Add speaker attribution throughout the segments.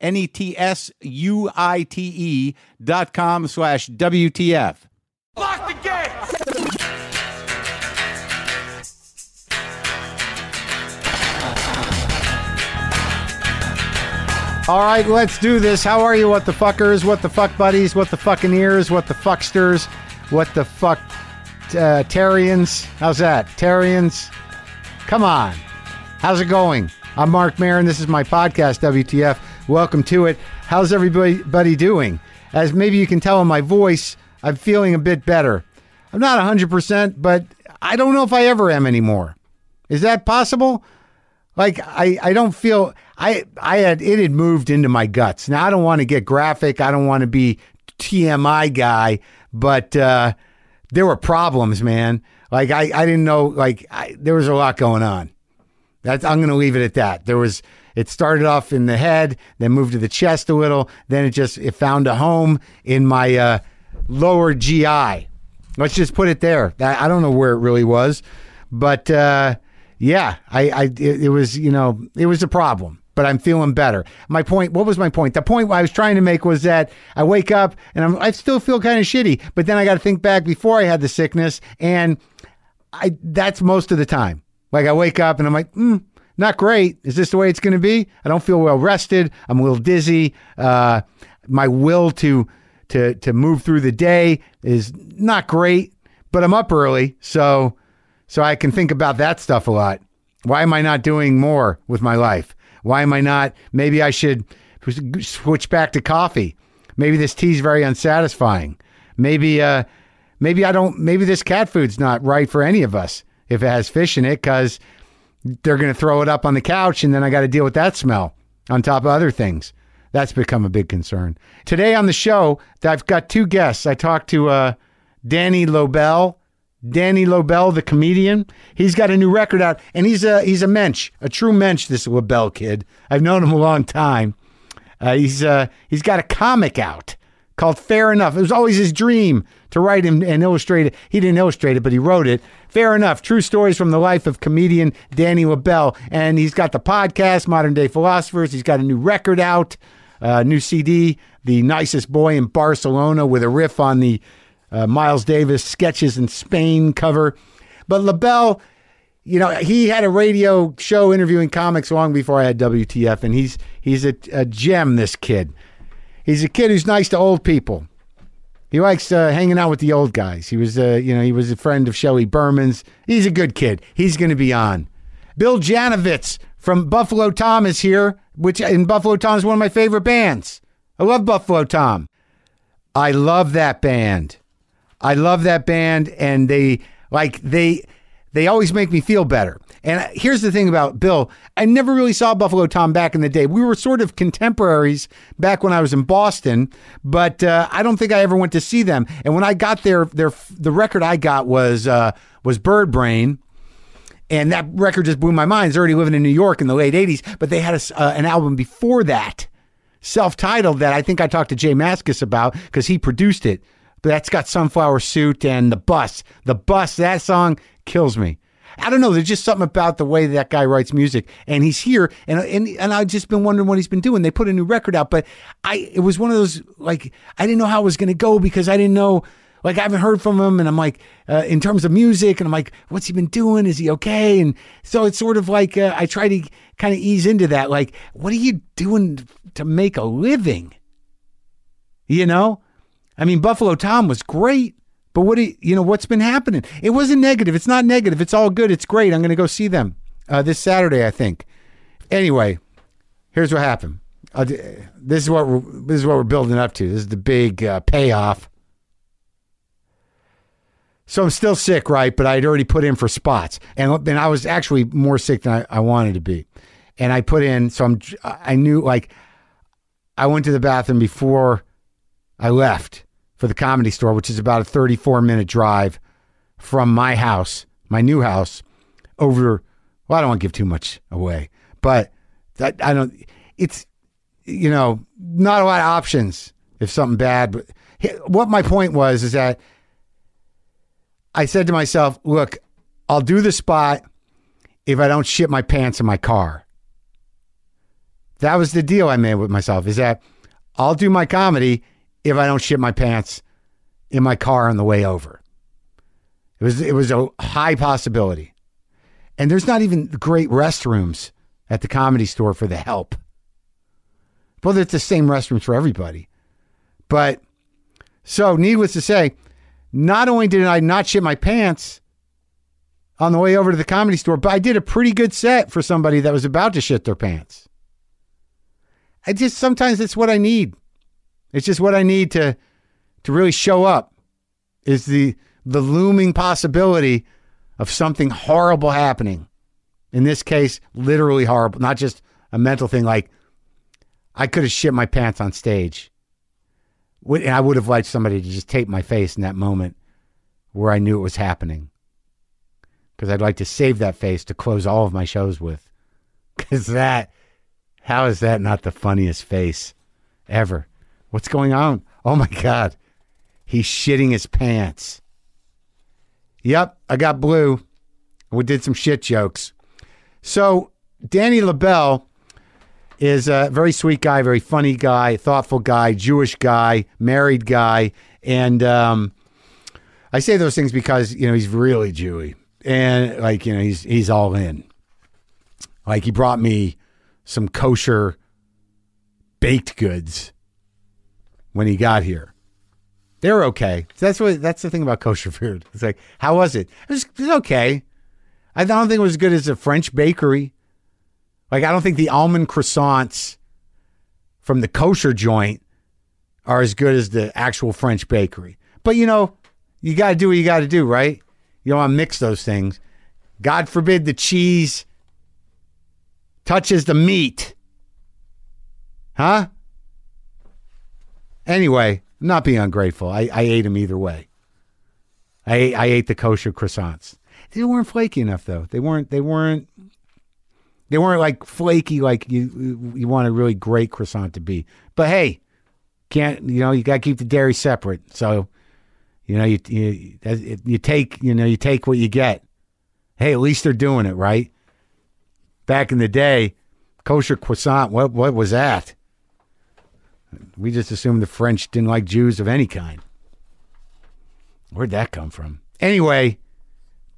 Speaker 1: N E T S U I T E dot com slash WTF.
Speaker 2: Lock the gate!
Speaker 1: All right, let's do this. How are you, what the fuckers, what the fuck buddies, what the fucking ears, what the fucksters, what the fuck uh, Tarians? How's that? Tarians? Come on. How's it going? I'm Mark Marin. This is my podcast, WTF. Welcome to it. How's everybody buddy doing? As maybe you can tell in my voice, I'm feeling a bit better. I'm not 100%, but I don't know if I ever am anymore. Is that possible? like I, I don't feel I I had it had moved into my guts. Now I don't want to get graphic. I don't want to be TMI guy, but uh, there were problems, man. Like I, I didn't know like I, there was a lot going on. That's I'm going to leave it at that. There was it started off in the head, then moved to the chest a little, then it just it found a home in my uh, lower GI. Let's just put it there. I, I don't know where it really was, but uh, yeah, I, I it, it was you know it was a problem, but I'm feeling better. My point, what was my point? The point I was trying to make was that I wake up and I'm I still feel kind of shitty, but then I got to think back before I had the sickness and. I that's most of the time. Like I wake up and I'm like, mm, not great. Is this the way it's going to be? I don't feel well rested. I'm a little dizzy. Uh, my will to to to move through the day is not great. But I'm up early, so so I can think about that stuff a lot. Why am I not doing more with my life? Why am I not? Maybe I should switch back to coffee. Maybe this tea's very unsatisfying. Maybe uh, maybe I don't. Maybe this cat food's not right for any of us if it has fish in it, because they're going to throw it up on the couch, and then I got to deal with that smell on top of other things. That's become a big concern today on the show. I've got two guests. I talked to uh, Danny Lobel Danny Lobel, the comedian. He's got a new record out, and he's a he's a mensch, a true mensch. This Lobel kid. I've known him a long time. Uh, he's uh, he's got a comic out called Fair Enough. It was always his dream to write and, and illustrate it. He didn't illustrate it, but he wrote it. Fair Enough: True Stories from the Life of Comedian Danny LaBelle. And he's got the podcast Modern Day Philosophers. He's got a new record out, uh, new CD, The Nicest Boy in Barcelona, with a riff on the uh, Miles Davis Sketches in Spain cover. But LaBelle you know, he had a radio show interviewing comics long before I had WTF, and he's he's a, a gem. This kid, he's a kid who's nice to old people. He likes uh, hanging out with the old guys. He was, uh, you know, he was a friend of Shelley Berman's. He's a good kid. He's going to be on. Bill Janovitz from Buffalo Tom is here, which in Buffalo Tom is one of my favorite bands. I love Buffalo Tom. I love that band. I love that band, and they like they they always make me feel better. And I- here's the thing about Bill: I never really saw Buffalo Tom back in the day. We were sort of contemporaries back when I was in Boston, but uh, I don't think I ever went to see them. And when I got there, their the record I got was uh, was Bird Brain. And that record just blew my mind. It's already living in New York in the late 80s, but they had a s uh, an album before that self-titled that I think I talked to Jay Maskus about because he produced it. But that's got Sunflower Suit and The Bus. The Bus, that song kills me. I don't know. There's just something about the way that guy writes music, and he's here, and and and I've just been wondering what he's been doing. They put a new record out, but I it was one of those like I didn't know how it was going to go because I didn't know like I haven't heard from him, and I'm like, uh, in terms of music, and I'm like, what's he been doing? Is he okay? And so it's sort of like uh, I try to kind of ease into that. Like, what are you doing to make a living? You know, I mean, Buffalo Tom was great, but what do you, you know? What's been happening? It wasn't negative. It's not negative. It's all good. It's great. I'm going to go see them uh, this Saturday, I think. Anyway, here's what happened. Uh, this is what we're, this is what we're building up to. This is the big uh, payoff. So I'm still sick, right? But I'd already put in for spots, and then I was actually more sick than I, I wanted to be, and I put in. So I'm I knew like I went to the bathroom before I left for the comedy store, which is about a 34 minute drive from my house, my new house, over. Well, I don't want to give too much away, but that I don't. It's you know not a lot of options if something bad. But what my point was is that. I said to myself, look, I'll do the spot if I don't shit my pants in my car. That was the deal I made with myself is that I'll do my comedy if I don't shit my pants in my car on the way over. It was it was a high possibility. And there's not even great restrooms at the comedy store for the help. Well, it's the same restrooms for everybody. But so needless to say, not only did I not shit my pants on the way over to the comedy store, but I did a pretty good set for somebody that was about to shit their pants. I just sometimes it's what I need. It's just what I need to to really show up is the the looming possibility of something horrible happening. In this case, literally horrible, not just a mental thing like I could have shit my pants on stage would, and I would have liked somebody to just tape my face in that moment where I knew it was happening. Because I'd like to save that face to close all of my shows with. Because that, how is that not the funniest face ever? What's going on? Oh my God. He's shitting his pants. Yep, I got blue. We did some shit jokes. So, Danny LaBelle is a very sweet guy, very funny guy, thoughtful guy, Jewish guy, married guy, and um, I say those things because you know he's really Jewy, and like you know he's he's all in. Like he brought me some kosher baked goods when he got here. They're okay. That's what that's the thing about kosher food. It's like how was it? It was, it was okay. I don't think it was as good as a French bakery. Like, I don't think the almond croissants from the kosher joint are as good as the actual French bakery. But you know, you got to do what you got to do, right? You don't want to mix those things. God forbid the cheese touches the meat. Huh? Anyway, I'm not being ungrateful. I, I ate them either way. I, I ate the kosher croissants. They weren't flaky enough though. They weren't they weren't they weren't like flaky like you you want a really great croissant to be. But hey, can't you know you got to keep the dairy separate. So you know you, you you take you know you take what you get. Hey, at least they're doing it right. Back in the day, kosher croissant. What what was that? We just assumed the French didn't like Jews of any kind. Where'd that come from? Anyway,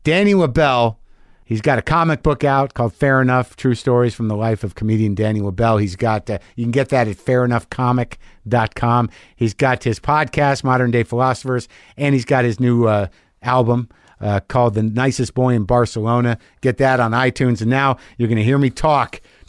Speaker 1: Danny LaBelle He's got a comic book out called Fair Enough: True Stories from the Life of Comedian Danny LaBelle. He's got uh, you can get that at fairenoughcomic.com. He's got his podcast Modern Day Philosophers and he's got his new uh, album uh, called The Nicest Boy in Barcelona. Get that on iTunes and now you're going to hear me talk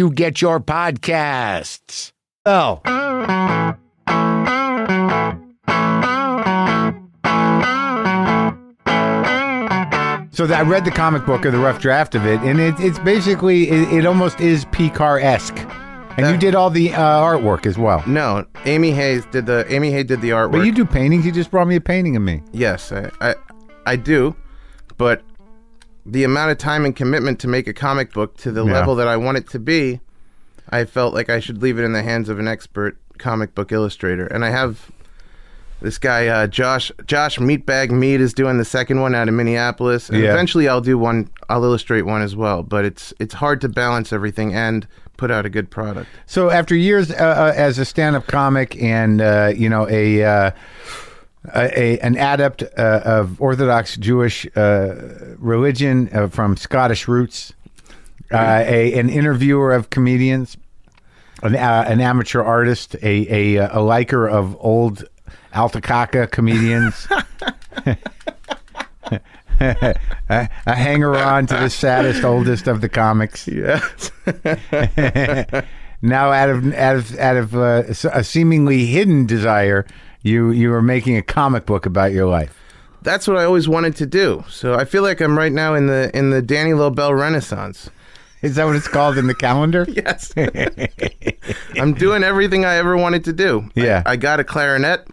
Speaker 1: you get your podcasts. Oh.
Speaker 3: So that, I read the comic book or the rough draft of it, and it, it's basically it, it almost is Picard esque. And you
Speaker 4: That-
Speaker 3: did all the uh, artwork as well.
Speaker 4: No, Amy Hayes did the Amy Hayes did the artwork.
Speaker 3: But you do paintings. You just brought me a painting of me.
Speaker 4: Yes, I, I, I do, but the amount of time and commitment to make a comic book to the
Speaker 3: Yeah.
Speaker 4: level that I want it to be, I felt like I should leave it in the hands of an expert comic book illustrator. And I have this guy, uh, Josh Josh Meatbag Mead, is doing the second one out of Minneapolis, and
Speaker 3: Yeah.
Speaker 4: eventually I'll do one. I'll illustrate one as well. But it's it's hard to balance everything and put out a good product.
Speaker 3: So after years uh, uh, as a stand-up comic and uh, you know a, uh, a, a an adept uh, of Orthodox Jewish uh, religion uh, from Scottish roots, uh, a an interviewer of comedians, an, uh, an amateur artist, a, uh, a a liker of old Altacaca comedians. a, a hanger on to the saddest, oldest of the comics
Speaker 4: Yes.
Speaker 3: now out of out of out of uh, s- a seemingly hidden desire you you are making a comic book about your life
Speaker 4: that's what I always wanted to do. So I feel like I'm right now in the in the Danny Lobel Renaissance.
Speaker 3: is that what it's called in the calendar
Speaker 4: Yes. I'm doing everything I ever wanted to do. I-
Speaker 3: Yeah.
Speaker 4: I, got a clarinet.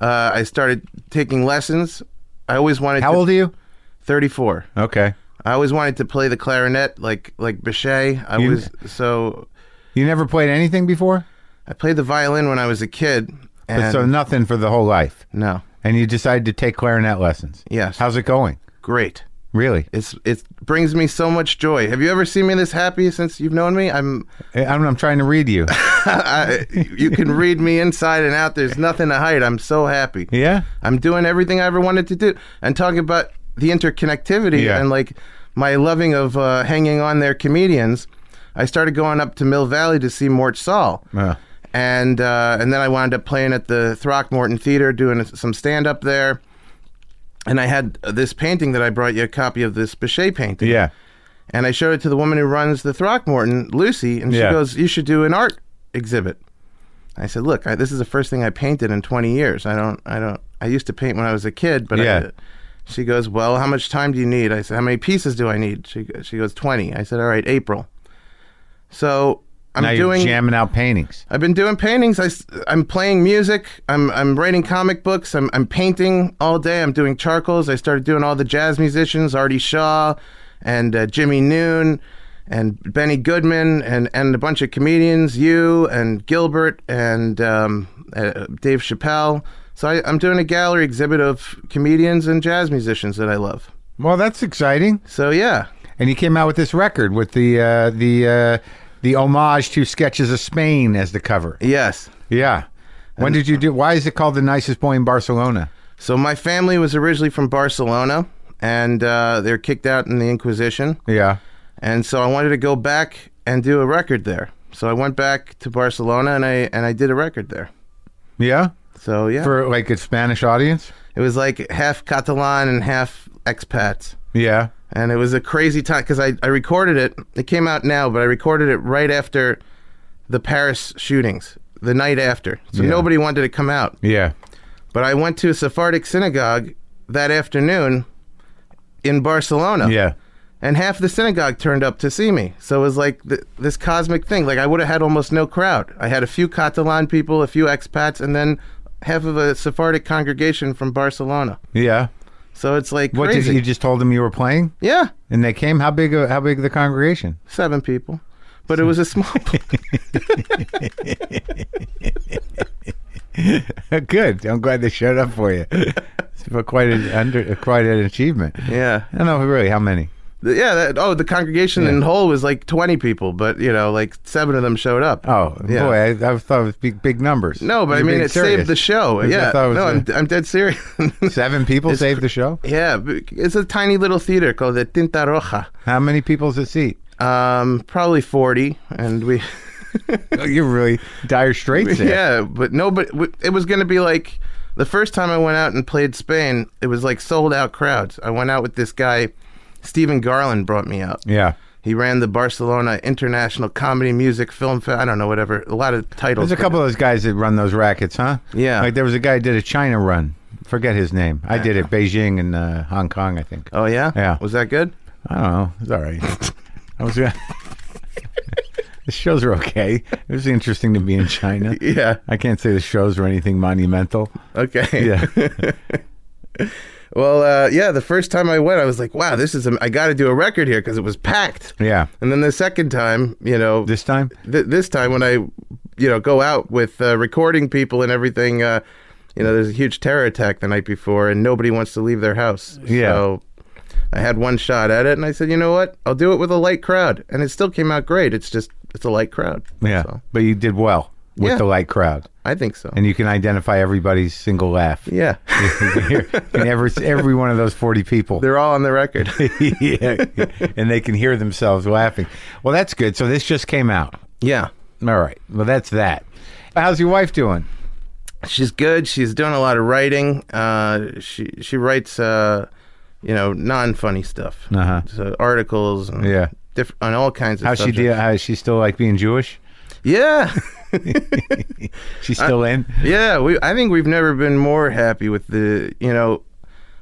Speaker 4: Uh, I started taking lessons. I always wanted
Speaker 3: how
Speaker 4: to,
Speaker 3: old are you
Speaker 4: 34.
Speaker 3: okay
Speaker 4: I always wanted to play the clarinet like like Bichet. I
Speaker 3: You-
Speaker 4: was so
Speaker 3: you never played anything before
Speaker 4: I played the violin when I was a kid. And
Speaker 3: so nothing for the whole life
Speaker 4: no.
Speaker 3: and you decided to take clarinet lessons
Speaker 4: Yes.
Speaker 3: how's it going
Speaker 4: Great.
Speaker 3: really
Speaker 4: It's it brings me so much joy. Have you ever seen me this happy since you've known me? I'm
Speaker 3: I- i'm, I'm trying to read you
Speaker 4: I, you can read me inside and out. There's nothing to hide. I'm so happy.
Speaker 3: yeah
Speaker 4: I'm doing everything I ever wanted to do. And talking about the interconnectivity
Speaker 3: Yeah.
Speaker 4: and like my loving of uh, hanging on their comedians, I started going up to Mill Valley to see Mort Saul.
Speaker 3: Uh.
Speaker 4: And uh, and then I wound up playing at the Throckmorton Theater, doing some stand up there. And I had this painting that I brought you a copy of this Bichet painting.
Speaker 3: yeah
Speaker 4: And I showed it to the woman who runs the Throckmorton, Lucy, and she
Speaker 3: Yeah.
Speaker 4: goes, "You should do an art exhibit." I said, "Look, I, this is the first thing I painted in 20 years. I don't, I don't. I used to paint when I was a kid, but I- uh,
Speaker 3: Yeah.
Speaker 4: she goes, "Well, how much time do you need?" I said, "How many pieces do I need?" She she goes, "20." I said, "All right, April." So I'm
Speaker 3: now
Speaker 4: doing.
Speaker 3: you're jamming out paintings
Speaker 4: I've been doing paintings. I, am playing music. I'm, I'm writing comic books. I'm, I'm painting all day. I'm doing charcoals. I started doing all the jazz musicians, Artie Shaw and uh, Jimmy Noon and Benny Goodman and, and a bunch of comedians, you and Gilbert and um, uh, Dave Chappelle. So I, I'm doing a gallery exhibit of comedians and jazz musicians that I love.
Speaker 3: well that's exciting
Speaker 4: So yeah,
Speaker 3: and he came out with this record with the uh, the uh, the homage to sketches of spain as the cover
Speaker 4: yes.
Speaker 3: Yeah. When did you do? Why is it called the nicest boy in Barcelona?
Speaker 4: So my family was originally from Barcelona and uh, they were kicked out in the Inquisition.
Speaker 3: Yeah.
Speaker 4: and so I wanted to go back and do a record there. So I went back to Barcelona and I and I did a record there.
Speaker 3: Yeah.
Speaker 4: So yeah,
Speaker 3: For like a Spanish audience.
Speaker 4: it was like half Catalan and half expats,
Speaker 3: Yeah.
Speaker 4: and it was a crazy time because I I recorded it. It came out now, but I recorded it right after the Paris shootings, the night after. So
Speaker 3: Yeah.
Speaker 4: nobody wanted to come out.
Speaker 3: Yeah.
Speaker 4: But I went to a Sephardic synagogue that afternoon in Barcelona.
Speaker 3: Yeah.
Speaker 4: and half the synagogue turned up to see me. So it was like th- this cosmic thing. Like I would have had almost no crowd. I had a few Catalan people, a few expats, and then half of a Sephardic congregation from Barcelona.
Speaker 3: Yeah.
Speaker 4: So it's like
Speaker 3: What
Speaker 4: crazy.
Speaker 3: did you just told them you were playing,
Speaker 4: yeah,
Speaker 3: and they came? How big? a- How big the congregation?
Speaker 4: seven people, but it was a small.
Speaker 3: Good. I'm glad they showed up for you. It's for quite an under, quite an achievement.
Speaker 4: yeah,
Speaker 3: I don't know really how many.
Speaker 4: Th- yeah. That, oh, the congregation in whole was like twenty people, but you know, like seven of them showed up.
Speaker 3: Oh
Speaker 4: Yeah.
Speaker 3: boy, I, I thought it was big, big numbers.
Speaker 4: No, but
Speaker 3: You're
Speaker 4: I mean,
Speaker 3: being
Speaker 4: it
Speaker 3: serious.
Speaker 4: saved the show.
Speaker 3: I
Speaker 4: Yeah,
Speaker 3: thought it was
Speaker 4: no,
Speaker 3: a-
Speaker 4: I'm, I'm dead serious.
Speaker 3: Seven people saved the show.
Speaker 4: yeah, b- it's a tiny little theater called the Tinta Roja.
Speaker 3: How many people's a seat?
Speaker 4: Um, probably forty, and we,
Speaker 3: Oh, You're really dire straits. there.
Speaker 4: yeah, but nobody. w- It was going to be like the first time I went out and played Spain. It was like sold out crowds. I went out with this guy, Stephen Garland brought me out.
Speaker 3: Yeah.
Speaker 4: He ran the Barcelona International Comedy Music Film. Fe- I don't know, whatever. A lot of titles.
Speaker 3: There's a couple of those guys that run those rackets, huh?
Speaker 4: Yeah.
Speaker 3: Like there was a guy who did a China run. forget his name. I did it Beijing and uh, Hong Kong, I think.
Speaker 4: Oh yeah,
Speaker 3: Yeah.
Speaker 4: Was that good?
Speaker 3: I don't know. It's all right. I was. the shows are okay. It was interesting to be in China.
Speaker 4: Yeah.
Speaker 3: I can't say the shows were anything monumental.
Speaker 4: Okay.
Speaker 3: Yeah.
Speaker 4: Well, uh, yeah. The first time I went, I was like, wow, this is. am- I got to do a record here because it was packed.
Speaker 3: Yeah.
Speaker 4: And then the second time, you know,
Speaker 3: This time?
Speaker 4: th- this time when I, you know, go out with uh, recording people and everything, uh, you know, there's a huge terror attack the night before, and nobody wants to leave their house.
Speaker 3: Yeah.
Speaker 4: So I had one shot at it, and I said, you know what? I'll do it with a light crowd, and it still came out great. It's just it's a light crowd.
Speaker 3: Yeah.
Speaker 4: So,
Speaker 3: But you did well with
Speaker 4: Yeah.
Speaker 3: the light crowd.
Speaker 4: I think so.
Speaker 3: And you can identify everybody's single laugh.
Speaker 4: yeah.
Speaker 3: You can hear- you can every, every one of those 40 people.
Speaker 4: They're all on the record.
Speaker 3: yeah. And they can hear themselves laughing. Well, that's good. So this just came out.
Speaker 4: yeah.
Speaker 3: All right. Well, that's that. How's your wife doing?
Speaker 4: she's good. She's doing a lot of writing. Uh, she she writes, uh, you know, non funny stuff.
Speaker 3: Uh-huh.
Speaker 4: So articles. And
Speaker 3: Yeah.
Speaker 4: Diff- on all kinds of.
Speaker 3: How's she
Speaker 4: subjects.
Speaker 3: deal? How is she still like being Jewish?
Speaker 4: Yeah,
Speaker 3: She's
Speaker 4: Uh,
Speaker 3: still in?
Speaker 4: yeah. We I think we've never been more happy with the you know.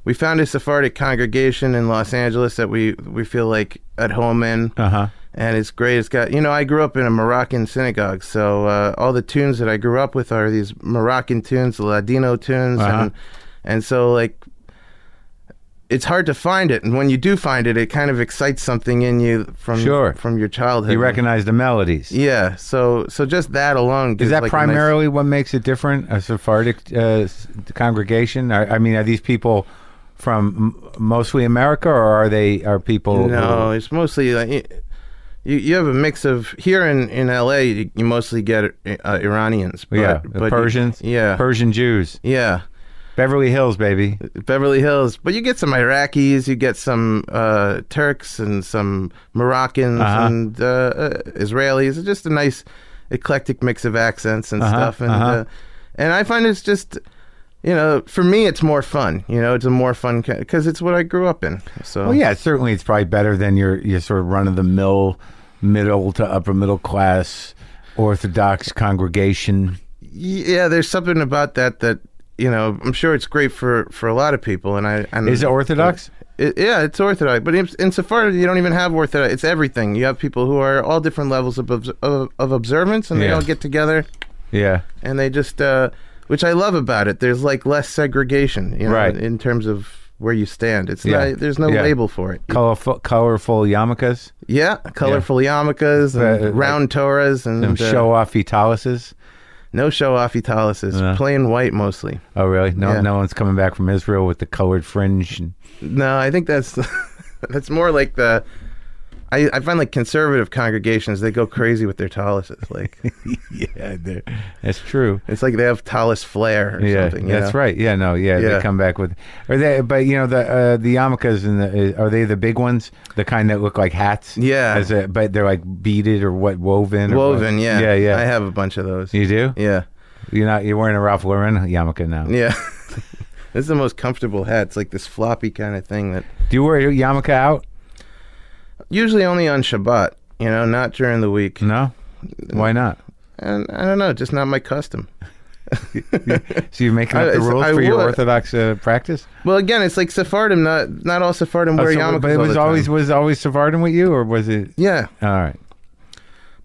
Speaker 4: We found a Sephardic congregation in Los Angeles that we, we feel like at home in,
Speaker 3: Uh huh.
Speaker 4: and it's great. It's got you know I grew up in a Moroccan synagogue, so uh, all the tunes that I grew up with are these Moroccan tunes, Ladino tunes,
Speaker 3: Uh-huh.
Speaker 4: and and so like it's hard to find it, and when you do find it, it kind of excites something in you from
Speaker 3: Sure.
Speaker 4: from your childhood.
Speaker 3: You recognize the melodies.
Speaker 4: Yeah, so so just that alone
Speaker 3: Is
Speaker 4: gives,
Speaker 3: that
Speaker 4: like, a nice-
Speaker 3: primarily what makes it different? A Sephardic uh, s- congregation? Are, I mean, are these people from m- mostly America, or are they are people? who-
Speaker 4: No, it's mostly like y- you. You have a mix of here in in L.A. You, you mostly get uh, Iranians, but,
Speaker 3: yeah, the
Speaker 4: but-
Speaker 3: Persians.
Speaker 4: yeah,
Speaker 3: Persian Jews.
Speaker 4: yeah,
Speaker 3: Beverly Hills, baby.
Speaker 4: Beverly Hills. But you get some Iraqis, you get some uh, Turks, and some Moroccans
Speaker 3: Uh-huh.
Speaker 4: and uh, uh, Israelis. It's just a nice eclectic mix of accents and
Speaker 3: Uh-huh,
Speaker 4: stuff, and
Speaker 3: uh-huh.
Speaker 4: uh, and I find it's just. You know, for me, it's more fun. You know, it's a more fun because it's what I grew up in. So
Speaker 3: Well, Oh, yeah, certainly it's probably better than your your sort of run of the mill, middle to upper middle class Orthodox congregation.
Speaker 4: Yeah, there's something about that that you know. I'm sure it's great for for a lot of people, and I and
Speaker 3: Is it Orthodox?
Speaker 4: It- yeah, it's Orthodox, but in, in Sephardim, you don't even have Orthodox. It's everything. You have people who are all different levels of obs- of, of observance, and they
Speaker 3: Yeah.
Speaker 4: all get together
Speaker 3: Yeah.
Speaker 4: and they just, uh, which I love about it. There's like less segregation, you know,
Speaker 3: Right.
Speaker 4: in terms of where you stand. It's
Speaker 3: Yeah.
Speaker 4: not, there's no
Speaker 3: Yeah.
Speaker 4: label for it.
Speaker 3: Colorful, colorful yarmulkes,
Speaker 4: Yeah, colorful yarmulkes and
Speaker 3: Uh, uh,
Speaker 4: round torahs and
Speaker 3: them
Speaker 4: uh,
Speaker 3: show off etalysis.
Speaker 4: no show off etalysis,
Speaker 3: Uh.
Speaker 4: plain white mostly.
Speaker 3: Oh, really? No,
Speaker 4: Yeah.
Speaker 3: no one's coming back from Israel with the colored fringe. And,
Speaker 4: No, I think that's that's more like the. I, I find like conservative congregations they go crazy with their taluses. Like
Speaker 3: yeah, they're- that's true.
Speaker 4: it's like they have talus flair or
Speaker 3: Yeah,
Speaker 4: something. you
Speaker 3: that's
Speaker 4: know?
Speaker 3: right. Yeah, no, yeah, they
Speaker 4: Yeah.
Speaker 3: come back with. Are they? But you know the uh, the yarmulkes and the uh, are they the big ones? The kind that look like hats.
Speaker 4: Yeah.
Speaker 3: As a, but they're like beaded or what woven. Or what?
Speaker 4: Woven, yeah,
Speaker 3: Yeah, yeah.
Speaker 4: I have a bunch of those.
Speaker 3: you do?
Speaker 4: Yeah,
Speaker 3: You're not. You're wearing a Ralph Lauren yarmulke now.
Speaker 4: yeah. this is the most comfortable hat. It's like this floppy kind of thing that
Speaker 3: Do you wear your yarmulke out?
Speaker 4: usually only on Shabbat. You know, not during the week.
Speaker 3: No. Why not?
Speaker 4: And I don't know, just not my custom.
Speaker 3: So you're making up
Speaker 4: I-
Speaker 3: the
Speaker 4: I
Speaker 3: rules for your
Speaker 4: would.
Speaker 3: Orthodox uh, practice?
Speaker 4: Well, again, it's like Sephardim. Not not all Sephardim
Speaker 3: Oh,
Speaker 4: wear
Speaker 3: so-
Speaker 4: yarmulkes.
Speaker 3: but it
Speaker 4: all
Speaker 3: was
Speaker 4: the time.
Speaker 3: always was always Sephardim with you, or was it?
Speaker 4: yeah.
Speaker 3: All right.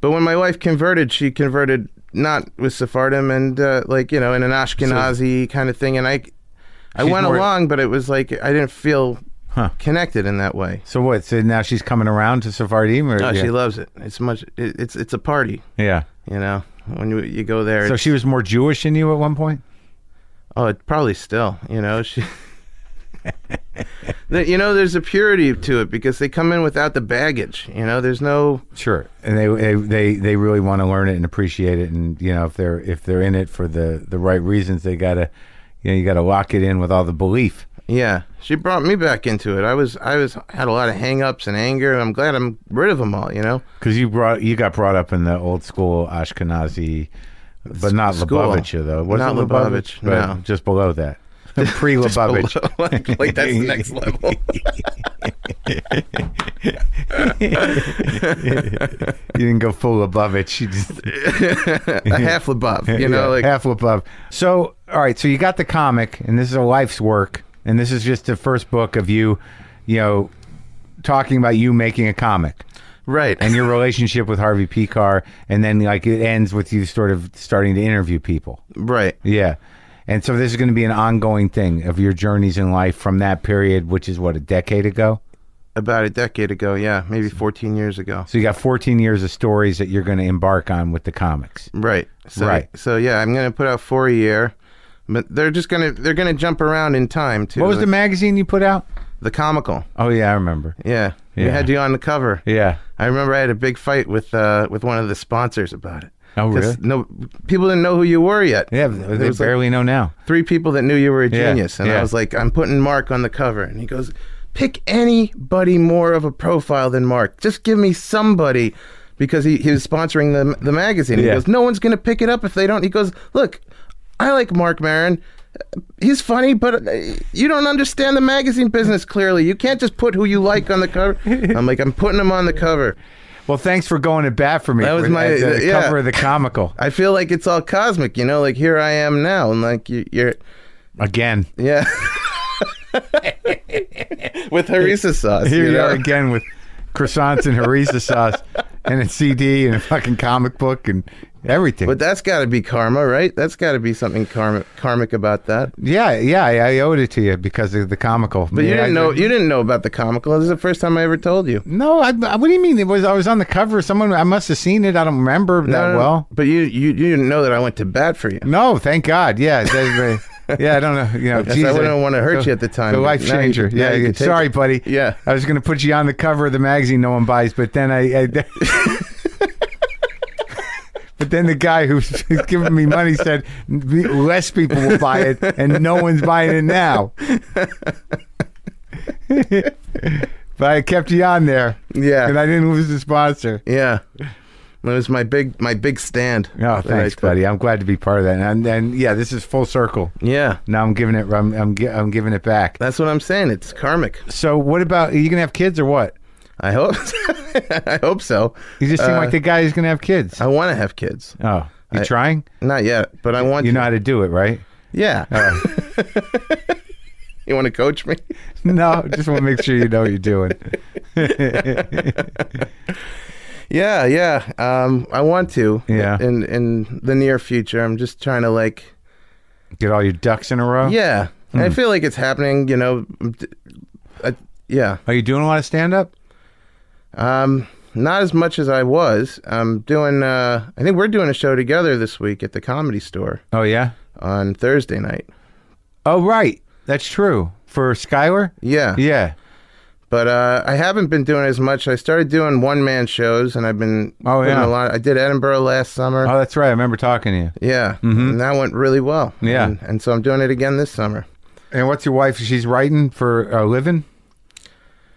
Speaker 4: But when my wife converted, she converted not with Sephardim and uh, like you know in an Ashkenazi kind of thing, and I, I
Speaker 3: She's
Speaker 4: went
Speaker 3: more-
Speaker 4: along, but it was like I didn't feel
Speaker 3: Huh.
Speaker 4: connected in that way.
Speaker 3: So what? So now she's coming around to Sephardim, or
Speaker 4: Oh,
Speaker 3: yeah.
Speaker 4: she loves it. It's much. It, it's it's a party,
Speaker 3: yeah.
Speaker 4: you know. When you you go there,
Speaker 3: So
Speaker 4: it's-
Speaker 3: she was more Jewish than you at one point.
Speaker 4: oh, it probably still, you know, she. There- you know, there's a purity to it because they come in without the baggage. You know, there's no
Speaker 3: Sure, and they they they, they really want to learn it and appreciate it, and you know if they're if they're in it for the the right reasons, they gotta you know you gotta lock it in with all the belief.
Speaker 4: Yeah, she brought me back into it. I was, I was, had a lot of hang-ups and anger, and I'm glad I'm rid of them all. You know,
Speaker 3: Because you brought you got brought up in the old school Ashkenazi, but not
Speaker 4: school.
Speaker 3: Lubavitch though. Was
Speaker 4: Not
Speaker 3: it
Speaker 4: Lubavitch,
Speaker 3: but
Speaker 4: no.
Speaker 3: just below that, pre Lubavitch.
Speaker 4: like, like that's the next level.
Speaker 3: You didn't go full above it. She just
Speaker 4: a half above, you know,
Speaker 3: Yeah,
Speaker 4: like
Speaker 3: half lip up. So, all right. So you got the comic, and this is a life's work, and this is just the first book of you, you know, talking about you making a comic
Speaker 4: right.
Speaker 3: and your relationship with Harvey Picar, and then like it ends with you sort of starting to interview people.
Speaker 4: right.
Speaker 3: Yeah. And so this is going to be an ongoing thing of your journeys in life from that period, which is what a decade ago.
Speaker 4: About a decade ago, yeah, maybe 14 years ago.
Speaker 3: So you got 14 years of stories that you're going to embark on with the comics.
Speaker 4: Right. So,
Speaker 3: Right.
Speaker 4: So yeah, I'm gonna put out four a year, but they're just gonna they're gonna jump around in time too.
Speaker 3: What was the
Speaker 4: like
Speaker 3: magazine you put out?
Speaker 4: the comical?
Speaker 3: Oh yeah, I remember.
Speaker 4: Yeah. We
Speaker 3: Yeah.
Speaker 4: had you on the cover.
Speaker 3: Yeah.
Speaker 4: I remember I had a big fight with uh, with one of the sponsors about it.
Speaker 3: Oh,
Speaker 4: 'Cause
Speaker 3: really?
Speaker 4: No, people didn't know who you were yet.
Speaker 3: Yeah,
Speaker 4: There
Speaker 3: they
Speaker 4: was, like,
Speaker 3: barely know now.
Speaker 4: three people that knew you were a
Speaker 3: Yeah,
Speaker 4: genius. And
Speaker 3: yeah.
Speaker 4: I was like, I'm putting Mark on the cover. And he goes, Pick anybody more of a profile than Mark. Just give me somebody. Because he, he was sponsoring the, the magazine. He
Speaker 3: Yeah.
Speaker 4: goes, No one's going to pick it up if they don't. He goes, Look, I like Mark Marin. He's funny, but uh, you don't understand the magazine business clearly. You can't just put who you like on the cover. I'm like, I'm putting him on the cover.
Speaker 3: Well, thanks for going to bat for me.
Speaker 4: That was
Speaker 3: for-
Speaker 4: my-
Speaker 3: at the
Speaker 4: uh, yeah.
Speaker 3: cover of the comical
Speaker 4: I feel like it's all cosmic, you know? Like, here I am now. And like, you, you're.
Speaker 3: again.
Speaker 4: Yeah. With harissa sauce.
Speaker 3: Here
Speaker 4: you
Speaker 3: you
Speaker 4: know?
Speaker 3: are again with croissants and harissa sauce and a CD and a fucking comic book and everything.
Speaker 4: But that's got to be karma, right? That's got to be something karmic, karmic about that.
Speaker 3: yeah, yeah, I, I owed it to you because of the comical.
Speaker 4: But you didn't know you didn't know about the comical. This is the first time I ever told you.
Speaker 3: No, I, I- what do you mean? It was I was on the cover. Someone I must have seen it. I don't remember
Speaker 4: No,
Speaker 3: that
Speaker 4: no, no.
Speaker 3: well.
Speaker 4: But you, you you didn't know that I went to bat for you.
Speaker 3: No, thank God. Yeah, they- they- yeah. I don't know. You know,
Speaker 4: Yes, I
Speaker 3: geez,
Speaker 4: wouldn't wanna hurt you at the time,
Speaker 3: The
Speaker 4: but
Speaker 3: life
Speaker 4: now you-
Speaker 3: changer.
Speaker 4: now
Speaker 3: yeah.
Speaker 4: you
Speaker 3: yeah.
Speaker 4: can take
Speaker 3: sorry,
Speaker 4: it.
Speaker 3: buddy.
Speaker 4: Yeah.
Speaker 3: I was going to put you on the cover of the magazine no one buys, but then I. I But then the guy who's giving me money said, "Less people will buy it, and no one's buying it now." but I kept you on there,
Speaker 4: Yeah.
Speaker 3: and I didn't lose the sponsor.
Speaker 4: Yeah. It was my big my big stand.
Speaker 3: Oh,
Speaker 4: that I
Speaker 3: thanks,
Speaker 4: took.
Speaker 3: buddy. I'm glad to be part of that. And and yeah, this is full circle.
Speaker 4: Yeah.
Speaker 3: Now I'm giving it. I'm I'm, gi- I'm giving it back.
Speaker 4: That's what I'm saying. It's karmic.
Speaker 3: So what about? Are you gonna have kids or what?
Speaker 4: I hope I hope so.
Speaker 3: You just seem
Speaker 4: Uh,
Speaker 3: like the guy who's gonna have kids.
Speaker 4: I want to have kids.
Speaker 3: oh, you
Speaker 4: I-
Speaker 3: trying?
Speaker 4: Not yet, but I want
Speaker 3: You
Speaker 4: to.
Speaker 3: know how to do it, right?
Speaker 4: Yeah. you want to coach me?
Speaker 3: no, just want to make sure you know what you're doing.
Speaker 4: Yeah, yeah. Um, I want to.
Speaker 3: Yeah.
Speaker 4: In in the near future, I'm just trying to like.
Speaker 3: Get all your ducks in a row.
Speaker 4: Yeah, And I feel like it's happening. You know. d- I, yeah.
Speaker 3: Are you doing a lot of stand up?
Speaker 4: Um, not as much as I was. I'm doing. Uh, I think we're doing a show together this week at the Comedy Store
Speaker 3: Oh yeah.
Speaker 4: on Thursday night.
Speaker 3: Oh right, that's true for Skylar.
Speaker 4: Yeah.
Speaker 3: Yeah.
Speaker 4: But uh, I haven't been doing as much. I started doing one man shows, and I've been.
Speaker 3: Oh,
Speaker 4: putting
Speaker 3: yeah.
Speaker 4: A lot. I did Edinburgh last summer.
Speaker 3: Oh, that's right. I remember talking to you.
Speaker 4: Yeah, and that went really well.
Speaker 3: Mm-hmm. Yeah.
Speaker 4: and, and so I'm doing it again this summer.
Speaker 3: And what's your wife? She's writing for uh, a living.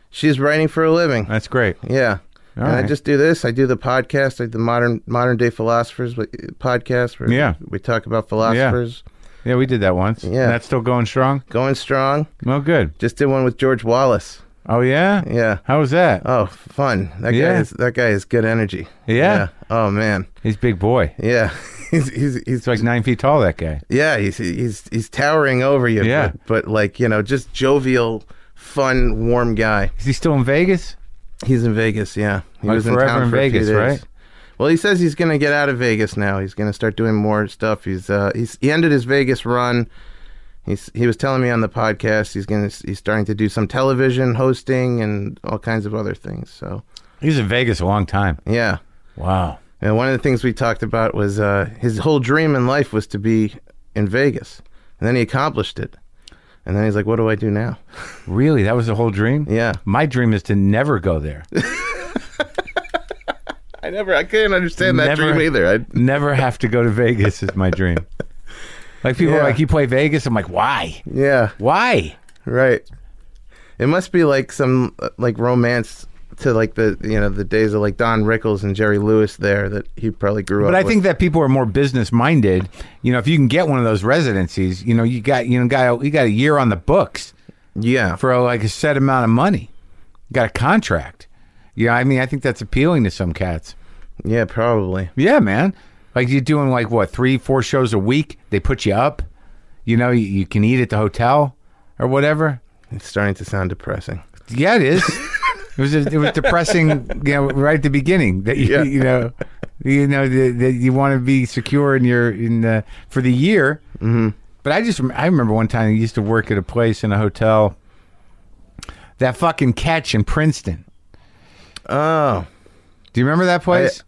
Speaker 4: She's writing for a living.
Speaker 3: That's great.
Speaker 4: Yeah,
Speaker 3: All
Speaker 4: and I
Speaker 3: right.
Speaker 4: just do this. I do the podcast, like the modern modern day philosophers wi- podcast. Where
Speaker 3: Yeah.
Speaker 4: we talk about philosophers
Speaker 3: Yeah, we did that once.
Speaker 4: Yeah.
Speaker 3: And that's still going strong.
Speaker 4: going strong.
Speaker 3: Well, good.
Speaker 4: Just did one with George Wallace.
Speaker 3: Oh yeah. Uh,
Speaker 4: Yeah.
Speaker 3: How was that?
Speaker 4: Oh, fun! That
Speaker 3: Yeah.
Speaker 4: guy is that guy is good energy.
Speaker 3: Yeah.
Speaker 4: Oh man.
Speaker 3: He's a big boy.
Speaker 4: Yeah. he's he's he's
Speaker 3: He's like nine feet tall. That guy.
Speaker 4: yeah he's he's he's towering over you.
Speaker 3: Yeah.
Speaker 4: But, but like you know, just jovial, fun, warm guy.
Speaker 3: Is he still in Vegas?
Speaker 4: He's in Vegas, yeah. He
Speaker 3: Like forever in
Speaker 4: a few
Speaker 3: Vegas,
Speaker 4: days.
Speaker 3: right?
Speaker 4: Well, he says he's going to get out of Vegas now. He's going to start doing more stuff. He's uh, he's he ended his Vegas run. He's he was telling me on the podcast he's going to he's starting to do some television hosting and all kinds of other things. So
Speaker 3: He was in Vegas a long time.
Speaker 4: yeah,
Speaker 3: Wow.
Speaker 4: and one of the things we talked about was uh, his whole dream in life was to be in Vegas, and then he accomplished it. And then he's like, "What do I do now?"
Speaker 3: Really? That was the whole dream?
Speaker 4: Yeah,
Speaker 3: My dream is to never go there.
Speaker 4: I never I couldn't understand that
Speaker 3: Never-
Speaker 4: dream either. I,
Speaker 3: never have to go to Vegas is my dream. Like people are
Speaker 4: Yeah.
Speaker 3: like, you play Vegas? I'm like, why?
Speaker 4: yeah.
Speaker 3: Why?
Speaker 4: Right. It must be like some uh, like romance to like the you know the days of like Don Rickles and Jerry Lewis there that he probably grew up.
Speaker 3: But I
Speaker 4: with.
Speaker 3: think that people are more business minded. You know, if you can get one of those residencies, you know, you got you know, got you got a year on the books
Speaker 4: yeah,
Speaker 3: for like a set amount of money. You got a contract. Yeah, I mean, I think that's appealing to some cats.
Speaker 4: Yeah, probably.
Speaker 3: Yeah, man. Like you're doing like what three, four shows a week. They put you up. You know, you, you can eat at the hotel or whatever.
Speaker 4: It's starting to sound depressing.
Speaker 3: Yeah, it is. it was it was depressing. You know, right at the beginning that you,
Speaker 4: Yeah.
Speaker 3: you know, you know that, that you want to be secure in your in the for the year. Mm-hmm. But I just rem- I remember one time I used to work at a place in a hotel. That fucking catch in Princeton.
Speaker 4: Oh,
Speaker 3: Do you remember that place?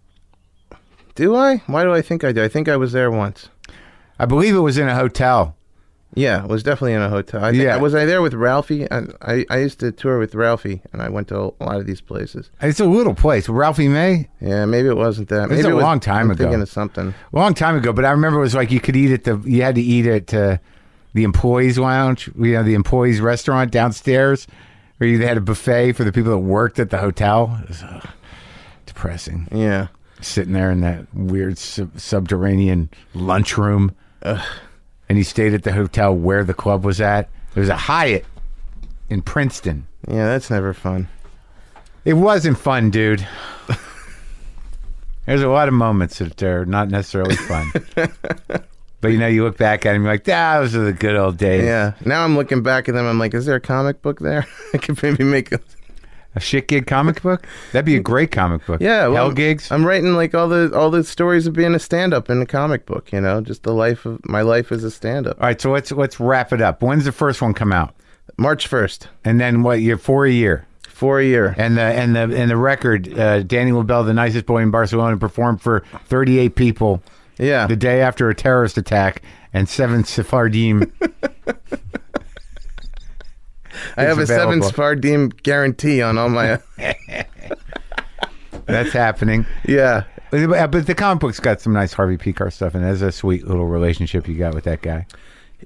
Speaker 4: do I? Why do I think I do? I think I was there once.
Speaker 3: I believe it was in a hotel.
Speaker 4: Yeah, it was definitely in a hotel. I think,
Speaker 3: Yeah.
Speaker 4: Was I there with Ralphie? I, I, I used to tour with Ralphie, and I went to a lot of these places.
Speaker 3: It's a little place. Ralphie May.
Speaker 4: Yeah, maybe it wasn't that.
Speaker 3: was
Speaker 4: Maybe
Speaker 3: a
Speaker 4: it was,
Speaker 3: long time
Speaker 4: I'm
Speaker 3: ago.
Speaker 4: thinking of something.
Speaker 3: a long time ago, but I remember it was like you could eat at the you had to eat at uh, the employees lounge, you know, the employees restaurant downstairs, or you they had a buffet for the people that worked at the hotel. It was, ugh, depressing,
Speaker 4: Yeah.
Speaker 3: sitting there in that weird sub- subterranean lunchroom, and you stayed at the hotel where the club was at. There was a Hyatt in Princeton.
Speaker 4: Yeah, that's never fun.
Speaker 3: It wasn't fun, dude. There's a lot of moments that are not necessarily fun. but you know, you look back at them, you're like, "Ah, those are the good old days.
Speaker 4: Yeah. Now I'm looking back at them. I'm like, is there a comic book there? I could maybe make a.
Speaker 3: A shit gig comic book? That'd be a great comic book.
Speaker 4: Yeah. well,
Speaker 3: Hell
Speaker 4: I'm-
Speaker 3: gigs?
Speaker 4: I'm writing like all the all the stories of being a stand up in a comic book. You know, just the life of my life as a stand up.
Speaker 3: All right, so let's let's wrap it up. When's the first one come out?
Speaker 4: March first,
Speaker 3: And then what year for a year?
Speaker 4: for a year.
Speaker 3: And the and the and the record, uh, Danny LaBelle, the nicest boy in Barcelona, performed for thirty eight people
Speaker 4: Yeah.
Speaker 3: the day after a terrorist attack and seven Sephardim
Speaker 4: I have a seven
Speaker 3: available.
Speaker 4: Sephardim guarantee on all my.
Speaker 3: that's happening.
Speaker 4: yeah.
Speaker 3: But, uh, but the comic book's got some nice Harvey Pekar stuff, and that's a sweet little relationship you got with that guy.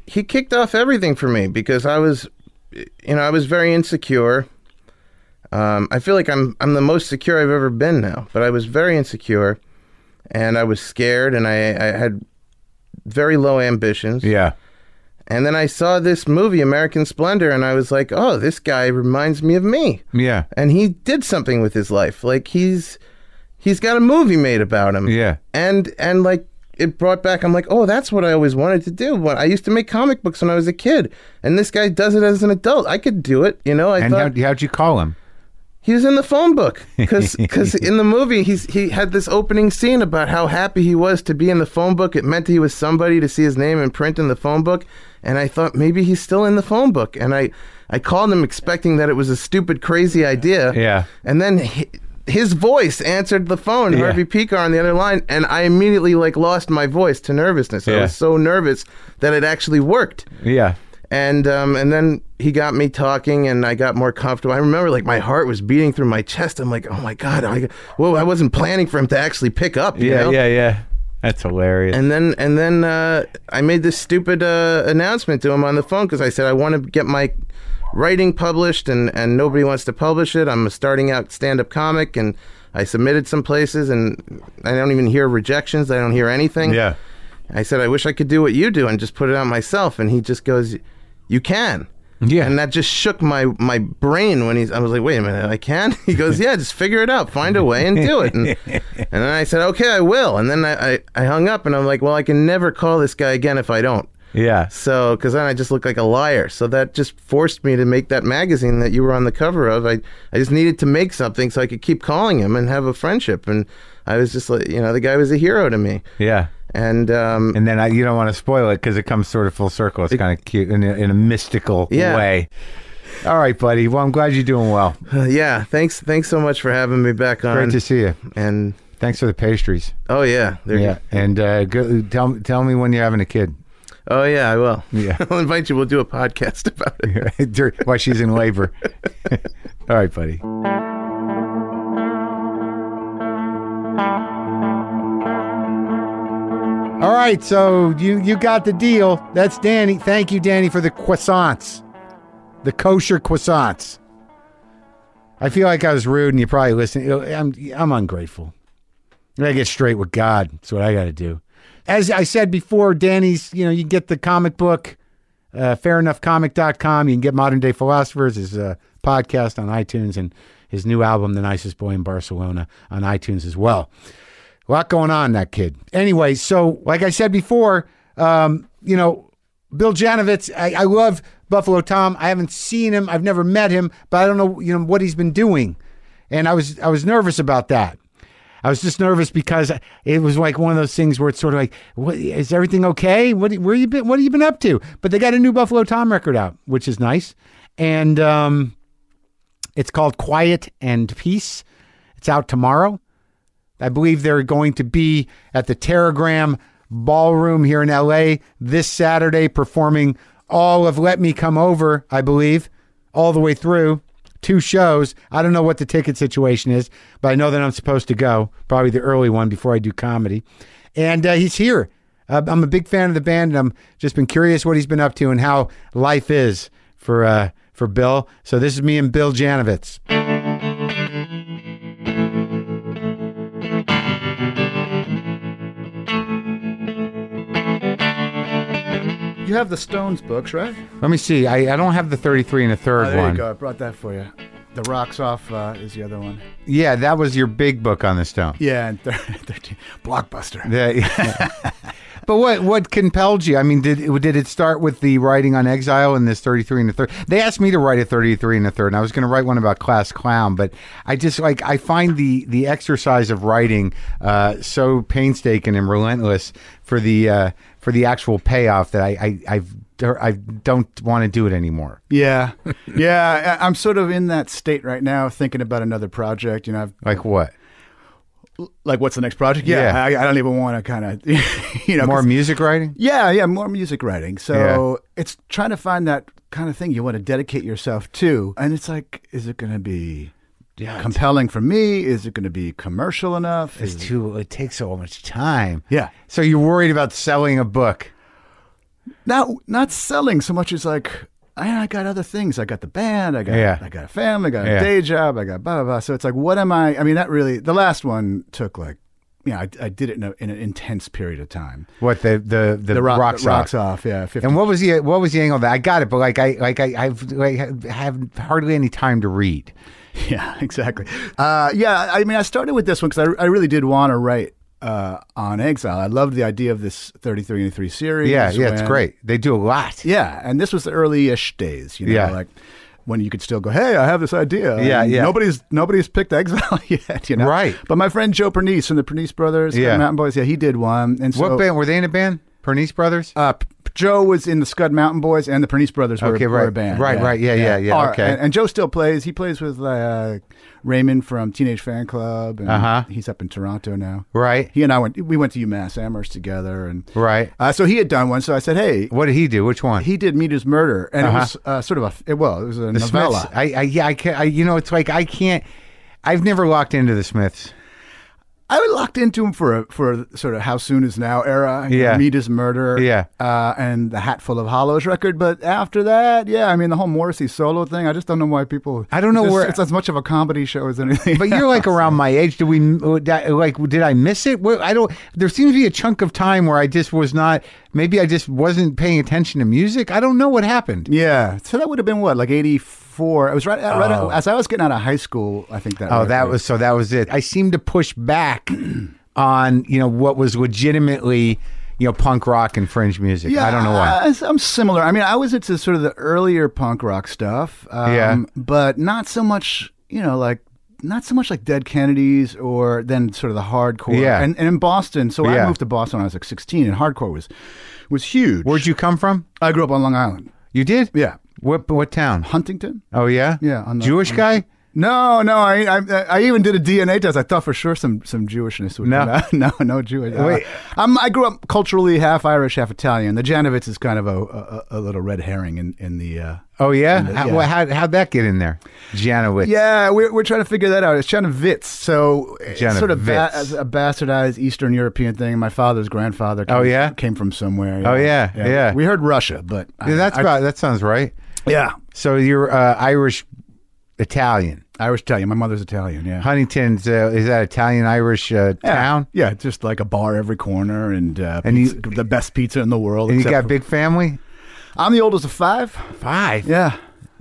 Speaker 4: he kicked off everything for me because I was, you know, I was very insecure. Um, I feel like I'm I'm the most secure I've ever been now, but I was very insecure, and I was scared, and I, I had very low ambitions.
Speaker 3: Yeah.
Speaker 4: And then I saw this movie, American Splendor, and I was like, oh, this guy reminds me of me,
Speaker 3: Yeah.
Speaker 4: and he did something with his life. Like he's he's got a movie made about him
Speaker 3: Yeah.
Speaker 4: and and like it brought back i'm like oh that's what i always wanted to do when i used to make comic books when i was a kid and this guy does it as an adult i could do it you know i
Speaker 3: And
Speaker 4: thought
Speaker 3: how, how'd you call him?
Speaker 4: he was in the phone book because in the movie he's he had this opening scene about how happy he was to be in the phone book it meant he was somebody to see his name in print in the phone book and i thought maybe he's still in the phone book and i i called him expecting that it was a stupid crazy idea
Speaker 3: Yeah.
Speaker 4: and then hi- his voice answered the phone,
Speaker 3: Yeah.
Speaker 4: Harvey Pekar on the other line, and I immediately like lost my voice to nervousness. I
Speaker 3: Yeah.
Speaker 4: was so nervous that it actually worked.
Speaker 3: Yeah.
Speaker 4: And um, and then he got me talking, and I got more comfortable. I remember like my heart was beating through my chest. I'm like, oh my god, I, whoa! I wasn't planning for him to actually pick up. you know?
Speaker 3: Yeah. That's hilarious.
Speaker 4: And then and then uh, I made this stupid uh, announcement to him on the phone because I said I want to get my writing published and and nobody wants to publish it. I'm a starting out stand up comic and I submitted some places and I don't even hear rejections. I don't hear anything.
Speaker 3: yeah.
Speaker 4: I said I wish I could do what you do and just put it out myself. And he just goes, "You can."
Speaker 3: Yeah.
Speaker 4: And that just shook my my brain when he's. I was like, wait a minute, I can. He goes, yeah, just figure it out, find a way, and do it. And, and then I said, okay, I will. And then I, I I hung up, and I'm like, well, I can never call this guy again if I don't.
Speaker 3: yeah.
Speaker 4: So, because then I just look like a liar. So that just forced me to make that magazine that you were on the cover of. I I just needed to make something so I could keep calling him and have a friendship. And I was just like, you know, the guy was a hero to me.
Speaker 3: Yeah.
Speaker 4: And um,
Speaker 3: And then I, you don't want to spoil it because it comes sort of full circle. It's kind of cute in a, in a mystical
Speaker 4: Yeah.
Speaker 3: way. All right, buddy. Well, I'm glad you're doing well.
Speaker 4: yeah, thanks thanks so much for having me back on.
Speaker 3: Great to see you.
Speaker 4: and
Speaker 3: Thanks for the pastries.
Speaker 4: oh yeah, there you
Speaker 3: Yeah. And uh, go, tell tell me when you're having a kid.
Speaker 4: Oh yeah, I will.
Speaker 3: Yeah.
Speaker 4: I'll invite you. We'll do a podcast about it.
Speaker 3: Dur- while she's in labor. All right, buddy. All right, so you you got the deal. That's Danny. Thank you, Danny, for the croissants, the kosher croissants. I feel like I was rude, and you probably listened. I'm I'm ungrateful. I gotta get straight with God. That's what I got to do. As I said before, Danny's. You know, you get the comic book uh, fairenoughcomic.com. You can get Modern Day Philosophers, his uh, podcast on iTunes, and his new album, The Nicest Boy in Barcelona, on iTunes as well. A lot going on, that kid. Anyway, so like I said before, um, you know, Bill Janovitz, I, I love Buffalo Tom. I haven't seen him, I've never met him, but I don't know, you know, what he's been doing. And I was I was nervous about that. I was just nervous because it was like one of those things where it's sort of like, what, is everything okay? What where you been? What have you been up to? But they got a new Buffalo Tom record out, which is nice, and um, it's called Quiet and Peace. It's out tomorrow. I believe they're going to be at the Terragram Ballroom here in LA this Saturday, performing all of Let Me Come Over, I believe, all the way through. Two shows. I don't know what the ticket situation is, but I know that I'm supposed to go, probably the early one before I do comedy. And uh, he's here. Uh, I'm a big fan of the band, and I'm just been curious what he's been up to and how life is for uh, for Bill. So this is me and Bill Janovitz.
Speaker 5: You have the Stones books, right?
Speaker 3: Let me see. I, I don't have the 33 and a third
Speaker 5: Oh,
Speaker 3: one.
Speaker 5: there you go. I brought that for you. The Rocks Off uh, is the other one.
Speaker 3: Yeah, that was your big book on the stone.
Speaker 5: Yeah, and thir- 13. Blockbuster.
Speaker 3: The- but what what compelled you? I mean, did it- did it start with the writing on exile and this thirty three and a third? They asked me to write a thirty three and a third, and I was going to write one about class clown, but I just like I find the the exercise of writing uh, so painstaking and relentless for the uh, for the actual payoff that I I I've, I don't want to do it anymore.
Speaker 5: Yeah. Yeah. I- I'm sort of in that state right now thinking about another project. You know, I've,
Speaker 3: Like what?
Speaker 5: like what's the next project? Yeah. I, I don't even want to kind of, you know.
Speaker 3: More
Speaker 5: 'cause-
Speaker 3: music writing?
Speaker 5: Yeah, yeah, more music writing. So it's trying to find that kind of thing you want to dedicate yourself to. And it's like, is it going to be compelling for me? Is it going to be commercial enough?
Speaker 3: It's
Speaker 5: Is-
Speaker 3: too. It takes so much time.
Speaker 5: yeah.
Speaker 3: So you're worried about selling a book?
Speaker 5: Not not selling so much as like I, I got other things. I got the band. I got
Speaker 3: Yeah.
Speaker 5: I got a family. I got
Speaker 3: Yeah.
Speaker 5: a day job. I got blah blah blah. So it's like, what am I? I mean, that really. The last one took like, yeah, I, I did it in, a, in an intense period of time.
Speaker 3: What the the the,
Speaker 5: rock-
Speaker 3: rocks,
Speaker 5: rocks
Speaker 3: off.
Speaker 5: off. Yeah, 50
Speaker 3: And what was the what was the angle? That I got it, but like I like I I've like I have hardly any time to read.
Speaker 5: Yeah, exactly. Uh, yeah, I mean, I started with this one because I, I really did want to write uh, on exile. I loved the idea of this 33 and 3 series.
Speaker 3: Yeah, yeah, it's
Speaker 5: when-
Speaker 3: great. They do a lot.
Speaker 5: Yeah, and this was the early-ish days, you know,
Speaker 3: Yeah.
Speaker 5: like when you could still go, "Hey, I have this idea."
Speaker 3: Yeah,
Speaker 5: And
Speaker 3: yeah.
Speaker 5: Nobody's nobody's picked exile yet, you know.
Speaker 3: Right.
Speaker 5: But my friend Joe Pernice from the Pernice Brothers,
Speaker 3: Yeah.
Speaker 5: yeah, Mountain Boys, yeah, he did one. And so,
Speaker 3: What band were they in a band? Pernice Brothers.
Speaker 5: uh, P- Joe was in the Scud Mountain Boys, and the Pernice Brothers were,
Speaker 3: Okay,
Speaker 5: were
Speaker 3: right.
Speaker 5: a band.
Speaker 3: Right, right. Yeah, yeah, yeah.
Speaker 5: Or-
Speaker 3: Okay.
Speaker 5: And, and Joe still plays. He plays with uh, Raymond from Teenage Fan Club, and
Speaker 3: Uh-huh.
Speaker 5: he's up in Toronto now.
Speaker 3: right.
Speaker 5: He and I went. We went to UMass Amherst together, and
Speaker 3: Right.
Speaker 5: Uh, so he had done one. So I said, "Hey."
Speaker 3: What did he do? Which one?
Speaker 5: He did Meter's Murder, and it was uh, sort of a it, well, it was a
Speaker 3: Uh-huh. the
Speaker 5: novella.
Speaker 3: Smiths. I, I yeah. I can. I, you know, it's like I can't. I've never locked into the Smiths.
Speaker 5: I was locked into him for a, for sort of how soon is now era. you know,
Speaker 3: Yeah.
Speaker 5: Meat is murder.
Speaker 3: Yeah.
Speaker 5: uh, and the Hatful of Hollows record. But after that, yeah, I mean the whole Morrissey solo thing. I just don't know why people.
Speaker 3: I don't know
Speaker 5: it's just-
Speaker 3: where-
Speaker 5: it's as much of a comedy show as anything.
Speaker 3: But you're like around my age. Did we uh, like? Did I miss it? What- I don't. There seems to be a chunk of time where I just was not. Maybe I just wasn't paying attention to music. I don't know what happened.
Speaker 5: yeah, so that would have been what like eighty four. It was right, right as I was getting out of high school. I think that.
Speaker 3: Oh, that
Speaker 5: record-
Speaker 3: was so. That was it. I seemed to push back on you know what was legitimately you know punk rock and fringe music. I don't know why.
Speaker 5: I, am similar. I mean, I was into sort of the earlier punk rock stuff. Um,
Speaker 3: Yeah.
Speaker 5: But not so much, you know, like not so much like Dead Kennedys or then sort of the hardcore.
Speaker 3: Yeah.
Speaker 5: And, and in Boston, so
Speaker 3: Yeah.
Speaker 5: I moved to Boston when I was like 16, and hardcore was was huge.
Speaker 3: Where'd you come from?
Speaker 5: I grew up on Long Island.
Speaker 3: You did?
Speaker 5: Yeah.
Speaker 3: What what town?
Speaker 5: Huntington?
Speaker 3: Oh yeah.
Speaker 5: Yeah, on the-
Speaker 3: Jewish
Speaker 5: on the-
Speaker 3: guy.
Speaker 5: No, no. I, I I even did a DNA test. I thought for sure some some Jewishness would
Speaker 3: No.
Speaker 5: come out. No, no Jewish. Uh,
Speaker 3: Wait.
Speaker 5: I'm, I grew up culturally half Irish, half Italian. The Janovitz is kind of a a, a little red herring in in the. Uh,
Speaker 3: Oh yeah. How,
Speaker 5: yeah.
Speaker 3: well, how how'd that get in there? Janowitz.
Speaker 5: yeah, we're, we're trying to figure that out. It's Janovitz, so it's sort of ba-
Speaker 3: Janovitz.
Speaker 5: a bastardized Eastern European thing. My father's grandfather. Came,
Speaker 3: Oh, yeah?
Speaker 5: came from somewhere.
Speaker 3: Oh, yeah, yeah.
Speaker 5: We heard Russia, but I-
Speaker 3: Yeah, that's
Speaker 5: I-
Speaker 3: about. That sounds right.
Speaker 5: yeah.
Speaker 3: So you're uh, Irish, Italian.
Speaker 5: Irish Italian. My mother's Italian. Yeah.
Speaker 3: Huntington's uh, is that Italian Irish uh,
Speaker 5: Yeah.
Speaker 3: town?
Speaker 5: Yeah, just like a bar every corner and uh,
Speaker 3: And you-
Speaker 5: pizza- the best pizza in the world.
Speaker 3: And you
Speaker 5: except
Speaker 3: got
Speaker 5: for-
Speaker 3: big family.
Speaker 5: I'm the oldest of five.
Speaker 3: Five.
Speaker 5: Yeah.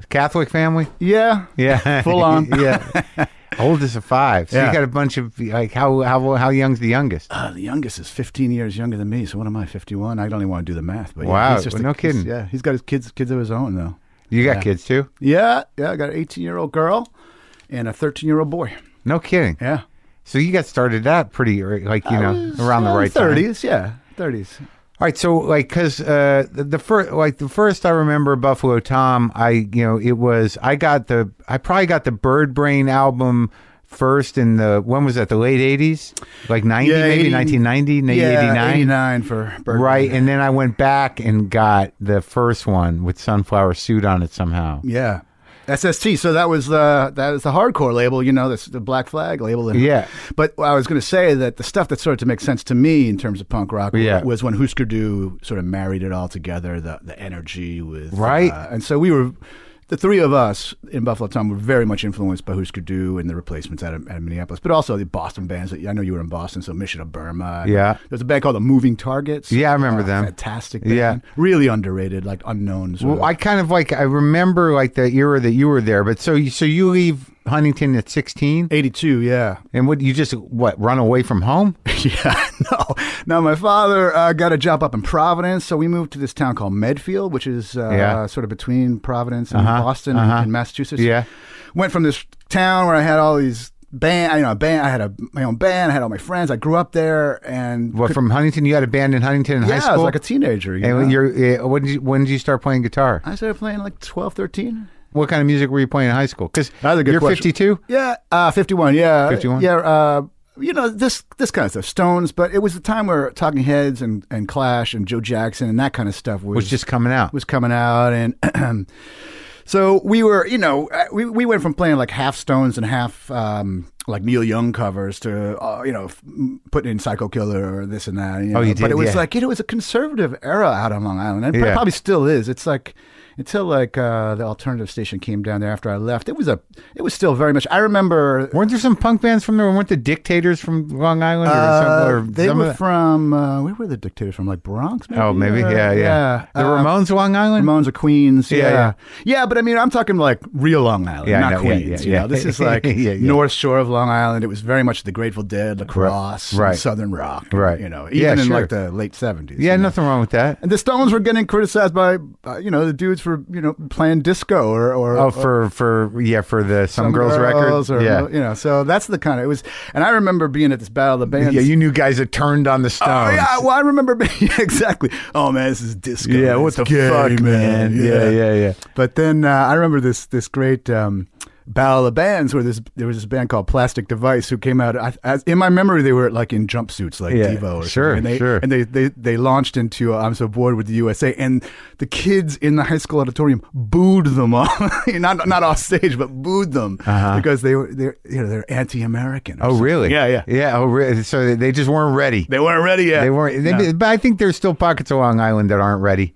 Speaker 3: Catholic family.
Speaker 5: Yeah.
Speaker 3: Yeah.
Speaker 5: Full on.
Speaker 3: yeah. Oldest of five. So you
Speaker 5: Yeah.
Speaker 3: got a bunch of like how how how young's the youngest?
Speaker 5: Uh, the youngest is 15 years younger than me. So what am I, 51? I don't even want to do the math. But yeah,
Speaker 3: Wow,
Speaker 5: he's just
Speaker 3: no
Speaker 5: a, he's-
Speaker 3: kidding.
Speaker 5: yeah, he's got his kids kids of his own though.
Speaker 3: You got kids too?
Speaker 5: Yeah, yeah. I got an 18 year old girl and a 13 year old boy.
Speaker 3: No kidding.
Speaker 5: Yeah.
Speaker 3: So you got started that pretty early, like you know around the
Speaker 5: Uh,
Speaker 3: right time.
Speaker 5: 30s. Yeah, 30s.
Speaker 3: All right, so like, cause uh, the, the first, like the first I remember Buffalo Tom, I you know it was I got the I probably got the Bird Brain album first in the when was that the late eighties, like ninety
Speaker 5: Yeah,
Speaker 3: maybe
Speaker 5: 80
Speaker 3: nineteen ninety maybe
Speaker 5: yeah,
Speaker 3: eighty nine
Speaker 5: 89 for Bergman.
Speaker 3: right, and then I went back and got the first one with sunflower suit on it somehow.
Speaker 5: Yeah. SST. So that was the that was the hardcore label, you know, this the Black Flag label. And-
Speaker 3: Yeah.
Speaker 5: But I was going to say that the stuff that started to make sense to me in terms of punk rock
Speaker 3: Yeah.
Speaker 5: was when Husker Du sort of married it all together, the the energy with
Speaker 3: Right.
Speaker 5: uh, and so we were. The three of us in Buffalo Tom were very much influenced by Husker Du and the replacements out of, out of Minneapolis, but also the Boston bands. That, I know you were in Boston, so Mission of Burma.
Speaker 3: Yeah.
Speaker 5: There's a band called the Moving Targets. Uh,
Speaker 3: Yeah, I remember them.
Speaker 5: Fantastic band.
Speaker 3: Yeah.
Speaker 5: Really underrated, like unknown. sort
Speaker 3: Well,
Speaker 5: of-
Speaker 3: I kind of like I remember like the era that you were there, but so you, so you leave Huntington at sixteen,
Speaker 5: 82, yeah.
Speaker 3: and what you just what run away from home?
Speaker 5: Yeah, no. Now, my father uh, got a job up in Providence, so we moved to this town called Medfield, which is uh,
Speaker 3: Yeah. Uh-huh.
Speaker 5: sort of between Providence and Boston in Massachusetts.
Speaker 3: Yeah.
Speaker 5: Went from this town where I had all these band, you know, a band. I had a, my own band. I had all my friends. I grew up there, and
Speaker 3: What from Huntington? You had a band in Huntington in
Speaker 5: yeah,
Speaker 3: high
Speaker 5: I
Speaker 3: school.
Speaker 5: was like a teenager. You know?
Speaker 3: and you're, uh, when did you, when did you start playing guitar?
Speaker 5: I started playing like 12, 13.
Speaker 3: What kind of music were you playing in high school? Because
Speaker 5: That's a good
Speaker 3: you're
Speaker 5: question.
Speaker 3: 52.
Speaker 5: Yeah, uh, fifty-one. Yeah,
Speaker 3: 51?
Speaker 5: Yeah, uh, you know this this kind of stuff, Stones. But it was the time where Talking Heads and, and Clash and Joe Jackson and that kind of stuff was,
Speaker 3: Was just coming out.
Speaker 5: was coming out, and so we were, you know, uh, we we went from playing like half Stones and half um, like Neil Young covers to uh, you know f- m- putting in Psycho Killer or this and that. You know?
Speaker 3: Oh, you
Speaker 5: But
Speaker 3: did,
Speaker 5: it was
Speaker 3: yeah.
Speaker 5: like you know, it was a conservative era out on Long Island, and it
Speaker 3: Yeah.
Speaker 5: probably still is. It's like until like uh, the alternative station came down there after I left, it was a it was still very much. I remember
Speaker 3: Weren't there some punk bands from there? Weren't the Dictators from Long Island or,
Speaker 5: uh,
Speaker 3: some, or
Speaker 5: they
Speaker 3: some
Speaker 5: were
Speaker 3: of the-
Speaker 5: from uh, where were the dictators from? Like Bronx? Maybe?
Speaker 3: Oh, maybe.
Speaker 5: Or-
Speaker 3: Yeah, yeah. The
Speaker 5: Uh,
Speaker 3: Ramones, Long Island.
Speaker 5: Ramones or Queens.
Speaker 3: Yeah,
Speaker 5: Yeah yeah.
Speaker 3: yeah.
Speaker 5: but I mean, I'm talking like real Long Island,
Speaker 3: Yeah, I
Speaker 5: not
Speaker 3: know. Yeah,
Speaker 5: Queens.
Speaker 3: yeah,
Speaker 5: you
Speaker 3: yeah.
Speaker 5: know, this is like
Speaker 3: Yeah, yeah.
Speaker 5: North Shore of Long Island. It was very much the Grateful Dead, lacrosse,
Speaker 3: Right.
Speaker 5: and Southern rock.
Speaker 3: Right.
Speaker 5: You know, even
Speaker 3: Yeah,
Speaker 5: in
Speaker 3: sure.
Speaker 5: like the late 70s.
Speaker 3: yeah,
Speaker 5: you know.
Speaker 3: nothing wrong with that.
Speaker 5: And the Stones were getting criticized by, uh, you know, the dudes for, you know, playing disco or, or,
Speaker 3: Oh, for for yeah, for the Some, Girls, record.
Speaker 5: or,
Speaker 3: yeah.
Speaker 5: you know, so that's the kind of, it was, and I remember being at this Battle of the Bands.
Speaker 3: yeah, you knew guys that turned on the
Speaker 5: Oh,
Speaker 3: Stones.
Speaker 5: yeah, well, I remember being, yeah, exactly. Oh man, this is disco.
Speaker 3: Yeah,
Speaker 5: It's
Speaker 3: what the
Speaker 5: gay,
Speaker 3: fuck, man? Yeah, yeah, yeah.
Speaker 5: But then uh, I remember this this great um, battle of bands where this there was this band called Plastic Device who came out. I, as, in my memory, they were like in jumpsuits, like
Speaker 3: Yeah,
Speaker 5: Devo or
Speaker 3: sure,
Speaker 5: something. And they,
Speaker 3: sure.
Speaker 5: And they, they they launched into uh, I'm so bored with the USA, and the kids in the high school auditorium booed them all, not not off stage, but booed them because they were they are you know they're anti-American. or
Speaker 3: Uh-huh. Oh,
Speaker 5: something.
Speaker 3: really?
Speaker 5: Yeah, yeah.
Speaker 3: yeah. Oh, really? So they- they just weren't ready.
Speaker 5: They weren't ready yet.
Speaker 3: They weren't. They,
Speaker 5: No.
Speaker 3: But I think there's still pockets of Long Island that aren't ready.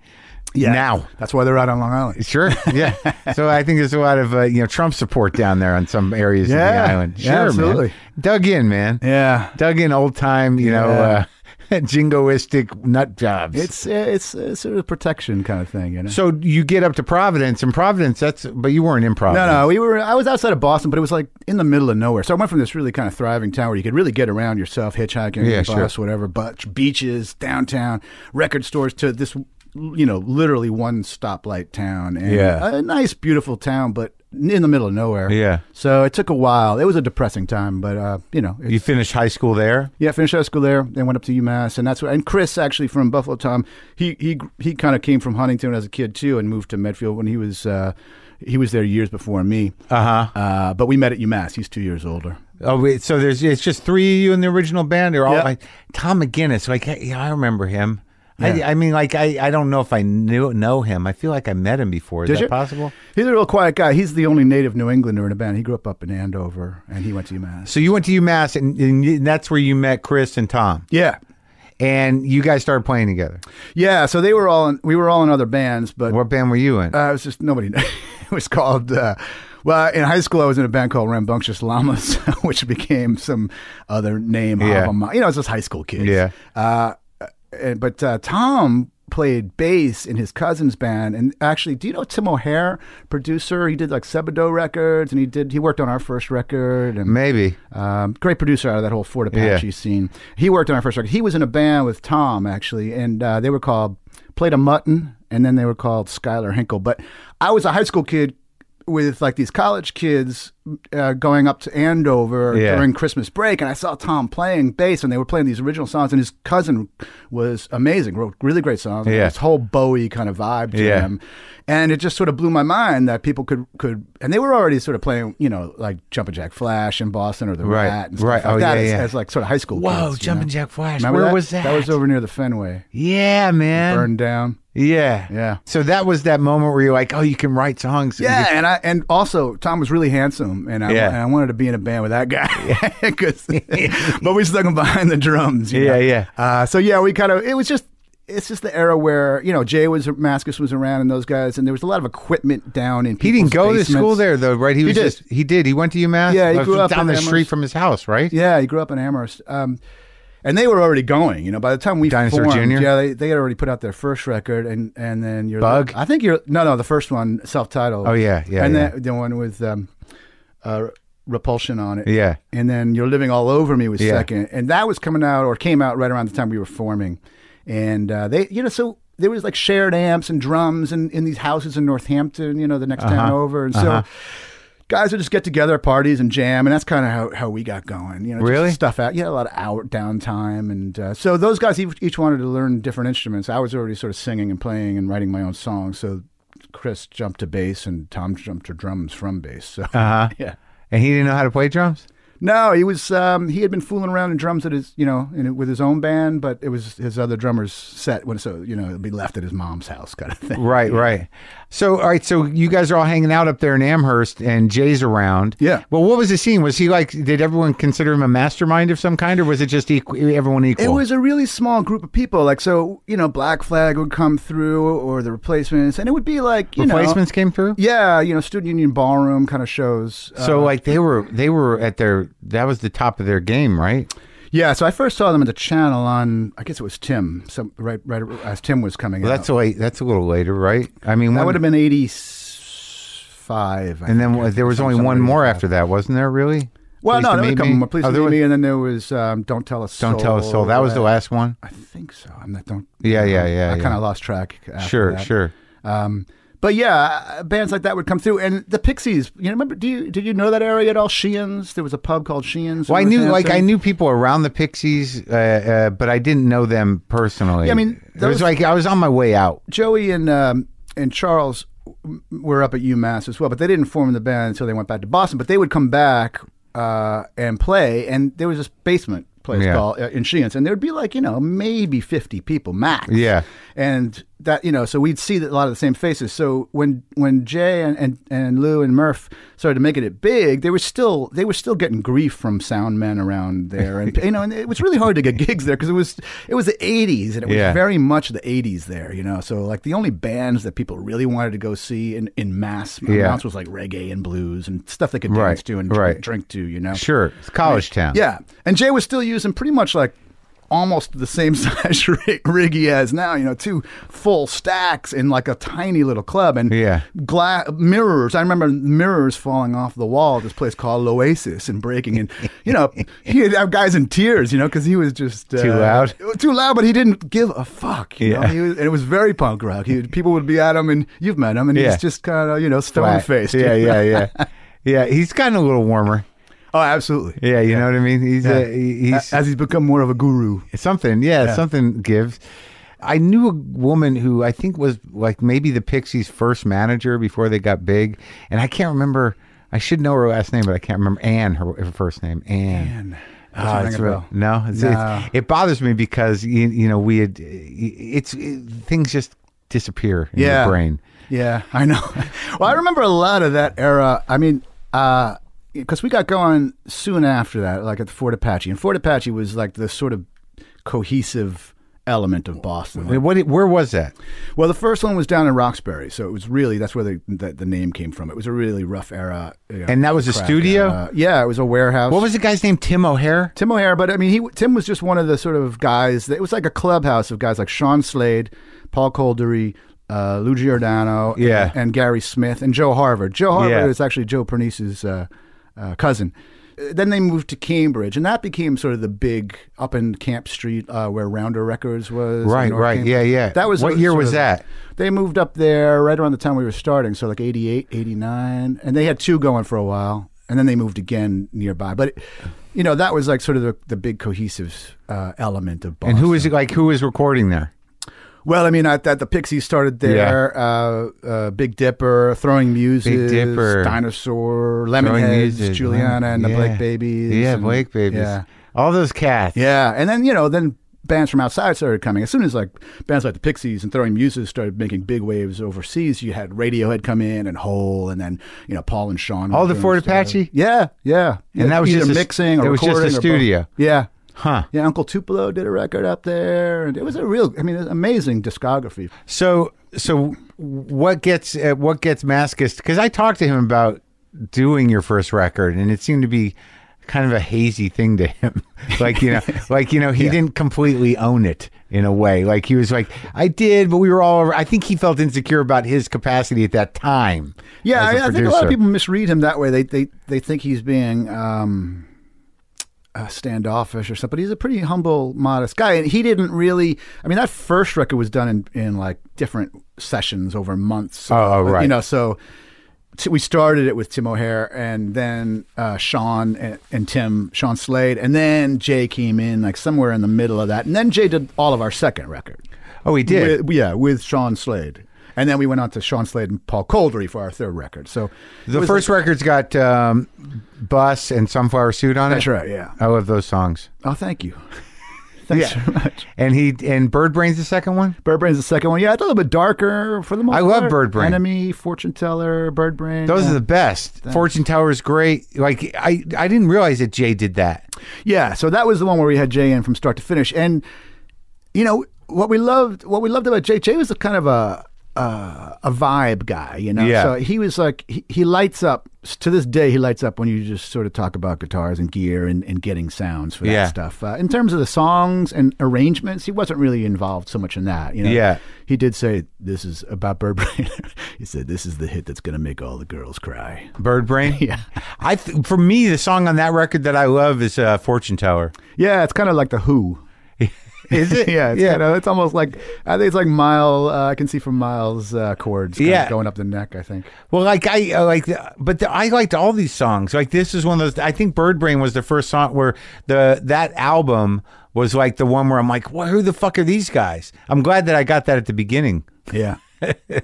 Speaker 5: Yeah.
Speaker 3: Now.
Speaker 5: That's why they're out on Long Island.
Speaker 3: Sure. Yeah. so I think there's a lot of uh, you know Trump support down there on some areas of
Speaker 5: Yeah.
Speaker 3: the island. Sure,
Speaker 5: Yeah, absolutely.
Speaker 3: man. Dug in, man.
Speaker 5: Yeah.
Speaker 3: Dug in old time. You know,
Speaker 5: Yeah.
Speaker 3: uh, jingoistic nut jobs.
Speaker 5: It's uh, it's uh, sort of protection kind of thing, you know.
Speaker 3: so you get up to Providence, and Providence. That's but you weren't in
Speaker 5: no,
Speaker 3: Providence.
Speaker 5: no, we were. I was outside of Boston, but it was like in the middle of nowhere. So I went from this really kind of thriving town where you could really get around yourself, hitchhiking,
Speaker 3: Yeah,
Speaker 5: bus, whatever, but beaches, downtown, record stores, to this, you know, literally one stoplight town. And
Speaker 3: Yeah.
Speaker 5: a nice, beautiful town, but in the middle of nowhere.
Speaker 3: Yeah.
Speaker 5: So it took a while. It was a depressing time, but uh, you know, it,
Speaker 3: You finished high school there.
Speaker 5: Yeah, finished high school there, then went up to UMass, and that's where. And Chris, actually from Buffalo Tom, he he he kind of came from Huntington as a kid too, and moved to Medfield when he was uh, he was there years before me.
Speaker 3: Uh-huh.
Speaker 5: Uh, But we met at UMass. He's two years older.
Speaker 3: Oh, wait, so there's it's just three of you in the original band. They're all
Speaker 5: Yeah.
Speaker 3: like Tom McGinnis. Like, hey, yeah, I remember him.
Speaker 5: Yeah.
Speaker 3: I, I mean, like, I, I don't know if I knew know him. I feel like I met him before. Is
Speaker 5: Did
Speaker 3: that
Speaker 5: you?
Speaker 3: possible?
Speaker 5: He's a real quiet guy. He's the only native New Englander in the band. He grew up up in Andover, and he went to UMass.
Speaker 3: So you went to UMass, and, and you- that's where you met Chris and Tom,
Speaker 5: Yeah,
Speaker 3: and you guys started playing together.
Speaker 5: yeah. So they were all in, we were all in other bands, but
Speaker 3: What band were you in?
Speaker 5: Uh, it was just nobody. kn- it was called. Uh, well, in high school, I was in a band called Rambunctious Llamas, which became some other name.
Speaker 3: Yeah.
Speaker 5: Yeah. You know, it's just high school kids.
Speaker 3: Yeah.
Speaker 5: Uh, and, but uh, Tom played bass in his cousin's band. And actually, do you know Tim O'Hare, producer? He did like Sebado records, and he did he worked on our first record. And
Speaker 3: Maybe.
Speaker 5: um, great producer out of that whole Fort Apache
Speaker 3: Yeah.
Speaker 5: scene. He worked on our first record. He was in a band with Tom actually, and uh, they were called Played a Mutton, and then they were called Skylar Hinkle. But I was a high school kid with like these college kids uh, going up to Andover
Speaker 3: Yeah.
Speaker 5: during Christmas break, and I saw Tom playing bass, and they were playing these original songs, and his cousin was amazing, wrote really great songs.
Speaker 3: Yeah.
Speaker 5: This whole Bowie kind of vibe to
Speaker 3: Yeah.
Speaker 5: him. And it just sort of blew my mind that people could could and they were already sort of playing, you know, like Jumpin' Jack Flash in Boston or the
Speaker 3: Right,
Speaker 5: Rat and stuff
Speaker 3: right.
Speaker 5: like
Speaker 3: Oh,
Speaker 5: that
Speaker 3: yeah,
Speaker 5: as,
Speaker 3: yeah.
Speaker 5: as like sort of high school
Speaker 3: Whoa,
Speaker 5: kids, you
Speaker 3: Jumpin'
Speaker 5: know?
Speaker 3: Jack Flash.
Speaker 5: Remember
Speaker 3: Where was that?
Speaker 5: That was over near the Fenway.
Speaker 3: Yeah, man.
Speaker 5: Burned down.
Speaker 3: Yeah.
Speaker 5: Yeah.
Speaker 3: So that was that moment where you're like, oh, you can write songs.
Speaker 5: Yeah, and I and also Tom was really handsome, and I,
Speaker 3: Yeah.
Speaker 5: and I wanted to be in a band with that guy, 'Cause- but we stuck him behind the drums. you
Speaker 3: Yeah,
Speaker 5: know?
Speaker 3: yeah.
Speaker 5: Uh, so yeah, we kind of it was just it's just the era where you know Jay was Maskus was around and those guys, and there was a lot of equipment down in.
Speaker 3: He didn't
Speaker 5: people's
Speaker 3: go to
Speaker 5: basements.
Speaker 3: school there though, right? He was
Speaker 5: did.
Speaker 3: just he did. He went to UMass.
Speaker 5: Yeah, he
Speaker 3: Uh,
Speaker 5: grew up
Speaker 3: down
Speaker 5: in
Speaker 3: the
Speaker 5: Amherst.
Speaker 3: street from his house, right?
Speaker 5: Yeah, he grew up in Amherst. Um, and they were already going. You know, by the time we
Speaker 3: Dinosaur
Speaker 5: formed,
Speaker 3: Junior?
Speaker 5: yeah, they, they had already put out their first record, and and then your
Speaker 3: Bug?
Speaker 5: I think you're no, no, the first one, self-titled.
Speaker 3: Oh, yeah, yeah,
Speaker 5: and
Speaker 3: yeah.
Speaker 5: That, the one with um, uh, Repulsion on it.
Speaker 3: Yeah.
Speaker 5: and then you're living all over me was
Speaker 3: Yeah.
Speaker 5: second, and that was coming out or came out right around the time we were forming, and uh, they, you know, so. There was like shared amps and drums and in these houses in Northampton, you know, the next
Speaker 3: Uh-huh.
Speaker 5: town over. And so guys would just get together at parties and jam, and that's kind of how, how we got going. You know, just
Speaker 3: Really?
Speaker 5: stuff out. You had a lot of hour downtime, and uh, so those guys each, each wanted to learn different instruments. I was already sort of singing and playing and writing my own songs. So Chris jumped to bass, and Tom jumped to drums from bass. So
Speaker 3: Uh-huh.
Speaker 5: yeah.
Speaker 3: And he didn't know how to play drums.
Speaker 5: No, he was um, he had been fooling around in drums at his you know in, with his own band, but it was his other drummer's set when so you know it'd be left at his mom's house kind of thing.
Speaker 3: Right, right. So, all right. So you guys are all hanging out up there in Amherst, and Jay's around.
Speaker 5: Yeah.
Speaker 3: Well, what was the scene? Was he like? Did everyone consider him a mastermind of some kind, or was it just equ- everyone equal?
Speaker 5: It was a really small group of people. Like so, you know, Black Flag would come through, or the Replacements, and it would be like you
Speaker 3: replacements came through.
Speaker 5: know, yeah, you know, student union ballroom kind of shows. Uh,
Speaker 3: So like they were they were at their that was the top of their game, right?
Speaker 5: yeah, so I first saw them at the channel on I guess it was Tim. So right, right as Tim was coming
Speaker 3: Well,
Speaker 5: out.
Speaker 3: that's a late, that's a little later, right? I mean,
Speaker 5: that
Speaker 3: one,
Speaker 5: would have been eighty five.
Speaker 3: and then there was only one more after that, wasn't there? Really?
Speaker 5: Well,
Speaker 3: Please
Speaker 5: no,
Speaker 3: to Meet
Speaker 5: there was a
Speaker 3: Me?
Speaker 5: couple more. Please
Speaker 3: Oh,
Speaker 5: to
Speaker 3: there
Speaker 5: meet
Speaker 3: was-
Speaker 5: me, and then there was um, don't tell us.
Speaker 3: Don't tell us soul. That was the last one.
Speaker 5: I think so. I'm not. Don't.
Speaker 3: Yeah, yeah, yeah,
Speaker 5: I
Speaker 3: yeah.
Speaker 5: kind of lost track. After
Speaker 3: Sure,
Speaker 5: that.
Speaker 3: sure.
Speaker 5: Um, but yeah, uh, bands like that would come through, and the Pixies. You know, remember? Do you did you know that area at all? Sheehan's. There was a pub called Sheehan's. in
Speaker 3: Well, I knew like I
Speaker 5: Northampton.
Speaker 3: knew people around the Pixies, uh, uh, but I didn't know them personally.
Speaker 5: Yeah, I mean,
Speaker 3: it was
Speaker 5: those-
Speaker 3: like I was on my way out.
Speaker 5: Joey and um, and Charles w- were up at UMass as well, but they didn't form the band until they went back to Boston. But they would come back uh, and play, and there was this basement place
Speaker 3: Yeah.
Speaker 5: called uh, in Sheehan's, and there'd be like you know maybe fifty people max.
Speaker 3: Yeah.
Speaker 5: and that you know so we'd see that- a lot of the same faces. So when when Jay and, and and Lou and Murph started to making it big, they were still they were still getting grief from sound men around there, and you know, and it was really hard to get gigs there because it was it was the '80s and it was
Speaker 3: Yeah.
Speaker 5: very very much the 80s there, you know. So like the only bands that people really wanted to go see in, in mass
Speaker 3: Yeah.
Speaker 5: amounts was like reggae and blues and stuff they could dance
Speaker 3: Right,
Speaker 5: to and drink,
Speaker 3: right.
Speaker 5: drink to, you know.
Speaker 3: Sure, it's college town.
Speaker 5: Yeah. And Jay was still using pretty much like almost the same size rig, rig he has now, you know, two full stacks in like a tiny little club and
Speaker 3: Yeah.
Speaker 5: gla- mirrors. I remember mirrors falling off the wall at this place called Loasis and breaking and you know, he had have guys in tears, you know, cuz he was just uh,
Speaker 3: Too loud?
Speaker 5: Too loud, but he didn't give a fuck, you know.
Speaker 3: Yeah.
Speaker 5: He was, and it was very punk rock. He, people would be at him and you've met him and
Speaker 3: Yeah.
Speaker 5: he's just kind of, you know, stone-faced.
Speaker 3: Yeah, yeah, yeah, yeah. He's gotten a little warmer.
Speaker 5: Oh, absolutely.
Speaker 3: Yeah, you know what I mean. He's uh,
Speaker 5: Yeah.
Speaker 3: he- he's
Speaker 5: As he's become more of a guru.
Speaker 3: something. Yeah, something gives. I knew a woman who I think was like maybe the Pixies' first manager before they got big, and I can't remember. I should know her last name, but I can't remember. Anne, her, her first name, Anne.
Speaker 5: Doesn't
Speaker 3: Ah,
Speaker 5: ring
Speaker 3: it's
Speaker 5: a
Speaker 3: real-
Speaker 5: bell.
Speaker 3: No, it's, It's, it bothers me because you, you know we had it's it, things just disappear in
Speaker 5: Yeah.
Speaker 3: your brain.
Speaker 5: Yeah, I know. well, I remember a lot of that era. I mean, because we got going soon after that, like at Fort Apache, and Fort Apache was like the sort of cohesive element of Boston.
Speaker 3: And What, where was that?
Speaker 5: Well, the first one was down in Roxbury, so it was really that's where the the, the name came from. It was a really rough era, you know,
Speaker 3: And that was a
Speaker 5: crack
Speaker 3: studio?
Speaker 5: era. Yeah, it was a warehouse.
Speaker 3: What was the guy's name? Tim O'Hare?
Speaker 5: Tim O'Hare, but I mean, he Tim was just one of the sort of guys. That, it was like a clubhouse of guys like Sean Slade, Paul Coldery, uh, Lou Giordano,
Speaker 3: Yeah.
Speaker 5: and, and Gary Smith, and Joe Harvard. Joe Harvard
Speaker 3: Yeah.
Speaker 5: is actually Joe Pernice's uh, uh, cousin. Uh, Then they moved to Cambridge, and that became sort of the big up in Camp Street uh, where Rounder Records was. in
Speaker 3: Right,
Speaker 5: North
Speaker 3: right.
Speaker 5: Cambridge.
Speaker 3: Yeah, yeah.
Speaker 5: That was
Speaker 3: What
Speaker 5: sort of-
Speaker 3: year
Speaker 5: sort
Speaker 3: was
Speaker 5: of-
Speaker 3: that?
Speaker 5: They moved up there right around the time we were starting, so like 88, 89, and they had two going for a while, and then they moved again nearby. But you know, that was like sort of the, the big cohesive uh, element of Boston.
Speaker 3: And who is it like? Who is recording there?
Speaker 5: Well, I mean, I, that the Pixies started there. Uh, uh, Big Dipper, Throwing Muses,
Speaker 3: Dipper.
Speaker 5: Dinosaur,
Speaker 3: Throwing
Speaker 5: Lemonheads,
Speaker 3: music,
Speaker 5: Juliana,
Speaker 3: right?
Speaker 5: and the
Speaker 3: Yeah.
Speaker 5: Blake Babies.
Speaker 3: Yeah,
Speaker 5: and-
Speaker 3: Blake Babies.
Speaker 5: Yeah.
Speaker 3: All those cats.
Speaker 5: Yeah, and then you know, then bands from outside started coming. As soon as like bands like the Pixies and Throwing Muses started making big waves overseas, you had Radiohead come in and Hole, and then you know Paul and Sean.
Speaker 3: All the
Speaker 5: were doing
Speaker 3: Fort
Speaker 5: stuff.
Speaker 3: Apache?
Speaker 5: Yeah, yeah,
Speaker 3: And that was
Speaker 5: Either
Speaker 3: just a s-
Speaker 5: mixing or
Speaker 3: that was just a
Speaker 5: recording or both.
Speaker 3: studio.
Speaker 5: Yeah.
Speaker 3: Huh.
Speaker 5: Yeah, Uncle Tupelo did a record up there, and it was a real, I mean, an amazing discography.
Speaker 3: So so what gets uh, what gets Maskus? Because I talked to him about doing your first record, and it seemed to be kind of a hazy thing to him. like you know, like you know, he didn't completely own it in a way. Like he was like, I did, but we were all. Over. I think he felt insecure about his capacity at that time.
Speaker 5: Yeah,
Speaker 3: as a
Speaker 5: I, I think a lot
Speaker 3: producer.
Speaker 5: of people misread him that way. They they they think he's being um, uh, standoffish or something. But he's a pretty humble, modest guy, and he didn't really. I mean, that first record was done in in like different sessions over months.
Speaker 3: Oh, oh,
Speaker 5: You
Speaker 3: right.
Speaker 5: know, so. t- We started it with Tim O'Hare and then uh, Sean and, and Tim, Sean Slade, and then Jay came in like somewhere in the middle of that. And then Jay did all of our second record.
Speaker 3: Oh, he did.
Speaker 5: With, yeah, with Sean Slade. And then we went on to Sean Slade and Paul Coldery for our third record. So it
Speaker 3: The
Speaker 5: was
Speaker 3: first record's got um, "Bus" and "Sunflower Suit" on it.
Speaker 5: That's right, yeah.
Speaker 3: I love those songs.
Speaker 5: like- oh, thank you. Thanks
Speaker 3: Yeah.
Speaker 5: so much.
Speaker 3: And he and "Bird Brains" the second one.
Speaker 5: Bird Brain's the second one. Yeah, it's a little bit darker for the most
Speaker 3: I love
Speaker 5: part.
Speaker 3: Bird Brain.
Speaker 5: Enemy, Fortune Teller, Bird Brain.
Speaker 3: Those
Speaker 5: yeah.
Speaker 3: are the best. Fortune Tower is great. Like I, I didn't realize that Jay did that.
Speaker 5: Yeah, so that was the one where we had Jay in from start to finish, and you know what we loved, what we loved about Jay. Jay was a kind of a uh, a vibe guy, you know.
Speaker 3: Yeah.
Speaker 5: So he was like he, he lights up to this day. He lights up when you just sort of talk about guitars and gear and, and getting sounds for that
Speaker 3: Yeah.
Speaker 5: stuff. Uh, in terms of the songs and arrangements, he wasn't really involved so much in that. You know.
Speaker 3: Yeah.
Speaker 5: He did say this is about Bird Brain. he said this is the hit that's going to make all the girls cry.
Speaker 3: Bird Brain.
Speaker 5: Yeah.
Speaker 3: I th- for me the song on that record that I love is uh, Fortune Tower.
Speaker 5: Yeah, it's kind of like the Who.
Speaker 3: Is it?
Speaker 5: yeah, it's
Speaker 3: yeah.
Speaker 5: Kind of, it's almost like I think it's like mile. Uh, I can see from miles uh, chords. kind of
Speaker 3: Yeah.
Speaker 5: going up the neck. I think.
Speaker 3: Well, like I uh, like, the, but the, I liked all these songs. Like this is one of those. I think Bird Brain was the first song where the that album was like the one where I'm like, well, who the fuck are these guys? I'm glad that I got that at the beginning.
Speaker 5: Yeah,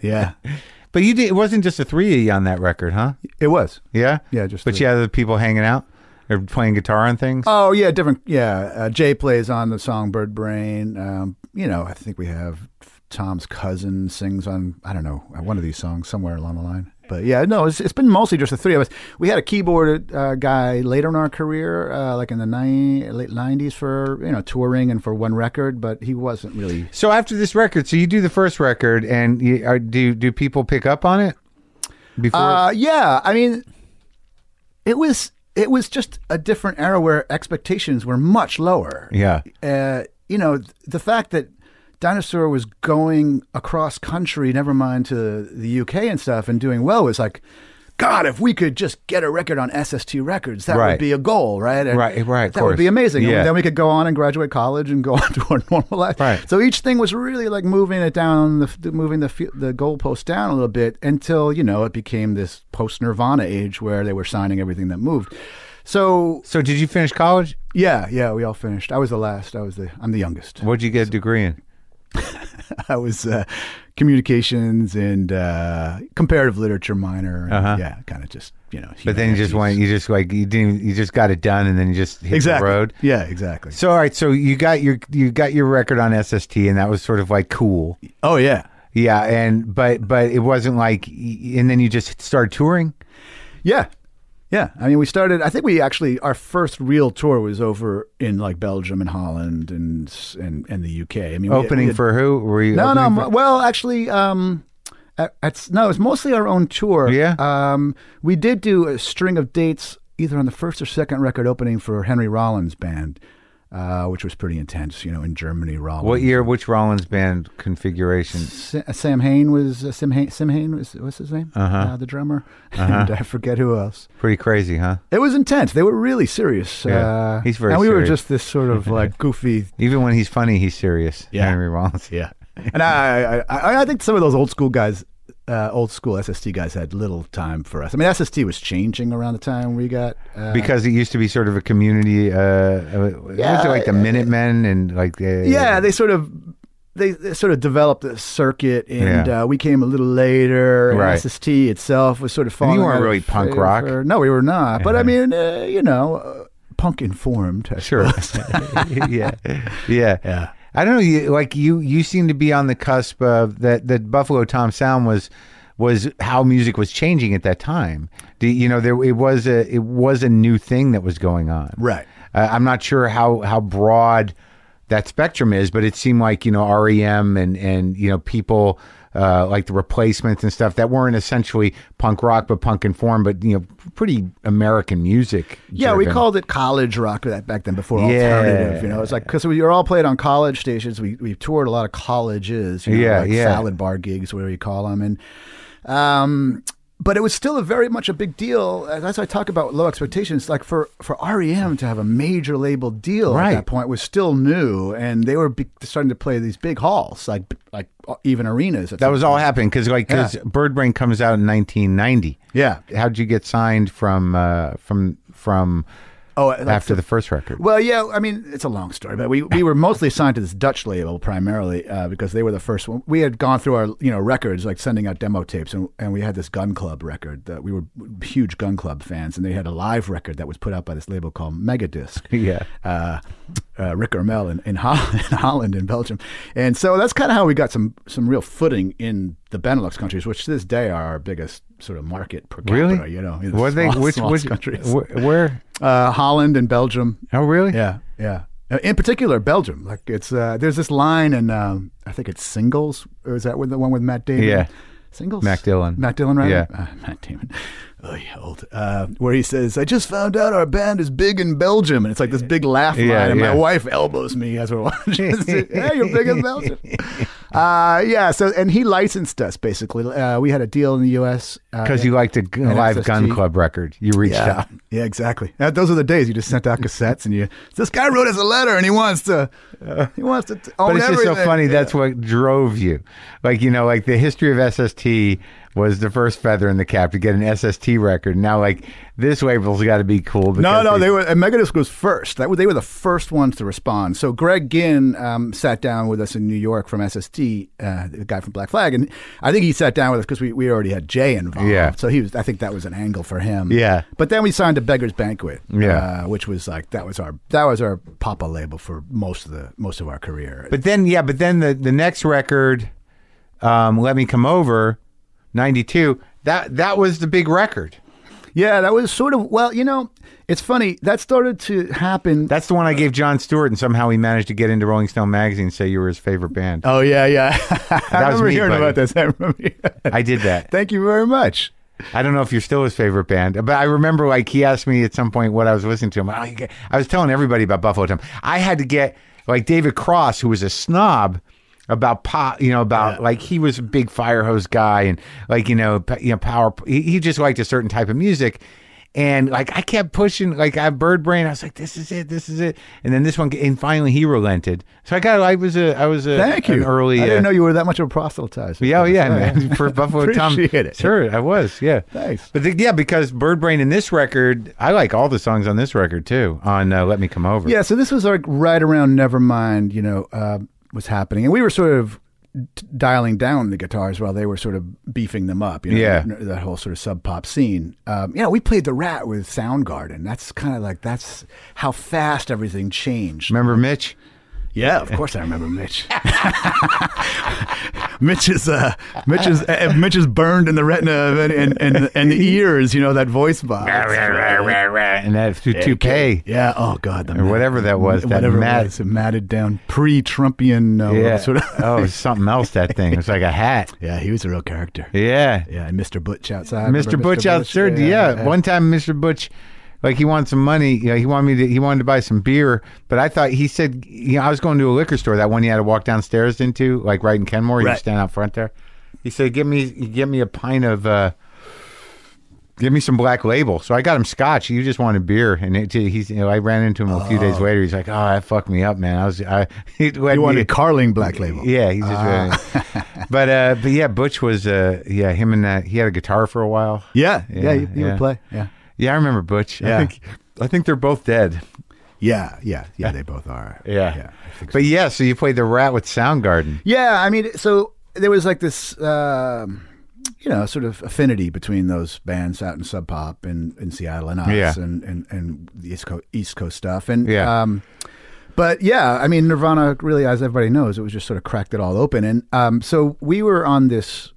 Speaker 5: yeah.
Speaker 3: But you did. It wasn't just the three of you on that record, huh?
Speaker 5: It was.
Speaker 3: Yeah.
Speaker 5: Yeah, just
Speaker 3: But
Speaker 5: the-
Speaker 3: you had other people hanging out or playing guitar and things.
Speaker 5: Oh yeah, different. Yeah, uh, Jay plays on the song "Bird Brain." Um, you know, I think we have Tom's cousin sings on. I don't know uh, one of these songs somewhere along the line. But yeah, no, it's, it's been mostly just the three of us. We had a keyboard uh, guy later in our career, uh, like in the ni- late '90s, for you know touring and for one record, but he wasn't really
Speaker 3: So after this record, so you do the first record, and you, are, do do people pick up on it? Before
Speaker 5: Uh, yeah, I mean, it was it was just a different era where expectations were much lower.
Speaker 3: Yeah.
Speaker 5: uh, you know th- the fact that Dinosaur was going across country, never mind to the UK and stuff, and doing well was like. God, if we could just get a record on SST Records, that
Speaker 3: Right.
Speaker 5: would be a goal, right? And
Speaker 3: Right, right, of
Speaker 5: That would be
Speaker 3: course.
Speaker 5: amazing. And
Speaker 3: Yeah.
Speaker 5: then we could go on and graduate college and go on to our normal life.
Speaker 3: Right.
Speaker 5: So each thing was really like moving it down, the, the- moving the fe- the goalpost down a little bit until you know it became this post Nirvana age where they were signing everything that moved. So
Speaker 3: so did you finish college?
Speaker 5: yeah, yeah, we all finished. I was the last. I was the I'm the youngest.
Speaker 3: What did you get a degree in?
Speaker 5: I was uh, communications and uh, comparative literature minor. and, Yeah, kind of just you know.
Speaker 3: Uh-huh. But then you just went, you just like you didn't, you just got it done, and then you just hit
Speaker 5: exactly.
Speaker 3: the road.
Speaker 5: Yeah, exactly.
Speaker 3: So all right, so you got your you got your record on SST, and that was sort of like cool.
Speaker 5: oh yeah.
Speaker 3: Yeah, and but but it wasn't like, and then you just started touring.
Speaker 5: Yeah. Yeah, I mean, we started. I think we actually our first real tour was over in like Belgium and Holland and and and the UK. I mean, we-
Speaker 3: Opening
Speaker 5: we had-
Speaker 3: for who? Were you?
Speaker 5: no, no.
Speaker 3: opening
Speaker 5: m- Well, actually, um, at, at, no, it's mostly our own tour.
Speaker 3: Yeah?
Speaker 5: Um, we did do a string of dates either on the first or second record opening for Henry Rollins' band, uh, which was pretty intense. You know, in Germany, Rollins.
Speaker 3: for- What year? Which Rollins band configuration?
Speaker 5: Sa- Sam Hain was uh, Sim Hain, Sim Hain was what's his name? Uh-huh. the drummer,
Speaker 3: Uh-huh.
Speaker 5: and I forget who else.
Speaker 3: Pretty crazy, huh?
Speaker 5: It was intense. They were really serious.
Speaker 3: Yeah.
Speaker 5: Uh,
Speaker 3: He's very
Speaker 5: And we
Speaker 3: serious.
Speaker 5: were just this sort of like goofy
Speaker 3: Even when he's funny, he's serious.
Speaker 5: Yeah.
Speaker 3: Henry Rollins.
Speaker 5: Yeah, and I, I, I, I think some of those old school guys, uh, old school SST guys, had little time for us. I mean, SST was changing around the time we got. Uh,
Speaker 3: Because it used to be sort of a community, uh, uh, was it
Speaker 5: Yeah,
Speaker 3: like the
Speaker 5: uh,
Speaker 3: Minutemen and like uh, the
Speaker 5: yeah, they sort of. They, they sort of developed a circuit, and
Speaker 3: Yeah.
Speaker 5: uh, we came a little later. and
Speaker 3: Right.
Speaker 5: SST itself was sort of
Speaker 3: And
Speaker 5: falling.
Speaker 3: you weren't
Speaker 5: out of
Speaker 3: really punk rock.
Speaker 5: favor. No, we were not. But I mean, uh, you know, uh, punk informed. I
Speaker 3: Sure.
Speaker 5: suppose.
Speaker 3: yeah. Yeah.
Speaker 5: Yeah.
Speaker 3: I don't know. You, like you, you seem to be on the cusp of that. That Buffalo Tom sound was was how music was changing at that time. Do, you know, there it was a it was a new thing that was going on.
Speaker 5: Right.
Speaker 3: Uh, I'm not sure how how broad that spectrum is, but it seemed like you know REM and and you know people. Uh, like the replacements and stuff that weren't essentially punk rock, but punk informed, but you know, pretty American music.
Speaker 5: Yeah, we
Speaker 3: driven.
Speaker 5: called it college rock that back then before
Speaker 3: Yeah.
Speaker 5: alternative. You know, it's like because we were all played on college stations. We we toured a lot of colleges. You know,
Speaker 3: Yeah,
Speaker 5: like
Speaker 3: yeah.
Speaker 5: Salad bar gigs, whatever you call them, and um. But it was still a very much a big deal. As as I talk about low expectations, like for, for REM to have a major label deal at
Speaker 3: Right.
Speaker 5: that point was still new, and they were be- starting to play these big halls, like like uh, even arenas.
Speaker 3: That was all happening because like because Birdbrain comes out in 1990.
Speaker 5: yeah.
Speaker 3: How'd you get signed from uh, from from
Speaker 5: Oh, like
Speaker 3: after the first record?
Speaker 5: Well, yeah, I mean, it's a long story, but we, we were mostly signed to this Dutch label primarily uh, because they were the first one. We had gone through our you know records, like sending out demo tapes, and, and we had this Gun Club record that we were huge Gun Club fans, and they had a live record that was put out by this label called Megadisc
Speaker 3: Yeah.
Speaker 5: uh, uh, Rick Ermel in, in, Holland, in Holland and Belgium. And so that's kind of how we got some some real footing in the Benelux countries, which to this day are our biggest sort of market per capita.
Speaker 3: Really?
Speaker 5: You know,
Speaker 3: Were they which
Speaker 5: which
Speaker 3: which
Speaker 5: countries?
Speaker 3: wh- where?
Speaker 5: uh, Holland and Belgium.
Speaker 3: Oh, really?
Speaker 5: Yeah, yeah. Uh, In particular, Belgium. Like it's uh, there's this line in um, I think it's Singles. Or is that with the one with Matt Damon?
Speaker 3: Yeah.
Speaker 5: Singles.
Speaker 3: Matt Dillon.
Speaker 5: Matt Dillon, right?
Speaker 3: Yeah.
Speaker 5: Uh, Matt Damon. Oh, yeah, old. Uh, where he says, "I just found out our band is big in Belgium," and it's like this big laugh
Speaker 3: Yeah,
Speaker 5: line, and
Speaker 3: yeah.
Speaker 5: my wife elbows me as we're watching. yeah, you're big in Belgium. Uh, yeah. So, and he licensed us basically. Uh, we had a deal in the U.S. uh,
Speaker 3: Because you liked a g-
Speaker 5: And
Speaker 3: live Gun
Speaker 5: SST.
Speaker 3: Club record, you reached
Speaker 5: yeah.
Speaker 3: out.
Speaker 5: Yeah, exactly. Uh, those are the days you just sent out cassettes and you. This guy wrote us a letter and he wants to. He wants to. T- own
Speaker 3: But it's just
Speaker 5: everything.
Speaker 3: so funny. That's what drove you. Like you know, like the history of SST was the first feather in the cap to get an SST record. Now, like this label's got to be cool.
Speaker 5: No,
Speaker 3: because
Speaker 5: no, they were. and Megadisc was first. That was- they were the first ones to respond. So Greg Ginn um, sat down with us in New York from SST, uh, the guy from Black Flag, and I think he sat down with us because we, we already had Jay involved.
Speaker 3: Yeah.
Speaker 5: So he was. I think that was an angle for him.
Speaker 3: Yeah.
Speaker 5: But then we signed to Beggar's Banquet.
Speaker 3: Yeah.
Speaker 5: Uh, which was like that was our that was our Papa label for most of the most of our career.
Speaker 3: But then, yeah, but then the, the next record, um, "Let Me Come Over," ninety two. That that was the big record.
Speaker 5: Yeah, that was sort of well, you know, it's funny that started to happen.
Speaker 3: That's the one I gave John Stewart, and somehow he managed to get into Rolling Stone magazine and say you were his favorite band.
Speaker 5: oh yeah, yeah. I
Speaker 3: was
Speaker 5: remember
Speaker 3: me,
Speaker 5: hearing
Speaker 3: buddy.
Speaker 5: about this. I remember.
Speaker 3: I did that.
Speaker 5: Thank you very much.
Speaker 3: I don't know if you're still his favorite band, but I remember like he asked me at some point what I was listening to. I'm like, "Oh, you get-" I was telling everybody about Buffalo Tom. I had to get like David Cross, who was a snob about pop, you know, about like he was a big fire hose guy and like you know, p- you know, power. He, he just liked a certain type of music. And like I kept pushing, like I bird brain. I was like, "This is it, this is it." And then this one, and finally he relented. So I got, I was a, I was a,
Speaker 5: Thank
Speaker 3: an
Speaker 5: you.
Speaker 3: early.
Speaker 5: I
Speaker 3: uh,
Speaker 5: didn't know you were that much of a proselytizer.
Speaker 3: Yeah, oh yeah, man. For Buffalo Tom.
Speaker 5: Appreciate it.
Speaker 3: Sure, I was. Yeah.
Speaker 5: Thanks.
Speaker 3: But the, yeah, because Bird Brain in this record, I like all the songs on this record too. On uh, Let Me Come Over.
Speaker 5: Yeah, so this was like right around Nevermind, you know, uh, was happening, and we were sort of t- dialing down the guitars while they were sort of beefing them up. You know,
Speaker 3: Yeah.
Speaker 5: that, that whole sort of sub pop scene. Um, you know, we played the Rat with Soundgarden. That's kind of like that's how fast everything changed.
Speaker 3: Remember Mitch?
Speaker 5: Yeah, of course I remember Mitch. Mitch is uh, Mitch is uh, Mitch is burned in the retina and and, and, and the ears. You know that voice box.
Speaker 3: and that through 2K
Speaker 5: Yeah. Oh God. The
Speaker 3: or whatever that was. That
Speaker 5: whatever
Speaker 3: mat-
Speaker 5: it was, it matted down pre-Trumpian. Uh,
Speaker 3: Yeah.
Speaker 5: Sort of.
Speaker 3: oh, it was something else. That thing. It was like a hat.
Speaker 5: Yeah, he was a real character.
Speaker 3: Yeah.
Speaker 5: Yeah, and Mr. Butch outside.
Speaker 3: Mr.
Speaker 5: Remember
Speaker 3: Butch out there. Yeah, One time, Mr. Butch, like he wanted some money. You know, he wanted me to. He wanted to buy some beer, but I thought he said. You know, I was going to a liquor store. That one you had to walk downstairs into, like right in Kenmore. You
Speaker 5: Right.
Speaker 3: stand out front there. He said, "Give me, give me a pint of." uh Give me some black label. So I got him scotch. You just wanted beer, and it, he's. You know, I ran into him a few days later. He's like, "Oh, that fucked me up, man." I was. I. He
Speaker 5: You wanted Carling Black Label.
Speaker 3: yeah, he's just.
Speaker 5: Ah.
Speaker 3: but uh, but yeah, Butch was uh, yeah him and that he had a guitar for a while.
Speaker 5: Yeah. Yeah.
Speaker 3: Yeah,
Speaker 5: you, you
Speaker 3: yeah.
Speaker 5: would play. Yeah.
Speaker 3: Yeah, I remember Butch.
Speaker 5: Yeah.
Speaker 3: I think I think they're both dead.
Speaker 5: Yeah. Yeah. Yeah. They both are.
Speaker 3: Yeah.
Speaker 5: Yeah. I think so.
Speaker 3: But yeah, so you played the Rat with Soundgarden.
Speaker 5: Yeah, I mean, so there was like this, um, you know, sort of affinity between those bands out in Sub Pop and in Seattle and us
Speaker 3: Yeah.
Speaker 5: and, and, and the East Coast, East Coast stuff. And,
Speaker 3: Yeah.
Speaker 5: um, but yeah, I mean, Nirvana really, as everybody knows, it was just sort of cracked it all open. And um, so we were on this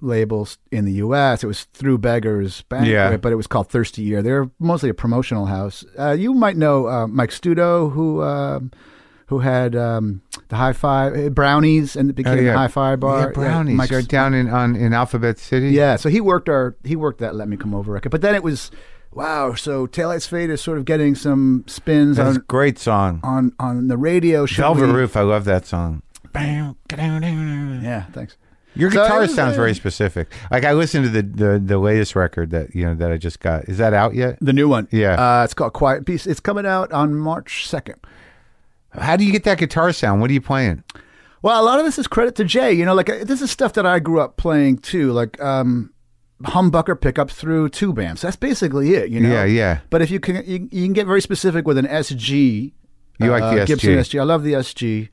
Speaker 5: label in the U.S. It was through Beggars Banquet,
Speaker 3: Yeah.
Speaker 5: but it was called Thirsty Year. They're mostly a promotional house. Uh, you might know uh, Mike Studo, who um, who had um, the High Five uh, Brownies and it became the High Five Bar.
Speaker 3: Oh, Yeah, brownies
Speaker 5: Mike
Speaker 3: are
Speaker 5: Stu-
Speaker 3: down in on in Alphabet City.
Speaker 5: yeah, so he worked our he worked that Let Me Come Over record, but then it was. Wow, so Taillights Fade is sort of getting some spins
Speaker 3: that's a
Speaker 5: on,
Speaker 3: great song.
Speaker 5: on on the radio. Should
Speaker 3: Velvet
Speaker 5: we-
Speaker 3: Roof, I love that song.
Speaker 5: Yeah, thanks.
Speaker 3: Your
Speaker 5: So
Speaker 3: guitar
Speaker 5: it was,
Speaker 3: sounds
Speaker 5: uh,
Speaker 3: very specific. Like I listened to the, the the latest record that you know that I just got. Is that out yet?
Speaker 5: The new one.
Speaker 3: Yeah.
Speaker 5: Uh, it's called Quiet Peace. It's coming out on March 2nd.
Speaker 3: How do you get that guitar sound? What are you playing?
Speaker 5: Well, a lot of this is credit to Jay. You know, like uh, this is stuff that I grew up playing too, like um, humbucker pickup through two bams. That's basically it. You know.
Speaker 3: Yeah, yeah.
Speaker 5: But if you can, you, you can get very specific with an SG.
Speaker 3: You like the SG.
Speaker 5: Gibson SG? I love the SG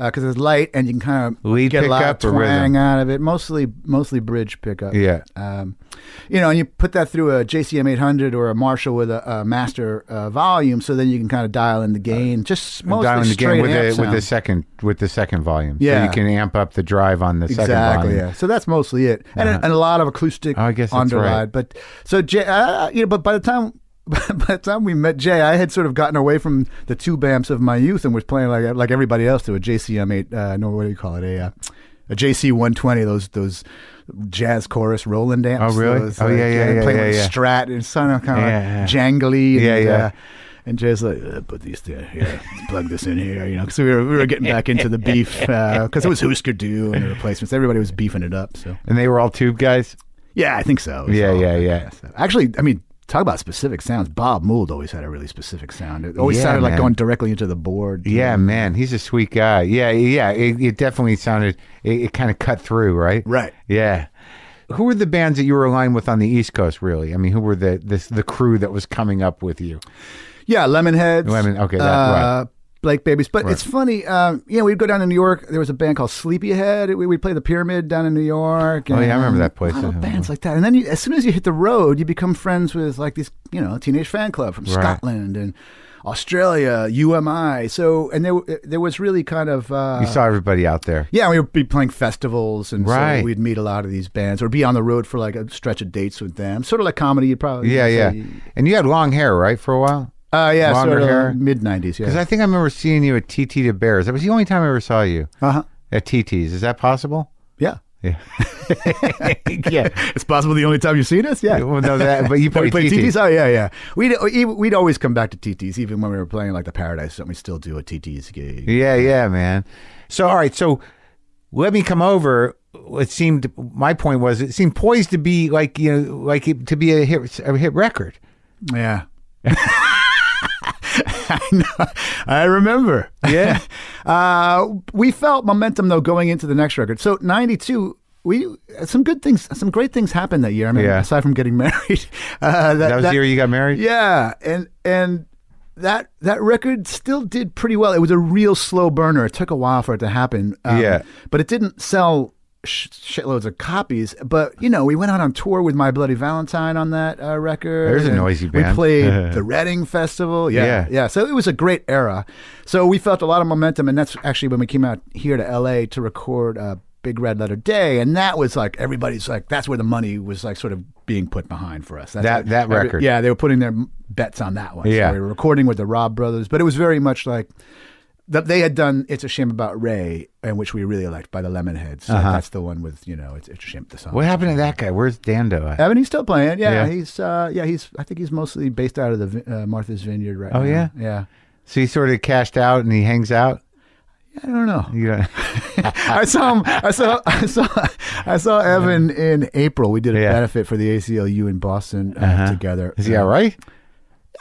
Speaker 5: because it's light and you can kind of
Speaker 3: Lead
Speaker 5: get a lot of
Speaker 3: pickup or rhythm?
Speaker 5: twang out of it. Mostly, mostly bridge pickup.
Speaker 3: Yeah.
Speaker 5: Um, you know, and you put that through a JCM 800 or a Marshall with a, a master uh, volume, so then you can kind of dial in the gain. Just mostly
Speaker 3: Down Uh, in the
Speaker 5: straight
Speaker 3: game with
Speaker 5: amp
Speaker 3: the with
Speaker 5: sound.
Speaker 3: the second with the second volume. so
Speaker 5: Yeah.
Speaker 3: you can amp up the drive on the second
Speaker 5: Exactly.
Speaker 3: volume. Uh-huh.
Speaker 5: Yeah. So that's mostly it, and, and a lot of acoustic
Speaker 3: Oh, I guess that's
Speaker 5: underlay.
Speaker 3: right.
Speaker 5: But so Jay, uh, you know, but by the time by the time we met Jay, I had sort of gotten away from the two bamps of my youth and was playing like like everybody else to a JCM eight. Uh, no, what do you call it? A uh, a JC one twenty. Those those jazz chorus Roland amps.
Speaker 3: Oh, really?
Speaker 5: Those, uh,
Speaker 3: Oh, yeah, yeah, yeah,
Speaker 5: Playing
Speaker 3: yeah,
Speaker 5: with
Speaker 3: yeah.
Speaker 5: Strat and sounding kind of
Speaker 3: Yeah, yeah.
Speaker 5: like jangly. And,
Speaker 3: Yeah, yeah.
Speaker 5: Uh, and Jay's like, uh, put these there, here, plug this in here, you know, because we were, we were getting back into the beef because it was Husker Du and the replacements. Everybody was beefing it up. So
Speaker 3: And they were all tube guys.
Speaker 5: yeah, I think so. It was
Speaker 3: Yeah,
Speaker 5: all-
Speaker 3: yeah, yeah.
Speaker 5: Actually, I mean, talk about specific sounds. Bob Mould always had a really specific sound. It always
Speaker 3: Yeah,
Speaker 5: sounded like
Speaker 3: man.
Speaker 5: going directly into the board.
Speaker 3: Yeah, man, he's a sweet guy. Yeah, yeah, it, it definitely sounded. It, it kind of cut through, right?
Speaker 5: Right.
Speaker 3: Yeah. Who were the bands that you were aligned with on the East Coast? Really, I mean, who were the this, the crew that was coming up with you?
Speaker 5: Yeah, Lemonheads.
Speaker 3: Lemon- okay, that-
Speaker 5: uh, Blake Babies. But it's funny, um, you know, we'd go down to New York. There was a band called Sleepyhead. We, we'd play the Pyramid down in New York.
Speaker 3: Oh, yeah, I
Speaker 5: and
Speaker 3: remember that place.
Speaker 5: A lot of bands like that. And then you, as soon as you hit the road, you become friends with like these, you know, teenage fan club from Scotland and Australia, UMI. So, and there, w- there was really kind of. Uh,
Speaker 3: You saw everybody out there.
Speaker 5: yeah, we would be playing festivals, and
Speaker 3: Right.
Speaker 5: so we'd meet a lot of these bands, or be on the road for like a stretch of dates with them. Sort of like comedy, you'd probably
Speaker 3: Yeah,
Speaker 5: say.
Speaker 3: yeah. And you had long hair, right, for a while?
Speaker 5: uh, yeah,
Speaker 3: Longer
Speaker 5: sort
Speaker 3: hair.
Speaker 5: of mid nineties.
Speaker 3: Because
Speaker 5: Yeah,
Speaker 3: I think I remember seeing you at TT to Bears. That was the only time I ever saw you
Speaker 5: uh-huh.
Speaker 3: at TT's. Is that possible?
Speaker 5: yeah.
Speaker 3: Yeah. yeah.
Speaker 5: It's possible the only time you've seen us. Yeah.
Speaker 3: Well, no, that, but you
Speaker 5: That we
Speaker 3: played,
Speaker 5: played
Speaker 3: TT's.
Speaker 5: TTs. Oh yeah, yeah. We'd e- we'd always come back to TTs, even when we were playing like the Paradise. Something we still do a TTs gig.
Speaker 3: Yeah, yeah, man. So all right, so let me come over. It seemed my point was it seemed poised to be like you know like it, to be a hit a hit record.
Speaker 5: Yeah. I know. I remember.
Speaker 3: Yeah,
Speaker 5: Uh, we felt momentum though going into the next record. So '92, we some good things, some great things happened that year. I mean,
Speaker 3: Yeah.
Speaker 5: aside from getting married, uh,
Speaker 3: that was the year you got married.
Speaker 5: yeah, and and that that record still did pretty well. It was a real slow burner. It took a while for it to happen.
Speaker 3: Yeah.
Speaker 5: but it didn't sell sh- shitloads of copies. But you know, we went out on tour with My Bloody Valentine on that uh, record.
Speaker 3: There's a
Speaker 5: and
Speaker 3: noisy
Speaker 5: We
Speaker 3: band.
Speaker 5: played the Reading Festival. Yeah,
Speaker 3: Yeah.
Speaker 5: yeah, So it was a great era. So we felt a lot of momentum, and that's actually when we came out here to L.A. to record. Uh, Big Red Letter Day, and that was like everybody's like that's where the money was like sort of being put behind for us. That's
Speaker 3: That-
Speaker 5: what-
Speaker 3: that
Speaker 5: every-
Speaker 3: record.
Speaker 5: yeah, they were putting their bets on that one.
Speaker 3: Yeah.
Speaker 5: so we were recording with the Rob Brothers, but it was very much like that they had done "It's a Shame About Ray," and which we really liked by the Lemonheads. So
Speaker 3: Uh-huh.
Speaker 5: That's the one with you know "It's, it's a Shame" the song.
Speaker 3: What happened to that guy? Where's Dando at?
Speaker 5: Evan, he's still playing. Yeah,
Speaker 3: Yeah.
Speaker 5: he's uh, yeah he's I think he's mostly based out of the Vi- uh, Martha's Vineyard right
Speaker 3: Oh,
Speaker 5: now.
Speaker 3: yeah?
Speaker 5: yeah.
Speaker 3: So he sort of cashed out and he hangs out.
Speaker 5: I don't know.
Speaker 3: You know,
Speaker 5: I saw him. I saw. I saw. I saw Evan in April. We did a
Speaker 3: Yeah. Uh-huh.
Speaker 5: benefit for the ACLU in Boston uh, together.
Speaker 3: is he
Speaker 5: Uh,
Speaker 3: all right?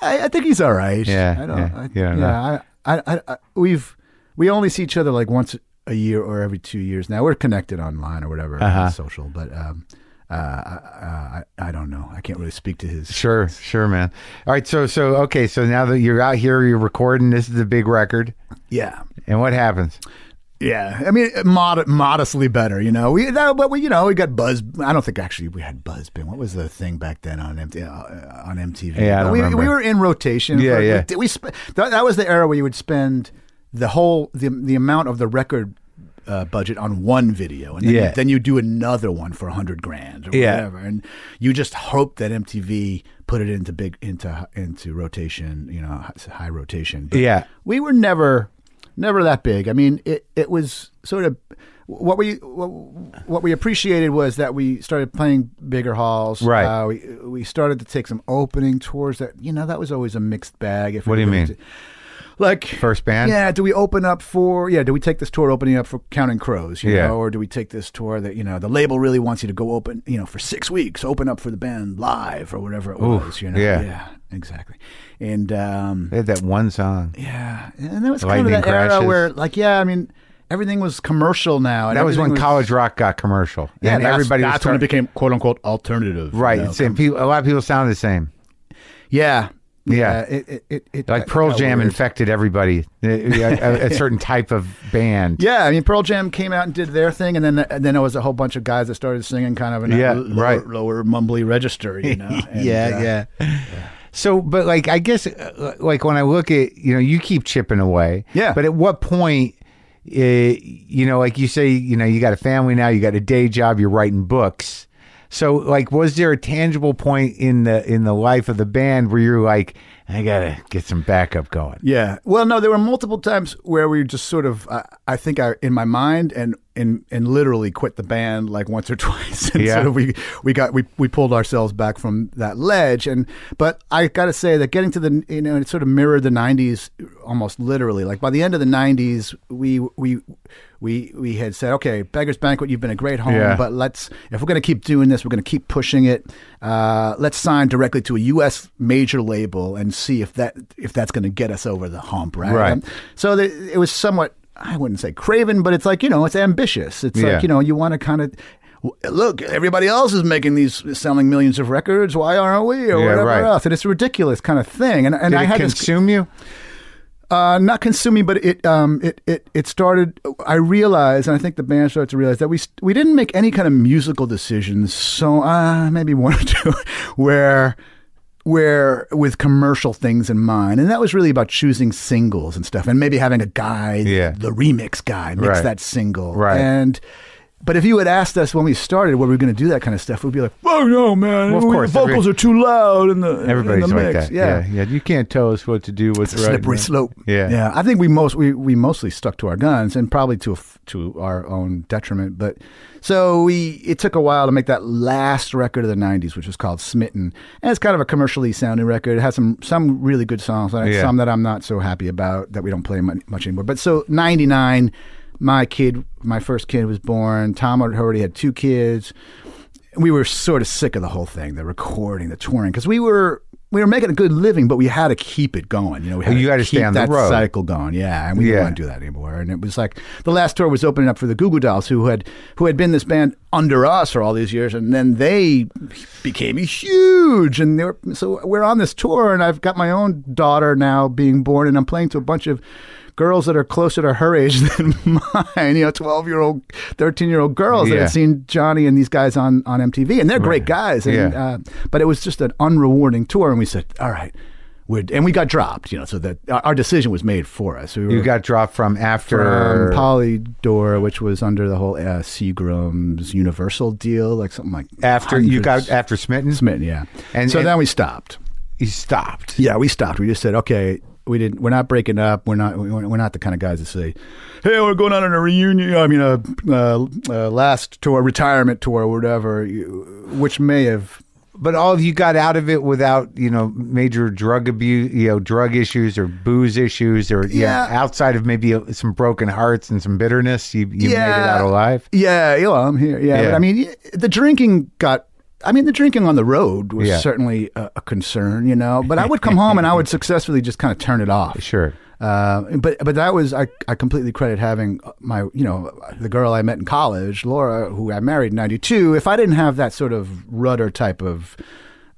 Speaker 5: I, I think he's all right.
Speaker 3: Yeah,
Speaker 5: I don't.
Speaker 3: yeah,
Speaker 5: I,
Speaker 3: you
Speaker 5: yeah,
Speaker 3: don't
Speaker 5: I, I, I, I, we've we only see each other like once a year or every two years. Now we're connected online or whatever,
Speaker 3: Uh-huh.
Speaker 5: on social. But um, uh, I, I, I don't know. I can't really speak to his.
Speaker 3: Sure, sure, man. All right, so so okay, so now that you're out here, you're recording. This is the big record,
Speaker 5: Yeah,
Speaker 3: and what happens?
Speaker 5: yeah. I mean, mod- modestly better, you know. We, that, but we, you know, we got Buzz. I don't think actually we had Buzz. Bin. What was the thing back then on MT, uh, on MTV?
Speaker 3: Yeah, I
Speaker 5: But
Speaker 3: don't
Speaker 5: we,
Speaker 3: remember.
Speaker 5: we were in rotation.
Speaker 3: Yeah,
Speaker 5: for-
Speaker 3: yeah.
Speaker 5: We, we sp- that, that was the era where you would spend the whole the the amount of the record uh, budget on one video, and then,
Speaker 3: Yeah.
Speaker 5: you, then you do another one for a hundred grand or
Speaker 3: Yeah.
Speaker 5: whatever, and you just hope that MTV put it into big into into rotation, you know, hi- high rotation. But
Speaker 3: Yeah.
Speaker 5: we were never never that big. I mean, it it was sort of. What we what, what we appreciated was that we started playing bigger halls.
Speaker 3: Right.
Speaker 5: Uh, we we started to take some opening tours. That you know that was always a mixed bag. If
Speaker 3: What do
Speaker 5: we
Speaker 3: you
Speaker 5: really
Speaker 3: mean?
Speaker 5: did- like
Speaker 3: First band?
Speaker 5: Yeah, do we open up for yeah, do we take this tour opening up for Counting Crows, you
Speaker 3: Yeah.
Speaker 5: know, or do we take this tour that, you know, the label really wants you to go open, you know, for 6 weeks, open up for the band live or whatever it was, you know.
Speaker 3: yeah.
Speaker 5: exactly. And um
Speaker 3: They had that one song.
Speaker 5: yeah, and that was kind of
Speaker 3: Lightning
Speaker 5: that era
Speaker 3: crashes.
Speaker 5: where like yeah, I mean, everything was commercial now. And
Speaker 3: That was
Speaker 5: everything
Speaker 3: when college rock got commercial.
Speaker 5: yeah,
Speaker 3: and
Speaker 5: that's-
Speaker 3: everybody
Speaker 5: that's
Speaker 3: was
Speaker 5: when it
Speaker 3: starting-
Speaker 5: became quote unquote alternative. you
Speaker 3: right.
Speaker 5: know.
Speaker 3: It's, and people, a lot of people sound the same.
Speaker 5: Yeah.
Speaker 3: Yeah.
Speaker 5: Uh, it, it, it, it
Speaker 3: Like
Speaker 5: it
Speaker 3: Pearl
Speaker 5: got
Speaker 3: Jam
Speaker 5: weird.
Speaker 3: infected everybody, Uh, a, a- a certain type of band.
Speaker 5: Yeah, I mean Pearl Jam came out and did their thing, and then and then it was a whole bunch of guys that started singing kind of an
Speaker 3: Yeah,
Speaker 5: lower,
Speaker 3: right.
Speaker 5: lower mumbly register, you know. And, uh,
Speaker 3: yeah. So, but like, I guess, uh, like when I look at you know, you keep chipping away.
Speaker 5: Yeah.
Speaker 3: But at what point, uh, you know, like you say, you know, you got a family now, you got a day job, you're writing books. So, like, was there a tangible point in the in the life of the band where you're like, I gotta get some backup going?
Speaker 5: Yeah. Well, no, there were multiple times where we just sort of, I I think, I in my mind and and and literally quit the band like once or twice. And
Speaker 3: Yeah.
Speaker 5: sort of we we got we we pulled ourselves back from that ledge. And but I got to say that getting to the you know it sort of mirrored the '90s almost literally. Like by the end of the '90s, we we. We, we had said okay, beggars banquet. You've been a great home,
Speaker 3: Yeah.
Speaker 5: but let's if we're going to keep doing this, we're going to keep pushing it. Uh, let's sign directly to a U.S. major label and see if that if that's going to get us over the hump, right?
Speaker 3: Right.
Speaker 5: Um, so the, it was somewhat, I wouldn't say craven, but it's like, you know, it's ambitious. It's
Speaker 3: Yeah.
Speaker 5: like, you know, you want to kind of. Look, everybody else is making these selling millions of records. Why aren't we? Or
Speaker 3: Yeah,
Speaker 5: whatever
Speaker 3: right.
Speaker 5: else. And it's a ridiculous kind of thing. And, and
Speaker 3: Did
Speaker 5: I
Speaker 3: it
Speaker 5: had this
Speaker 3: consume you?
Speaker 5: uh, not consuming, but it um it it it started. I realized, and I think the band started to realize that we st- we didn't make any kind of musical decisions. So uh, maybe one or two, where where with commercial things in mind, and that was really about choosing singles and stuff, and maybe having a guy,
Speaker 3: Yeah.
Speaker 5: the remix guy, mix
Speaker 3: Right.
Speaker 5: that single,
Speaker 3: Right.
Speaker 5: and. But if you had asked us when we started where we were going to do that kind of stuff, we'd be like, "Oh no, man!
Speaker 3: Well, of
Speaker 5: we-
Speaker 3: course,
Speaker 5: the vocals
Speaker 3: every-
Speaker 5: are too loud." And the
Speaker 3: Everybody's
Speaker 5: in the
Speaker 3: like
Speaker 5: mix.
Speaker 3: that. yeah, yeah. You can't tell us what to do. What's
Speaker 5: It's a
Speaker 3: right
Speaker 5: slippery
Speaker 3: and-
Speaker 5: slope.
Speaker 3: Yeah.
Speaker 5: yeah. I think we most we, we mostly stuck to our guns and probably to a f to our own detriment. But so we it took a while to make that last record of the '90s, which was called Smitten, and it's kind of a commercially sounding record. It has some some really good songs on it,
Speaker 3: Yeah.
Speaker 5: some that I'm not so happy about that we don't play mu- much anymore. But so '99, my kid, my first kid was born. Tom had already had two kids we were sort of sick of the whole thing, the recording, the touring, because we were we were making a good living, but we had to keep it going. You know, we had
Speaker 3: You
Speaker 5: to
Speaker 3: gotta
Speaker 5: keep
Speaker 3: stay on the
Speaker 5: that
Speaker 3: road.
Speaker 5: cycle going. Yeah, and we
Speaker 3: Yeah.
Speaker 5: didn't want to do that anymore. And it was like the last tour was opening up for the Goo Goo Dolls, who had who had been this band under us for all these years, and then they became huge. And they were so we're on this tour, and I've got my own daughter now being born, and I'm playing to a bunch of girls that are closer to her age than mine, you know, 12 year old, 13 year old girls that
Speaker 4: Yeah.
Speaker 5: had seen Johnny and these guys on, on MTV. And they're great guys. And,
Speaker 4: Yeah.
Speaker 5: uh, but it was just an unrewarding tour. And we said, all right. We're, and we got dropped, you know, so that our, our decision was made for us. We were,
Speaker 3: You got dropped from after
Speaker 5: from Polydor, which was under the whole uh, Seagram's Universal deal, like something like
Speaker 3: after you got
Speaker 5: hundreds-
Speaker 3: after Smitten.
Speaker 5: Smitten, yeah.
Speaker 3: And-
Speaker 5: And so
Speaker 3: and-
Speaker 5: then we stopped.
Speaker 3: He stopped.
Speaker 5: Yeah, we stopped. We just said, okay, we didn't. We're not breaking up. We're not. we- We're not the kind of guys that say, hey, we're going out on a reunion. I mean, a, uh uh last tour, retirement tour, or whatever, you- which may have.
Speaker 3: But all of you got out of it without you know major drug abuse, you know drug issues or booze issues or yeah,
Speaker 5: Yeah.
Speaker 3: outside of maybe uh, some broken hearts and some bitterness. You you made it
Speaker 5: Yeah.
Speaker 3: out alive.
Speaker 5: Yeah, you know, I'm here. Yeah,
Speaker 3: Yeah.
Speaker 5: but I mean, y- the drinking got. I mean, the drinking on the road was
Speaker 3: Yeah.
Speaker 5: certainly a, a concern, you know. But I would come home and I would successfully just kind of turn it off.
Speaker 3: Sure.
Speaker 5: Uh, but but that was I, I completely credit having uh, my you know the girl I met in college Laura who I married in '92. If I didn't have that sort of rudder type of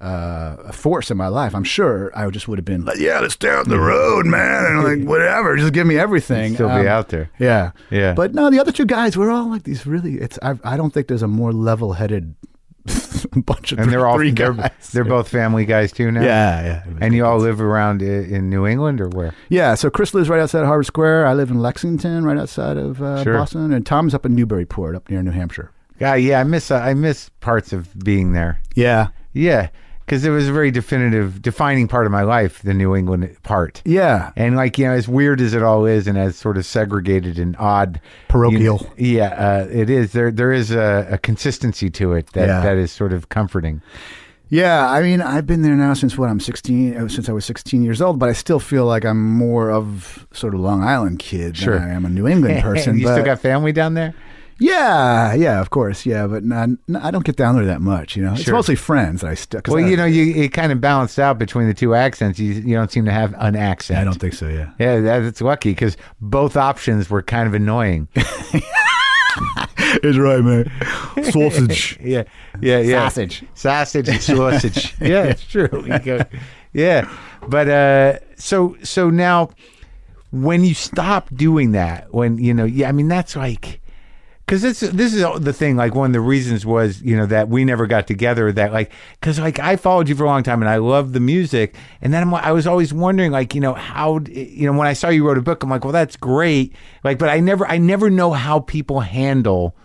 Speaker 5: uh, force in my life, I'm sure I just would have been Mm-hmm. like, yeah, let's stay on the road, man, and like whatever, just give me everything.
Speaker 3: Still be out there.
Speaker 5: Yeah,
Speaker 3: Yeah.
Speaker 5: But no, the other two guys were all like these really. It's I, I don't think there's a more level-headed bunch of
Speaker 3: And they're all
Speaker 5: three
Speaker 3: they're,
Speaker 5: guys.
Speaker 3: they're both family guys too now.
Speaker 5: yeah, yeah.
Speaker 3: And you all live around i- in New England or where?
Speaker 5: Yeah, so Chris lives right outside of Harvard Square. I live in Lexington, right outside of uh,
Speaker 3: Sure.
Speaker 5: Boston, and Tom's up in Newburyport, up near New Hampshire.
Speaker 3: Yeah, yeah. I miss uh, I miss parts of being there.
Speaker 5: Yeah,
Speaker 3: Yeah, because it was a very definitive, defining part of my life, the New England part.
Speaker 5: yeah,
Speaker 3: And like you know, as weird as it all is, and as sort of segregated and odd,
Speaker 5: Parochial.
Speaker 3: you- yeah, uh, it is. There, there is a, a consistency to it that,
Speaker 5: Yeah.
Speaker 3: that is sort of comforting.
Speaker 5: yeah. I mean, I've been there now since what I'm 16, uh, since I was 16 years old, but I still feel like I'm more of sort of Long Island kid
Speaker 3: Sure.
Speaker 5: than I am a New England person.
Speaker 3: you
Speaker 5: but-
Speaker 3: still got family down there.
Speaker 5: yeah, yeah, of course, yeah, but not, not, I don't get down there that much, you know. It's
Speaker 3: Sure.
Speaker 5: mostly friends that I still.
Speaker 3: Well, you know, you it kind of balanced out between the two accents. You you don't seem to have an accent.
Speaker 5: I don't think so. Yeah.
Speaker 3: Yeah, that, that's lucky because both options were kind of annoying.
Speaker 5: It's right, man. Sausage.
Speaker 3: Yeah, yeah, yeah.
Speaker 5: Sausage.
Speaker 3: sausage, and sausage. yeah, it's true. You go- yeah, but uh, so so now, when you stop doing that, when you know, yeah, I mean that's like, because this this is the thing. Like one of the reasons was you know that we never got together. That like because like I followed you for a long time and I loved the music, and then I'm, I was always wondering like you know how d- you know when I saw you wrote a book, I'm like, well that's great. Like, but I never I never know how people handle.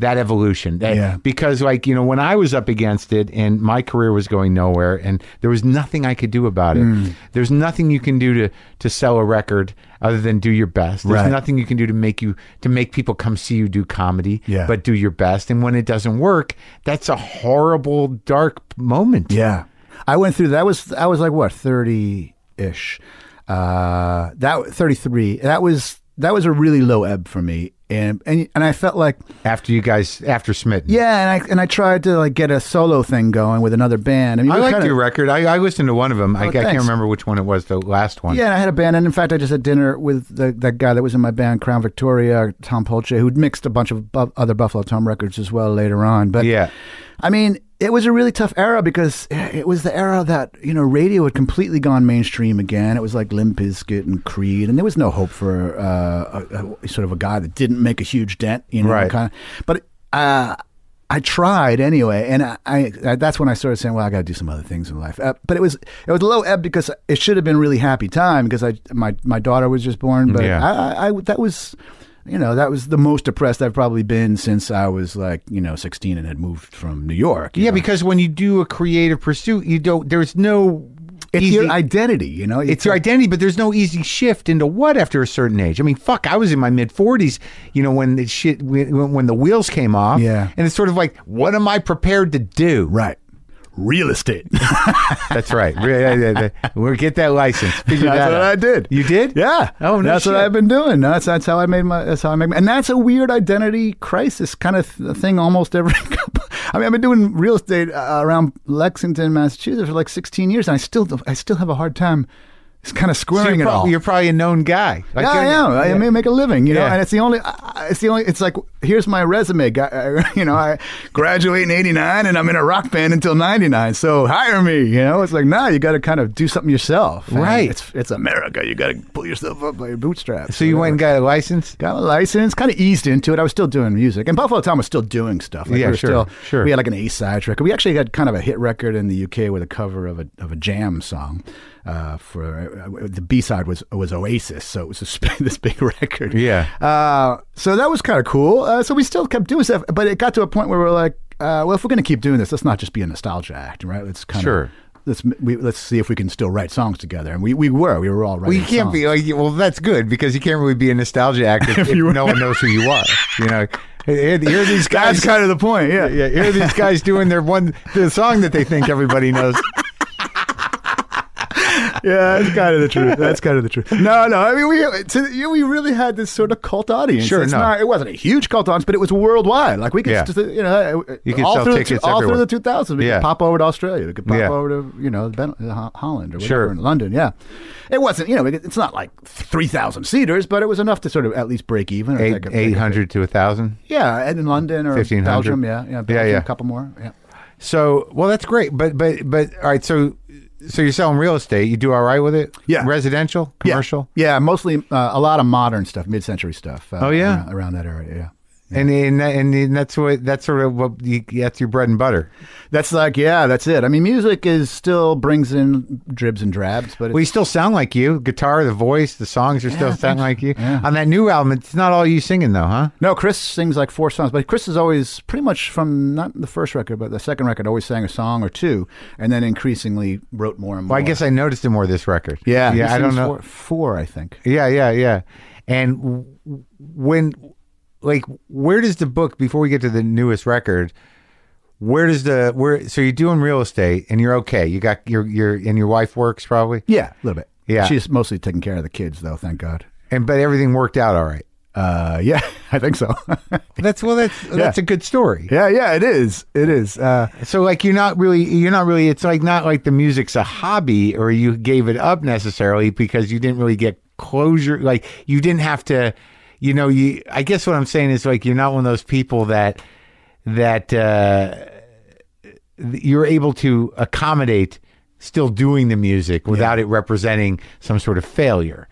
Speaker 3: That evolution, That-
Speaker 5: Yeah.
Speaker 3: because like you know when i was up against it and my career was going nowhere and there was nothing i could do about it there's nothing you can do to to sell a record other than do your best there's
Speaker 5: Right.
Speaker 3: nothing you can do to make you to make people come see you do comedy
Speaker 5: Yeah.
Speaker 3: but do your best and when it doesn't work that's a horrible dark moment
Speaker 5: Yeah, I went through that. Was I was like what thirty ish? Uh, that thirty three. That was that was a really low ebb for me, and and and I felt like
Speaker 3: after you guys after smitten
Speaker 5: yeah, and I and I tried to like get a solo thing going with another band. I mean,
Speaker 3: I Oh,
Speaker 5: we
Speaker 3: liked
Speaker 5: kinda-
Speaker 3: your record. I, I listened to one of them. I, I can't
Speaker 5: thanks.
Speaker 3: remember which one it was, the last one.
Speaker 5: Yeah, and I had a band, and in fact, I just had dinner with the, that guy that was in my band, Crown Victoria, Tom Polche, who'd mixed a bunch of bu- other Buffalo Tom records as well later on. But
Speaker 3: Yeah.
Speaker 5: I mean, it was a really tough era because it was the era that you know radio had completely gone mainstream again. It was like Limp Bizkit and Creed, and there was no hope for uh, a, a- sort of a guy that didn't make a huge dent. You know,
Speaker 3: Right.
Speaker 5: kind of, but. Uh, I tried anyway, and I, I, I that's when I started saying, "Well, I got to do some other things in life." Uh, but it was it was low ebb because it should have been really happy time because I my my daughter was just born, but
Speaker 3: Yeah.
Speaker 5: I, I, I that was. You know, that was the most depressed I've probably been since I was like, you know, 16 and had moved from New York. you
Speaker 3: Yeah,
Speaker 5: know.
Speaker 3: because when you do a creative pursuit, you don't. There's no.
Speaker 5: it's
Speaker 3: easy-
Speaker 5: your identity, you know?
Speaker 3: it's your identity, but there's no easy shift into what after a certain age. I mean, fuck, I was in my mid 40s, you know, when the shit when, when the wheels came off.
Speaker 5: Yeah.
Speaker 3: and it's sort of like, what am I prepared to do?
Speaker 5: Right. Real estate.
Speaker 3: That's right. Yeah, yeah, yeah. We'll get that license. Figure
Speaker 5: that's
Speaker 3: that out.
Speaker 5: what I did.
Speaker 3: You did?
Speaker 5: Yeah.
Speaker 3: Oh, no
Speaker 5: That's what
Speaker 3: shit.
Speaker 5: I've been doing. That's that's how I made my. That's how I make. My, and that's a weird identity crisis kind of th- thing. Almost every. couple- I mean, I've been doing real estate uh, around Lexington, Massachusetts, for like 16 years, and I still I still have a hard time It's kind of
Speaker 3: So
Speaker 5: squaring
Speaker 3: you're,
Speaker 5: it all.
Speaker 3: probably, you're probably a known guy. Like,
Speaker 5: yeah, I
Speaker 3: you're-
Speaker 5: am. I
Speaker 3: yeah.
Speaker 5: may make a living, you know,
Speaker 3: Yeah.
Speaker 5: and it's the only, I- it's the only, it's like, here's my resume. Got- I- You know, I graduate in 89 and I'm in a rock band until 99. So hire me, you know, it's like, nah, you got to kind of do something yourself. And
Speaker 3: Right.
Speaker 5: It's, it's America. You got to pull yourself up by your bootstraps.
Speaker 3: So you went and got a license?
Speaker 5: Got a license, kind of eased into it. I was still doing music, and Buffalo Tom was still doing stuff. Like,
Speaker 3: Yeah,
Speaker 5: we were
Speaker 3: sure,
Speaker 5: still,
Speaker 3: sure.
Speaker 5: We had like an A side record. We actually had kind of a hit record in the UK with a cover of a of a jam song. Uh, for uh, the B side was was Oasis, so it was this, big- this big record.
Speaker 3: Yeah.
Speaker 5: Uh, so that was kind of cool. Uh, so we still kept doing stuff, but it got to a point where we are like, uh, well, if we're going to keep doing this, let's not just be a nostalgia act, right? Let's kind of
Speaker 3: Sure.
Speaker 5: Let's we, let's see if we can still write songs together, and we, we were we were all
Speaker 3: Well,
Speaker 5: writing.
Speaker 3: you can't be
Speaker 5: songs.
Speaker 3: like, well, that's good because you can't really be a nostalgia actor if, if no one knows who you are. You know, here, here are these
Speaker 5: That's
Speaker 3: guys.
Speaker 5: kind of the point. Yeah.
Speaker 3: yeah, here are these guys doing their one the song that they think everybody knows.
Speaker 5: yeah, that's kind of the truth. That's kind of the truth. No, no. I mean, we to, you know, we really had this sort of cult audience.
Speaker 3: Sure,
Speaker 5: it's
Speaker 3: no.
Speaker 5: not, it wasn't a huge cult audience, but it was worldwide. Like we could,
Speaker 3: Yeah.
Speaker 5: just, you know, uh,
Speaker 3: You could
Speaker 5: all
Speaker 3: sell
Speaker 5: through
Speaker 3: tickets
Speaker 5: the, all
Speaker 3: everywhere.
Speaker 5: through the two thousands. We
Speaker 3: Yeah.
Speaker 5: could pop over to Australia. We could pop
Speaker 3: Yeah.
Speaker 5: over to you know ben, Ho- Holland or whatever
Speaker 3: Sure.
Speaker 5: in London. Yeah, it wasn't. You know, it, it's not like three thousand seaters, but it was enough to sort of at least break even. Or
Speaker 3: Eight
Speaker 5: take a- take a-
Speaker 3: eight hundred to a thousand.
Speaker 5: Yeah, and in London or
Speaker 3: 1500.
Speaker 5: Belgium. Yeah, yeah, Belgium,
Speaker 3: yeah.
Speaker 5: A couple more. Yeah.
Speaker 3: So well, that's great. But but but all right. So so you're selling real estate. You do all right with it.
Speaker 5: Yeah.
Speaker 3: Residential,
Speaker 5: Yeah.
Speaker 3: commercial,
Speaker 5: Yeah, mostly uh, a lot of modern stuff, mid-century stuff. Uh,
Speaker 3: Oh, yeah?
Speaker 5: around, around that area. Yeah.
Speaker 3: and and that, and that's what that's sort of what you, that's your bread and butter.
Speaker 5: That's like, yeah, that's it. I mean, music is still brings in dribs and drabs, but it's,
Speaker 3: Well, you still sound like you. Guitar, the voice, the songs are still sound like you.
Speaker 5: Yeah.
Speaker 3: On that new album, it's not all you singing though, huh?
Speaker 5: no, Chris sings like four songs, but Chris is always pretty much from not the first record, but the second record, always sang a song or two, and then increasingly wrote more and more.
Speaker 3: Well, I guess I noticed it more this record.
Speaker 5: yeah, he
Speaker 3: yeah. I don't
Speaker 5: sings
Speaker 3: know.
Speaker 5: four, four, I think.
Speaker 3: Yeah, yeah, yeah. And w- w- when, like, where does the book? Before we get to the newest record, where does the where? So you're doing real estate, and you're okay. You got your your and your wife works probably,
Speaker 5: Yeah, a little bit.
Speaker 3: Yeah.
Speaker 5: she's mostly taking care of the kids, though. Thank God.
Speaker 3: and but everything worked out all right.
Speaker 5: Uh, yeah, I think so.
Speaker 3: That's well, that's that's a good story.
Speaker 5: yeah, yeah, it is. It is. Uh,
Speaker 3: So like, you're not really you're not really. It's like not like the music's a hobby, or you gave it up necessarily because you didn't really get closure. Like you didn't have to. You know, you. I guess what I'm saying is like you're not one of those people that that. uh you're able to accommodate still doing the music without it representing some sort of failure.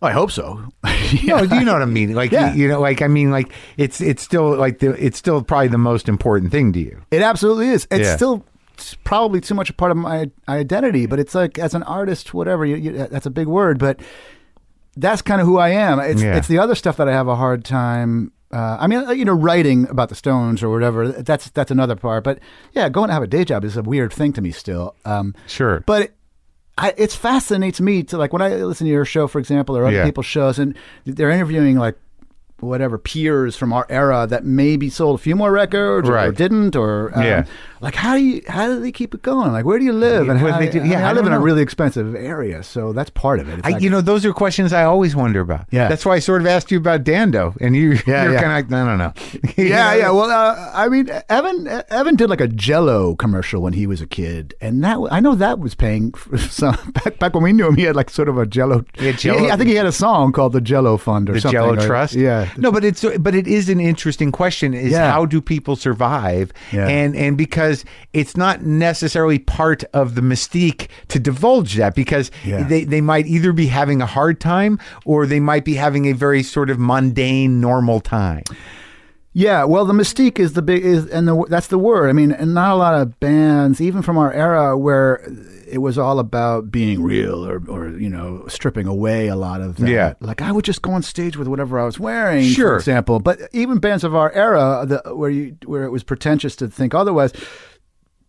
Speaker 5: I hope so.
Speaker 3: No, do you know what I mean? Like
Speaker 5: Yeah.
Speaker 3: you, you know, like I mean like it's it's still like the it's still probably the most important thing to you.
Speaker 5: It absolutely is. It's
Speaker 3: Yeah.
Speaker 5: still s- probably too much a part of my identity, but it's like as an artist, whatever. You, you, that's a big word, but that's kind of who I am. It's
Speaker 3: Yeah.
Speaker 5: it's the other stuff that I have a hard time. Uh, I mean, you know, writing about the Stones or whatever. That's that's another part. But yeah, going to have a day job is a weird thing to me still. Um,
Speaker 3: Sure.
Speaker 5: but I, it fascinates me to like when I listen to your show, for example, or other
Speaker 3: Yeah.
Speaker 5: people's shows, and they're interviewing like whatever peers from our era that maybe sold a few more records or- or,
Speaker 3: Right.
Speaker 5: didn't, or um,
Speaker 3: Yeah.
Speaker 5: like how do you how do they keep it going? Like where do you live? And
Speaker 3: What do
Speaker 5: how,
Speaker 3: they do?
Speaker 5: I, mean,
Speaker 3: Yeah,
Speaker 5: I
Speaker 3: I
Speaker 5: live
Speaker 3: don't
Speaker 5: in a
Speaker 3: know.
Speaker 5: really expensive area, so that's part of it. It's
Speaker 3: I,
Speaker 5: like-
Speaker 3: you know, those are questions I always wonder about.
Speaker 5: Yeah.
Speaker 3: That's why I sort of asked you about Dando, and you,
Speaker 5: Yeah,
Speaker 3: you're
Speaker 5: yeah.
Speaker 3: kind of like, I don't know. You
Speaker 5: yeah,
Speaker 3: know?
Speaker 5: yeah. Well, uh, I mean, Evan Evan did like a Jello commercial when he was a kid, and that I know that was paying for some. Back, back when we knew him, he had like sort of a Jello.
Speaker 3: He had Jell-O-
Speaker 5: I think he had a song called the Jello Fund or
Speaker 3: the
Speaker 5: something.
Speaker 3: Jello
Speaker 5: or-
Speaker 3: Trust.
Speaker 5: Yeah.
Speaker 3: No, but it's but it is an interesting question: is
Speaker 5: Yeah.
Speaker 3: how do people survive?
Speaker 5: Yeah.
Speaker 3: And and because it's not necessarily part of the mystique to divulge that because
Speaker 5: Yeah.
Speaker 3: they they might either be having a hard time or they might be having a very sort of mundane normal time.
Speaker 5: Yeah, well, the mystique is the big is, and the, that's the word. I mean, and not a lot of bands, even from our era, where it was all about being real or, or you know, stripping away a lot of that.
Speaker 3: Yeah.
Speaker 5: like I would just go on stage with whatever I was wearing,
Speaker 3: Sure.
Speaker 5: for example. But even bands of our era, the, where you where it was pretentious to think otherwise,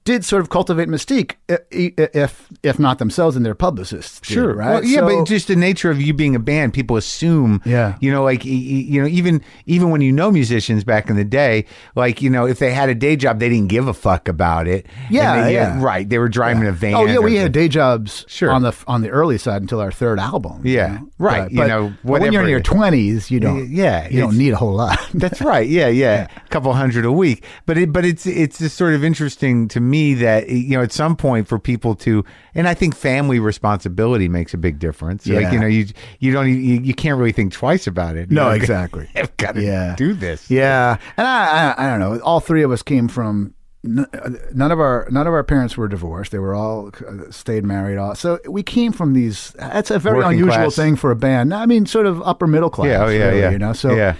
Speaker 5: did sort of cultivate mystique, i- i- if if not themselves and their publicists. did, right?
Speaker 3: Well, yeah,
Speaker 5: So-
Speaker 3: but just the nature of you being a band, people assume.
Speaker 5: Yeah.
Speaker 3: You know, like y- y- you know, even even when you know musicians back in the day, like you know, if they had a day job, they didn't give a fuck about it. And
Speaker 5: Yeah,
Speaker 3: they- uh,
Speaker 5: yeah.
Speaker 3: Right. They were driving a van.
Speaker 5: Oh yeah,
Speaker 3: or
Speaker 5: we had day jobs
Speaker 3: Sure.
Speaker 5: on the on the early side until our third album. you
Speaker 3: Yeah,
Speaker 5: know?
Speaker 3: right,
Speaker 5: But,
Speaker 3: you
Speaker 5: but-
Speaker 3: know,
Speaker 5: but when
Speaker 3: whatever
Speaker 5: you're in
Speaker 3: it
Speaker 5: your
Speaker 3: is.
Speaker 5: twenties, you don't.
Speaker 3: yeah,
Speaker 5: you
Speaker 3: it's-
Speaker 5: don't need a whole lot.
Speaker 3: That's right. Yeah, yeah, A couple hundred a week. But it, but it's it's just sort of interesting to me that you know at some point for people to, and I think family responsibility makes a big difference. Like
Speaker 5: Yeah.
Speaker 3: you know you you don't e, you, you can't really think twice about it.
Speaker 5: No,
Speaker 3: You're like,
Speaker 5: exactly.
Speaker 3: I've got to
Speaker 5: Yeah.
Speaker 3: do this.
Speaker 5: Yeah, and I, I, I don't know. All three of us came from n- none of our none of our parents were divorced. They were all uh, stayed married. All so we came from these. That's a very
Speaker 3: Working
Speaker 5: unusual
Speaker 3: class.
Speaker 5: thing for a band. No, I mean, sort of upper middle class.
Speaker 3: Yeah, oh, yeah,
Speaker 5: really,
Speaker 3: yeah.
Speaker 5: You know, so
Speaker 3: yeah,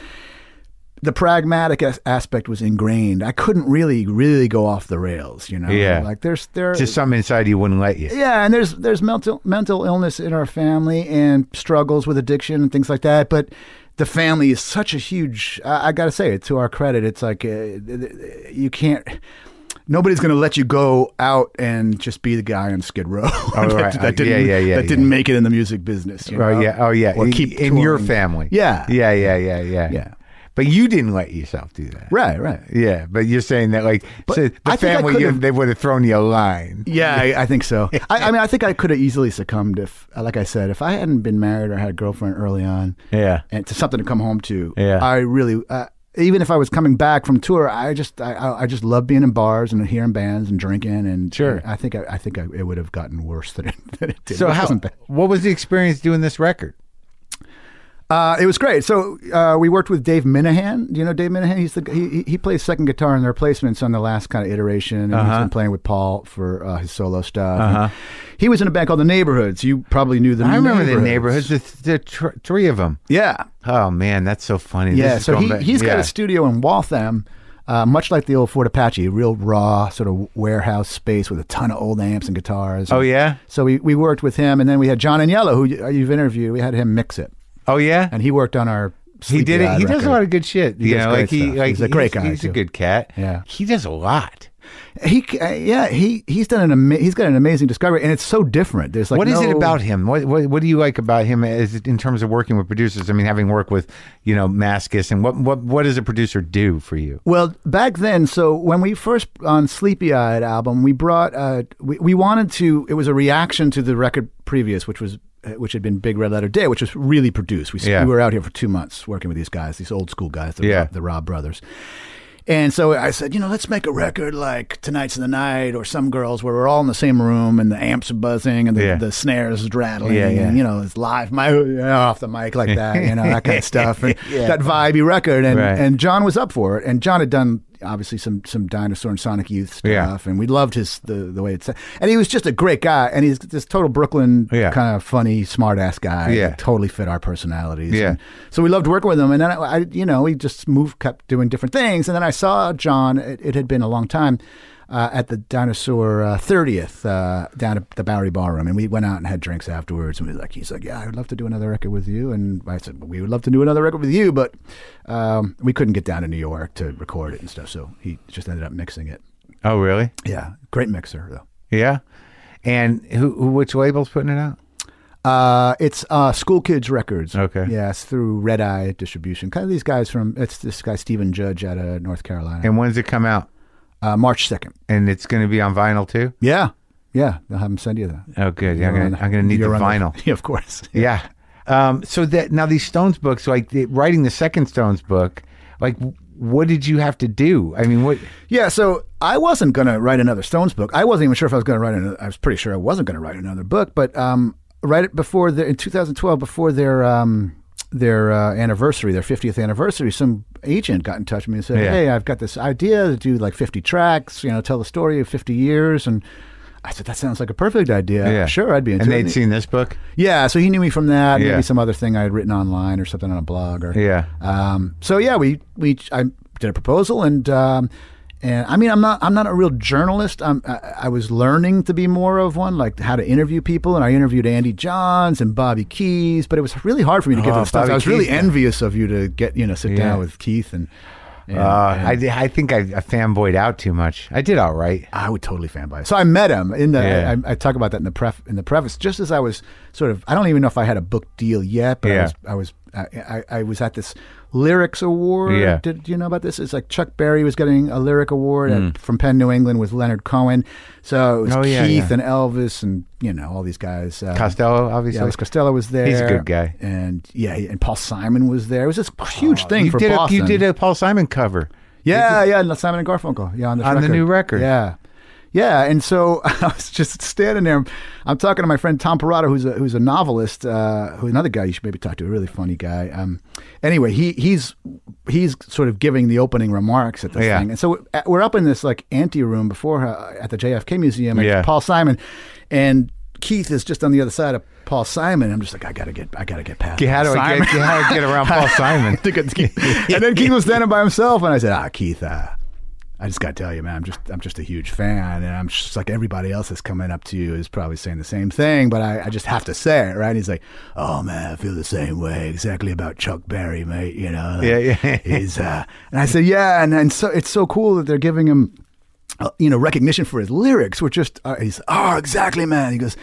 Speaker 5: the pragmatic as- aspect was ingrained. I couldn't really, really go off the rails. You know,
Speaker 3: Yeah.
Speaker 5: like there's there
Speaker 3: just some inside you wouldn't let you.
Speaker 5: yeah, and there's there's mental mental illness in our family and struggles with addiction and things like that. But the family is such a huge. I, I got to say it to our credit. It's like uh, th- th- you can't. Nobody's going to let you go out and just be the guy on Skid Row that,
Speaker 3: Oh, right.
Speaker 5: that
Speaker 3: Yeah,
Speaker 5: didn't,
Speaker 3: yeah, yeah,
Speaker 5: that
Speaker 3: yeah.
Speaker 5: didn't make it in the music business. You
Speaker 3: Oh
Speaker 5: know?
Speaker 3: yeah, oh yeah.
Speaker 5: Or
Speaker 3: In-
Speaker 5: keep
Speaker 3: in your
Speaker 5: touring.
Speaker 3: family.
Speaker 5: Yeah.
Speaker 3: yeah, yeah, yeah, yeah,
Speaker 5: Yeah.
Speaker 3: But you didn't let yourself do that.
Speaker 5: Right, right.
Speaker 3: Yeah, but you're saying that like
Speaker 5: But
Speaker 3: so the
Speaker 5: I think I
Speaker 3: family you,
Speaker 5: could've-
Speaker 3: they would have thrown you a line.
Speaker 5: Yeah, I, I think so. I, I mean, I think I could have easily succumbed if, like I said, if I hadn't been married or had a girlfriend early on.
Speaker 3: Yeah.
Speaker 5: and to something to come home to.
Speaker 3: Yeah.
Speaker 5: I really, uh, even if I was coming back from tour, I just, I, I, I just love being in bars and hearing bands and drinking, and
Speaker 3: Sure.
Speaker 5: I think, I, I think I, it would have gotten worse than it, than it did.
Speaker 3: So
Speaker 5: It
Speaker 3: how,
Speaker 5: wasn't bad.
Speaker 3: what was the experience doing this record?
Speaker 5: Uh, it was great. So uh, we worked with Dave Minahan. Do you know Dave Minahan? He's the he, he- he plays second guitar in the replacements on the last kind of iteration. And
Speaker 3: Uh-huh.
Speaker 5: He's been playing with Paul for uh, his solo stuff. And He was in a band called The Neighborhoods. You probably knew the.
Speaker 3: I remember the neighborhoods. The, the tr- three of them.
Speaker 5: Yeah,
Speaker 3: Oh man, that's so funny. This
Speaker 5: Yeah,
Speaker 3: is
Speaker 5: so
Speaker 3: going
Speaker 5: he,
Speaker 3: back-
Speaker 5: he's got
Speaker 3: yeah.
Speaker 5: a studio in Waltham, uh, much like the old Ford Apache, real raw sort of warehouse space with a ton of old amps and guitars.
Speaker 3: Oh yeah.
Speaker 5: So we, we worked with him, and then we had John Agnello, who you- you've interviewed. We had him mix it,
Speaker 3: Oh yeah.
Speaker 5: and he worked on our.
Speaker 3: he did
Speaker 5: Sleepy
Speaker 3: it.
Speaker 5: Eye
Speaker 3: He does a
Speaker 5: record.
Speaker 3: lot of good shit. You
Speaker 5: does
Speaker 3: know,
Speaker 5: great
Speaker 3: like he,
Speaker 5: stuff.
Speaker 3: like
Speaker 5: He's a great
Speaker 3: he's-
Speaker 5: guy,
Speaker 3: He's a
Speaker 5: too.
Speaker 3: good cat.
Speaker 5: Yeah.
Speaker 3: He does a lot.
Speaker 5: He uh, yeah he he's done an ama- he's got an amazing discovery, and it's so different. There's like
Speaker 3: What is it
Speaker 5: no-
Speaker 3: about him? What, what what do you like about him as in terms of working with producers? I mean, having worked with you know Maskus and what what what does a producer do for you?
Speaker 5: Well, back then, so when we first on Sleepy Eyed album, we brought uh, we we wanted to. It was a reaction to the record previous, which was uh, which had been Big Red Letter Day, which was really produced. We, s-
Speaker 3: Yeah.
Speaker 5: we were out here for two months working with these guys, these old school guys, the,
Speaker 3: Yeah.
Speaker 5: the Rob brothers. And so I said, you know, let's make a record like Tonight's the Night or Some Girls where we're all in the same room and the amps are buzzing and the,
Speaker 3: Yeah.
Speaker 5: the snares rattling
Speaker 3: Yeah, yeah.
Speaker 5: and, you know, it's live, my, off the mic like that, you know, that kind of stuff. And
Speaker 3: Yeah.
Speaker 5: That vibey record. And,
Speaker 3: Right.
Speaker 5: and and John was up for it, and John had done obviously some some dinosaur and Sonic Youth stuff,
Speaker 3: Yeah.
Speaker 5: and we loved his the the way it's and he was just a great guy, and he's this total Brooklyn
Speaker 3: Yeah.
Speaker 5: kind of funny smart ass guy,
Speaker 3: Yeah.
Speaker 5: that totally fit our personalities,
Speaker 3: Yeah.
Speaker 5: And so we loved working with him, and then I, I you know we just moved kept doing different things, and then I saw John. It, it had been a long time. Uh, at the dinosaur thirtieth, uh, 30th, uh, down at the Bowery Ballroom, and we went out and had drinks afterwards. And we were like, he's like, yeah, I would love to do another record with you, and I said, well, we would love to do another record with you, but um, we couldn't get down to New York to record it and stuff, so he just ended up mixing it.
Speaker 3: Oh really?
Speaker 5: Yeah, great mixer though.
Speaker 3: Yeah. And who, who which label's putting it out?
Speaker 5: Uh, it's uh, School Kids Records.
Speaker 3: Okay.
Speaker 5: yeah, it's through Red Eye Distribution. Kind of these guys from it's this guy Stephen Judge out of North Carolina.
Speaker 3: And when's it come out?
Speaker 5: Uh, March second.
Speaker 3: And it's going to be on vinyl too.
Speaker 5: Yeah, yeah, they'll have him send you that.
Speaker 3: Oh good. Yeah, I'm
Speaker 5: You're
Speaker 3: gonna,
Speaker 5: on-
Speaker 3: I'm gonna need the
Speaker 5: you're on
Speaker 3: vinyl.
Speaker 5: yeah, of course.
Speaker 3: Yeah. Um, so that now these Stones books, like the, writing the second Stones book, like what did you have to do? I mean, what?
Speaker 5: Yeah, so I wasn't going to write another Stones book. I wasn't even sure if I was going to write another. I was pretty sure I wasn't going to write another book, but um, right before the in 2012, before their um, their uh, anniversary, their 50th anniversary, some agent got in touch with me and said,
Speaker 3: Yeah.
Speaker 5: "Hey, I've got this idea to do like 50 tracks. You know, tell the story of 50 years." And I said, "That sounds like a perfect idea. Uh, Sure, I'd be into
Speaker 3: And
Speaker 5: it."
Speaker 3: they'd
Speaker 5: he-
Speaker 3: seen this book.
Speaker 5: yeah, so he knew me from that,
Speaker 3: Yeah.
Speaker 5: maybe some other thing I had written online or something on a blog or
Speaker 3: Yeah.
Speaker 5: Um, so yeah, we we I did a proposal and um, and I mean I'm not I'm not a real journalist. I'm, I, I was learning to be more of one, like how to interview people, and I interviewed Andy Johns and Bobby Keys, but it was really hard for me to get
Speaker 3: Oh,
Speaker 5: to the stuff.
Speaker 3: Bobby
Speaker 5: I was really
Speaker 3: Keys, yeah.
Speaker 5: envious of you to get you know sit
Speaker 3: Yeah.
Speaker 5: down with Keith and. and-
Speaker 3: Uh, I, di- I think I, I fanboyed out too much. I did all right.
Speaker 5: I would totally fanboy. So I met him in the.
Speaker 3: Yeah.
Speaker 5: I, I talk about that in the pref in the preface. Just as I was sort of, I don't even know if I had a book deal yet, but
Speaker 3: Yeah.
Speaker 5: I was, I was, I, I, I was at this lyrics award.
Speaker 3: Yeah.
Speaker 5: Did do you know about this? It's like Chuck Berry was getting a lyric award at, from Penn New England with Leonard Cohen. So it was
Speaker 3: Mm. Oh,
Speaker 5: Keith
Speaker 3: yeah, yeah.
Speaker 5: and Elvis and you know all these guys. Uh,
Speaker 3: Costello,
Speaker 5: yeah,
Speaker 3: obviously.
Speaker 5: Elvis Costello was there.
Speaker 3: He's a good guy. Oh,
Speaker 5: And yeah, and Paul Simon was there. It was this huge thing
Speaker 3: you
Speaker 5: for
Speaker 3: did
Speaker 5: Boston.
Speaker 3: a you did a Paul Simon cover.
Speaker 5: Yeah, yeah, and Simon and Garfunkel. Yeah, on, this
Speaker 3: On the new record.
Speaker 5: Yeah, Yeah, and so I was just standing there. I'm talking to my friend Tom Parada, who's a, who's a novelist, uh, who's another guy you should maybe talk to, a really funny guy. Um, anyway, he he's he's sort of giving the opening remarks at this
Speaker 3: Yeah.
Speaker 5: thing, and so uh, we're up in this like ante room before uh, at the JFK Museum, and
Speaker 3: Yeah.
Speaker 5: Paul Simon, and Keith is just on the other side of Paul Simon. I'm just like, I gotta get, I gotta get past.
Speaker 3: Okay, how do I
Speaker 5: Simon.
Speaker 3: get, how do I get around Paul Simon?
Speaker 5: to get Keith. and then Keith was standing by himself, and I said, "Ah, Keith, uh, I just got to tell you, man, I'm just I'm just a huge fan, and I'm just like everybody else that's coming up to you is probably saying the same thing, but I, I just have to say it, right?" And he's like, "Oh man, I feel the same way exactly about Chuck Berry, mate. You know, like,
Speaker 3: Yeah, yeah.
Speaker 5: he's uh, and I said, "Yeah," and and so it's so cool that they're giving him." Uh, you know, recognition for his lyrics, which just, uh, he's, oh, exactly, man. He goes,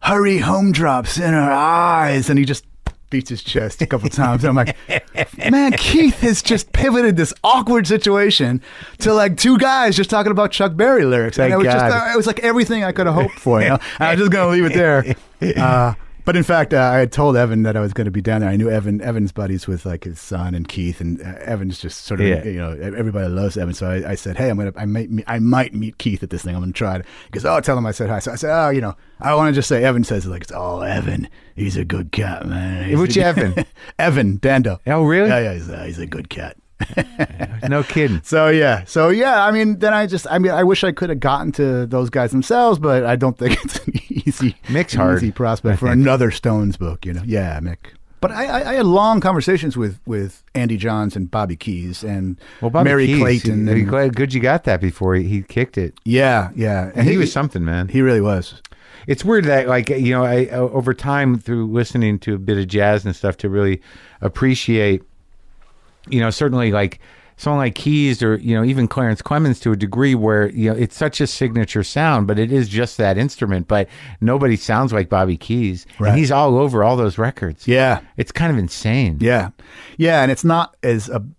Speaker 5: hurry home drops in her eyes and he just beats his chest a couple times and i'm like man keith has just pivoted this awkward situation to like two guys just talking about chuck berry lyrics and
Speaker 3: Thank
Speaker 5: it was just
Speaker 3: God.
Speaker 5: uh, it was like everything i could have hoped for you know? And i'm just gonna leave it there uh, but in fact, uh, I had told Evan that I was going to be down there. I knew Evan. Evan's buddies with like his son and Keith, and uh, Evan's just sort of
Speaker 3: Yeah.
Speaker 5: you know everybody loves Evan. So I, I said, hey, I'm gonna I might meet, I might meet Keith at this thing. I'm gonna try it because oh, tell him I said hi. So I said, oh, you know, I want to just say Evan says it like it's oh Evan, he's a good cat, man. He's a
Speaker 3: Which
Speaker 5: good-"
Speaker 3: Evan?
Speaker 5: Evan Dando.
Speaker 3: Oh, really?
Speaker 5: Yeah, yeah, he's a, he's a good cat.
Speaker 3: No kidding.
Speaker 5: So yeah, so yeah. I mean, then I just, I mean, I wish I could have gotten to those guys themselves, but I don't think it's an easy,
Speaker 3: Mick's
Speaker 5: an
Speaker 3: hard,
Speaker 5: easy
Speaker 3: I
Speaker 5: prospect for
Speaker 3: think.
Speaker 5: another Stones book, you know? Yeah, Mick. But I, I, I had long conversations with with Andy Johns and Bobby Keys and
Speaker 3: Well, Bobby
Speaker 5: Mary
Speaker 3: Keys,
Speaker 5: Clayton.
Speaker 3: he- he-
Speaker 5: and-
Speaker 3: glad- good you got that before he, he kicked it.
Speaker 5: yeah, yeah,
Speaker 3: And he, was something, man.
Speaker 5: He really was.
Speaker 3: it's weird that like you know I o- over time through listening to a bit of jazz and stuff to really appreciate you know certainly like someone like Keys or you know even Clarence Clemens to a degree where you know it's such a signature sound but it is just that instrument but nobody sounds like Bobby Keys
Speaker 5: Right.
Speaker 3: and he's all over all those records
Speaker 5: Yeah,
Speaker 3: it's kind of insane
Speaker 5: Yeah, yeah, and it's not as ob-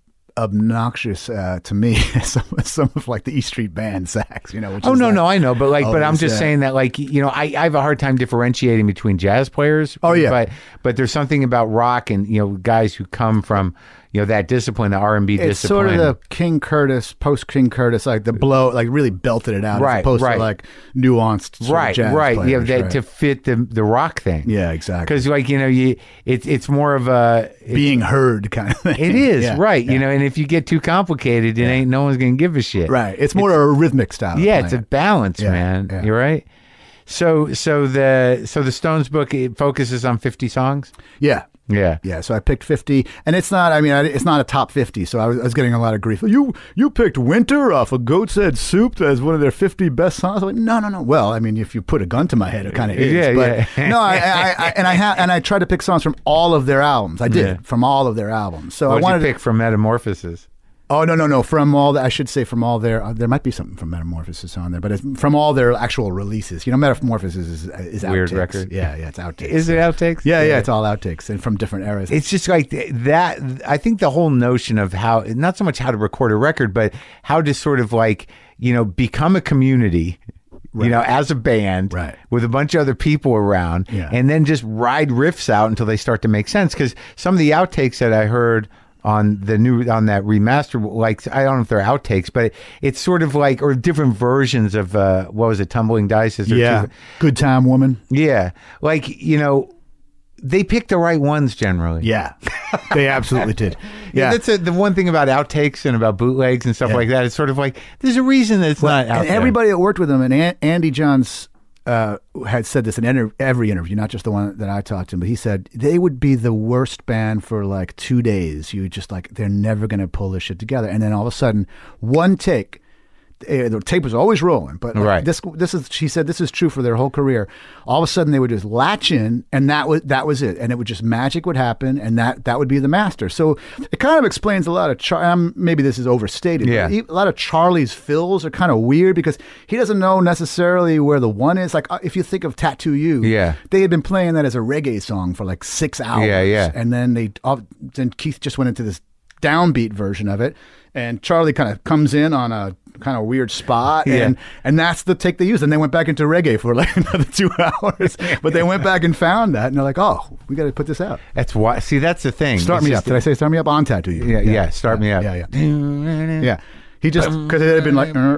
Speaker 5: obnoxious uh, to me as some, some of like the E Street Band sax, you know. Which
Speaker 3: Oh
Speaker 5: is
Speaker 3: no,
Speaker 5: like-
Speaker 3: no, I know, but like,
Speaker 5: Oh,
Speaker 3: but I'm
Speaker 5: it's,
Speaker 3: just
Speaker 5: uh,
Speaker 3: saying that, like, you know, I, I have a hard time differentiating between jazz players.
Speaker 5: Oh, yeah.
Speaker 3: but but there's something about rock and you know guys who come from you know that discipline, the R and B discipline.
Speaker 5: It's sort of the King Curtis, post King Curtis, like the blow, like really belted it out,
Speaker 3: Right,
Speaker 5: as opposed
Speaker 3: right.
Speaker 5: to like nuanced, sort of
Speaker 3: right,
Speaker 5: jazz
Speaker 3: right. yeah,
Speaker 5: players,
Speaker 3: that
Speaker 5: right.
Speaker 3: to fit the the rock thing.
Speaker 5: yeah, exactly.
Speaker 3: because like you know you it's it's more of a it,
Speaker 5: Being heard, kind of thing.
Speaker 3: it is
Speaker 5: Yeah,
Speaker 3: right.
Speaker 5: yeah.
Speaker 3: You know, and if you get too complicated, it ain't no one's gonna give a shit.
Speaker 5: right. It's more a rhythmic style. of
Speaker 3: Yeah, it's a
Speaker 5: playing.
Speaker 3: balance,
Speaker 5: Yeah,
Speaker 3: man.
Speaker 5: yeah.
Speaker 3: You're right. So so the so the Stones book it focuses on 50 songs.
Speaker 5: yeah.
Speaker 3: Yeah.
Speaker 5: Yeah, so I picked 50, and it's not, I mean, I- it's not a top 50, so I was, I was getting a lot of grief. You you picked Winter off of Goat's Head Soup as one of their 50 best songs? I'm like, no, no, no. Well, I mean, if you put a gun to my head, it kind of is.
Speaker 3: Yeah,
Speaker 5: but
Speaker 3: yeah.
Speaker 5: no, I, I, I, and I ha- and I tried to pick songs from all of their albums. I did,
Speaker 3: Yeah.
Speaker 5: from all of their albums. So
Speaker 3: What
Speaker 5: I
Speaker 3: did
Speaker 5: wanted
Speaker 3: you pick from Metamorphosis?
Speaker 5: Oh no no no! From all the, I should say from all their uh, there might be something from Metamorphosis on there, but it's from all their actual releases. You know, Metamorphosis is is outtakes.
Speaker 3: Weird record.
Speaker 5: Yeah yeah, it's outtakes.
Speaker 3: Is it outtakes?
Speaker 5: yeah, yeah it's all outtakes and from different eras.
Speaker 3: It's just like th- that. I think the whole notion of how, not so much how to record a record, but how to sort of like, you know, become a community, you know, as a band
Speaker 5: Right.
Speaker 3: with a bunch of other people around
Speaker 5: Yeah.
Speaker 3: and then just ride riffs out until they start to make sense. Cause some of the outtakes that I heard on the new, on that remaster, like, I don't know if they're outtakes, but it's sort of like, or different versions of, uh, what was it, Tumbling Dices? Or
Speaker 5: yeah,
Speaker 3: two-
Speaker 5: good time woman.
Speaker 3: Yeah. Like, you know, they pick the right ones generally.
Speaker 5: Yeah, they absolutely did.
Speaker 3: Yeah,
Speaker 5: Yeah,
Speaker 3: that's a, the one thing about outtakes and about bootlegs and stuff like that. It's sort of like there's a reason that it's not out
Speaker 5: and
Speaker 3: there.
Speaker 5: everybody that worked with him and An- Andy Johns uh, had said this in inter- every interview, not just the one that I talked to him, but he said they would be the worst band for like two days. You just like they're never going to pull this shit together, and then all of a sudden, one take. eh, The tape was always rolling, but like,
Speaker 3: Right.
Speaker 5: this this is she said this is true for their whole career. All of a sudden, they would just latch in, and that was that was it, and it would just magic would happen, and that that would be the master. So it kind of explains a lot of. Char- um, maybe this is overstated. but
Speaker 3: Yeah.
Speaker 5: e- a lot of Charlie's fills are kind of weird because he doesn't know necessarily where the one is. Like uh, if you think of Tattoo You,
Speaker 3: Yeah.
Speaker 5: they had been playing that as a reggae song for like six hours.
Speaker 3: Yeah, yeah.
Speaker 5: And then they uh, then Keith just went into this downbeat version of it, and Charlie kind of comes in on a kind of weird spot,
Speaker 3: Yeah.
Speaker 5: and and that's the take they used. And they went back into reggae for like another two hours, but they went back and found that, and they're like, oh, we got to put this out.
Speaker 3: that's why. See, that's the thing.
Speaker 5: Start
Speaker 3: It's
Speaker 5: me
Speaker 3: just-
Speaker 5: up. Did I say start me up on Tattoo You?
Speaker 3: Yeah, yeah, Start me up.
Speaker 5: Yeah, yeah.
Speaker 3: yeah.
Speaker 5: Yeah. He just because it had been like, uh,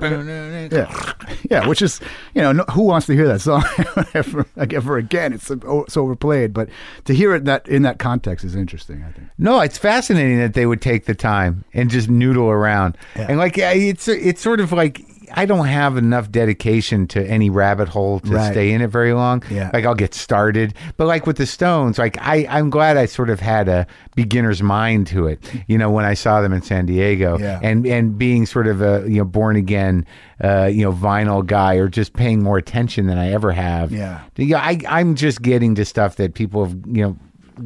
Speaker 5: yeah, yeah, which is you know, no, who wants to hear that song ever, like ever again? It's so it's overplayed, but to hear it that in that context is interesting. I think.
Speaker 3: No, it's fascinating that they would take the time and just noodle around. And like I- it's it's sort of like I don't have enough dedication to any rabbit hole to
Speaker 5: Right.
Speaker 3: stay in it very long.
Speaker 5: Yeah.
Speaker 3: Like I'll get started, but like with the Stones, like I I'm glad I sort of had a beginner's mind to it. You know, when I saw them in San Diego
Speaker 5: Yeah.
Speaker 3: and and being sort of a you know born again uh you know vinyl guy or just paying more attention than I ever have.
Speaker 5: Yeah.
Speaker 3: Yeah, I, I'm just getting to stuff that people have, you know,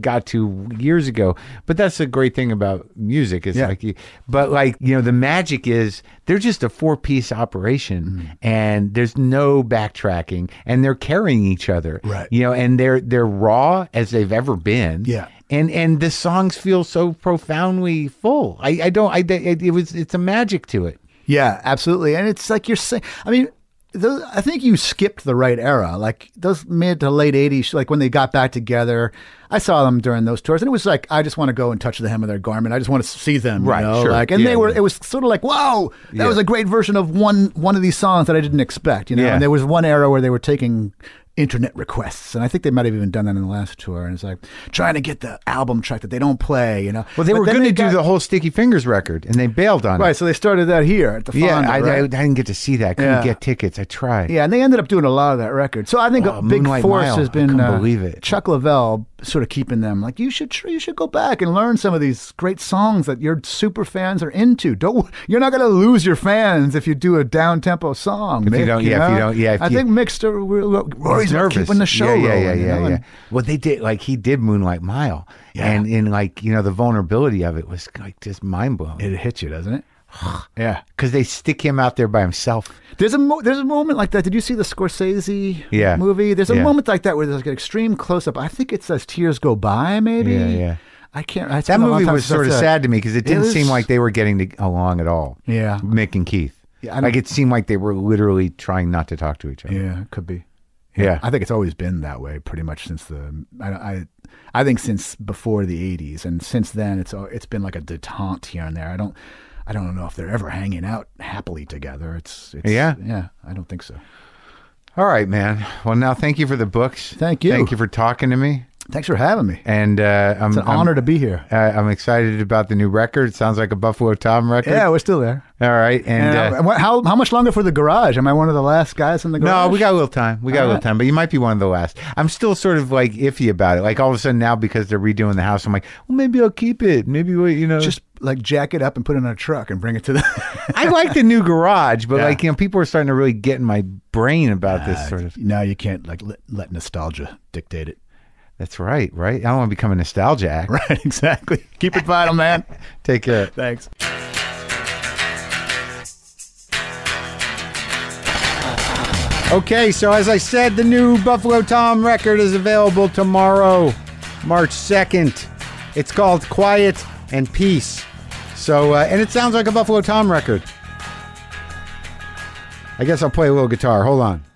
Speaker 3: got to years ago. But that's the great thing about music is
Speaker 5: Yeah.
Speaker 3: like, you, but like you know, the magic is they're just a four piece operation, and there's no backtracking, and they're carrying each other,
Speaker 5: Right.
Speaker 3: You know, and they're they're raw as they've ever been,
Speaker 5: Yeah.
Speaker 3: And and the songs feel so profoundly full. I, I don't. I it, it was it's a magic to it.
Speaker 5: Yeah, absolutely. And it's like you're saying, I mean, those, I think you skipped the right era. Like those mid to late 80s, like when they got back together, I saw them during those tours. And it was like, I just want to go and touch the hem of their garment. I just want to see them. you
Speaker 3: Right,
Speaker 5: know?
Speaker 3: sure.
Speaker 5: Like, and
Speaker 3: Yeah,
Speaker 5: they were,
Speaker 3: yeah.
Speaker 5: it was sort of like, whoa, that was a great version of one, one of these songs that I didn't expect, you know?
Speaker 3: Yeah.
Speaker 5: And there was one era where they were taking internet requests. And I think they might have even done that in the last tour. And it's like trying to get the album track that they don't play, you know?
Speaker 3: Well, they
Speaker 5: But
Speaker 3: were
Speaker 5: then
Speaker 3: going to do
Speaker 5: got-
Speaker 3: the whole Sticky Fingers record, and they bailed on it.
Speaker 5: Right, so they started that here at the
Speaker 3: Yeah,
Speaker 5: Fonda,
Speaker 3: I, I,
Speaker 5: right?
Speaker 3: I didn't get to see that. Couldn't
Speaker 5: Yeah.
Speaker 3: get tickets. I tried.
Speaker 5: Yeah, and they ended up doing a lot of that record. So I think
Speaker 3: Wow,
Speaker 5: a big
Speaker 3: Oh, Moonlight
Speaker 5: force
Speaker 3: Mile.
Speaker 5: has
Speaker 3: I
Speaker 5: been
Speaker 3: couldn't
Speaker 5: uh,
Speaker 3: believe it.
Speaker 5: Chuck Lavelle sort of keeping them like you should tr- you should go back and learn some of these great songs that your super fans are into. Don't you're not going to lose your fans if you do a down tempo song.
Speaker 3: you
Speaker 5: Mick,
Speaker 3: don't- yeah, if you don't- yeah, if
Speaker 5: I
Speaker 3: you-
Speaker 5: think Mixter we're, Rory's
Speaker 3: He's nervous.
Speaker 5: keeping the show
Speaker 3: Yeah, yeah,
Speaker 5: rolling,
Speaker 3: yeah,
Speaker 5: you
Speaker 3: yeah,
Speaker 5: know,
Speaker 3: yeah.
Speaker 5: and-
Speaker 3: Well, they did like he did Moonlight Mile,
Speaker 5: Yeah.
Speaker 3: and in like you know the vulnerability of it was like just mind blowing
Speaker 5: It hits you, doesn't it? yeah.
Speaker 3: because they stick him out there by himself.
Speaker 5: There's a mo- there's a moment like that. Did you see the Scorsese
Speaker 3: Yeah.
Speaker 5: movie? There's a
Speaker 3: Yeah.
Speaker 5: moment like that where there's like an extreme close up. I think it's as tears go by, maybe.
Speaker 3: Yeah, yeah.
Speaker 5: I can't. it's
Speaker 3: That
Speaker 5: been a long
Speaker 3: movie
Speaker 5: time
Speaker 3: was
Speaker 5: since
Speaker 3: sort of
Speaker 5: I've seen-
Speaker 3: sad to me because it didn't
Speaker 5: was-
Speaker 3: seem like they were getting to, along at all.
Speaker 5: Yeah.
Speaker 3: Mick and Keith.
Speaker 5: Yeah, I
Speaker 3: like
Speaker 5: don't-
Speaker 3: it seemed like they were literally trying not to talk to each other.
Speaker 5: Yeah, it could be.
Speaker 3: Yeah.
Speaker 5: I think it's always been that way, pretty much since the I, I, I think since before the '80s, and since then it's al- it's been like a detente here and there. I don't, I don't know if they're ever hanging out happily together. It's, it's
Speaker 3: Yeah.
Speaker 5: yeah. I don't think so.
Speaker 3: All right, man. Well, now thank you for the books.
Speaker 5: Thank you.
Speaker 3: Thank you for talking to me.
Speaker 5: Thanks for having me.
Speaker 3: And uh, I'm,
Speaker 5: It's an honor to be here.
Speaker 3: Uh, I'm excited about the new record. Sounds like a Buffalo Tom record.
Speaker 5: Yeah, we're still there.
Speaker 3: All right. And,
Speaker 5: And,
Speaker 3: uh,
Speaker 5: uh, what- how how much longer for the garage? Am I one of the last guys in the garage?
Speaker 3: No, we got a little time. We got a
Speaker 5: Uh-huh.
Speaker 3: little time, but you might be one of the last. I'm still sort of like iffy about it. Like all of a sudden now, because they're redoing the house, I'm like, well, maybe I'll keep it. Maybe we, you know,
Speaker 5: just like jack it up and put it in a truck and bring it to the.
Speaker 3: I like the new garage, but
Speaker 5: Yeah.
Speaker 3: like you know, people are starting to really get in my brain about this sort of.
Speaker 5: no, you can't like let, let nostalgia dictate it.
Speaker 3: That's right, right. I don't want to become a nostalgia act.
Speaker 5: Right, exactly. Keep it vital, man.
Speaker 3: Take care.
Speaker 5: Thanks.
Speaker 3: Okay, so as I said, the new Buffalo Tom record is available tomorrow, March 2nd. It's called Quiet and Peace. So, uh, and it sounds like a Buffalo Tom record. I guess I'll play a little guitar. Hold on.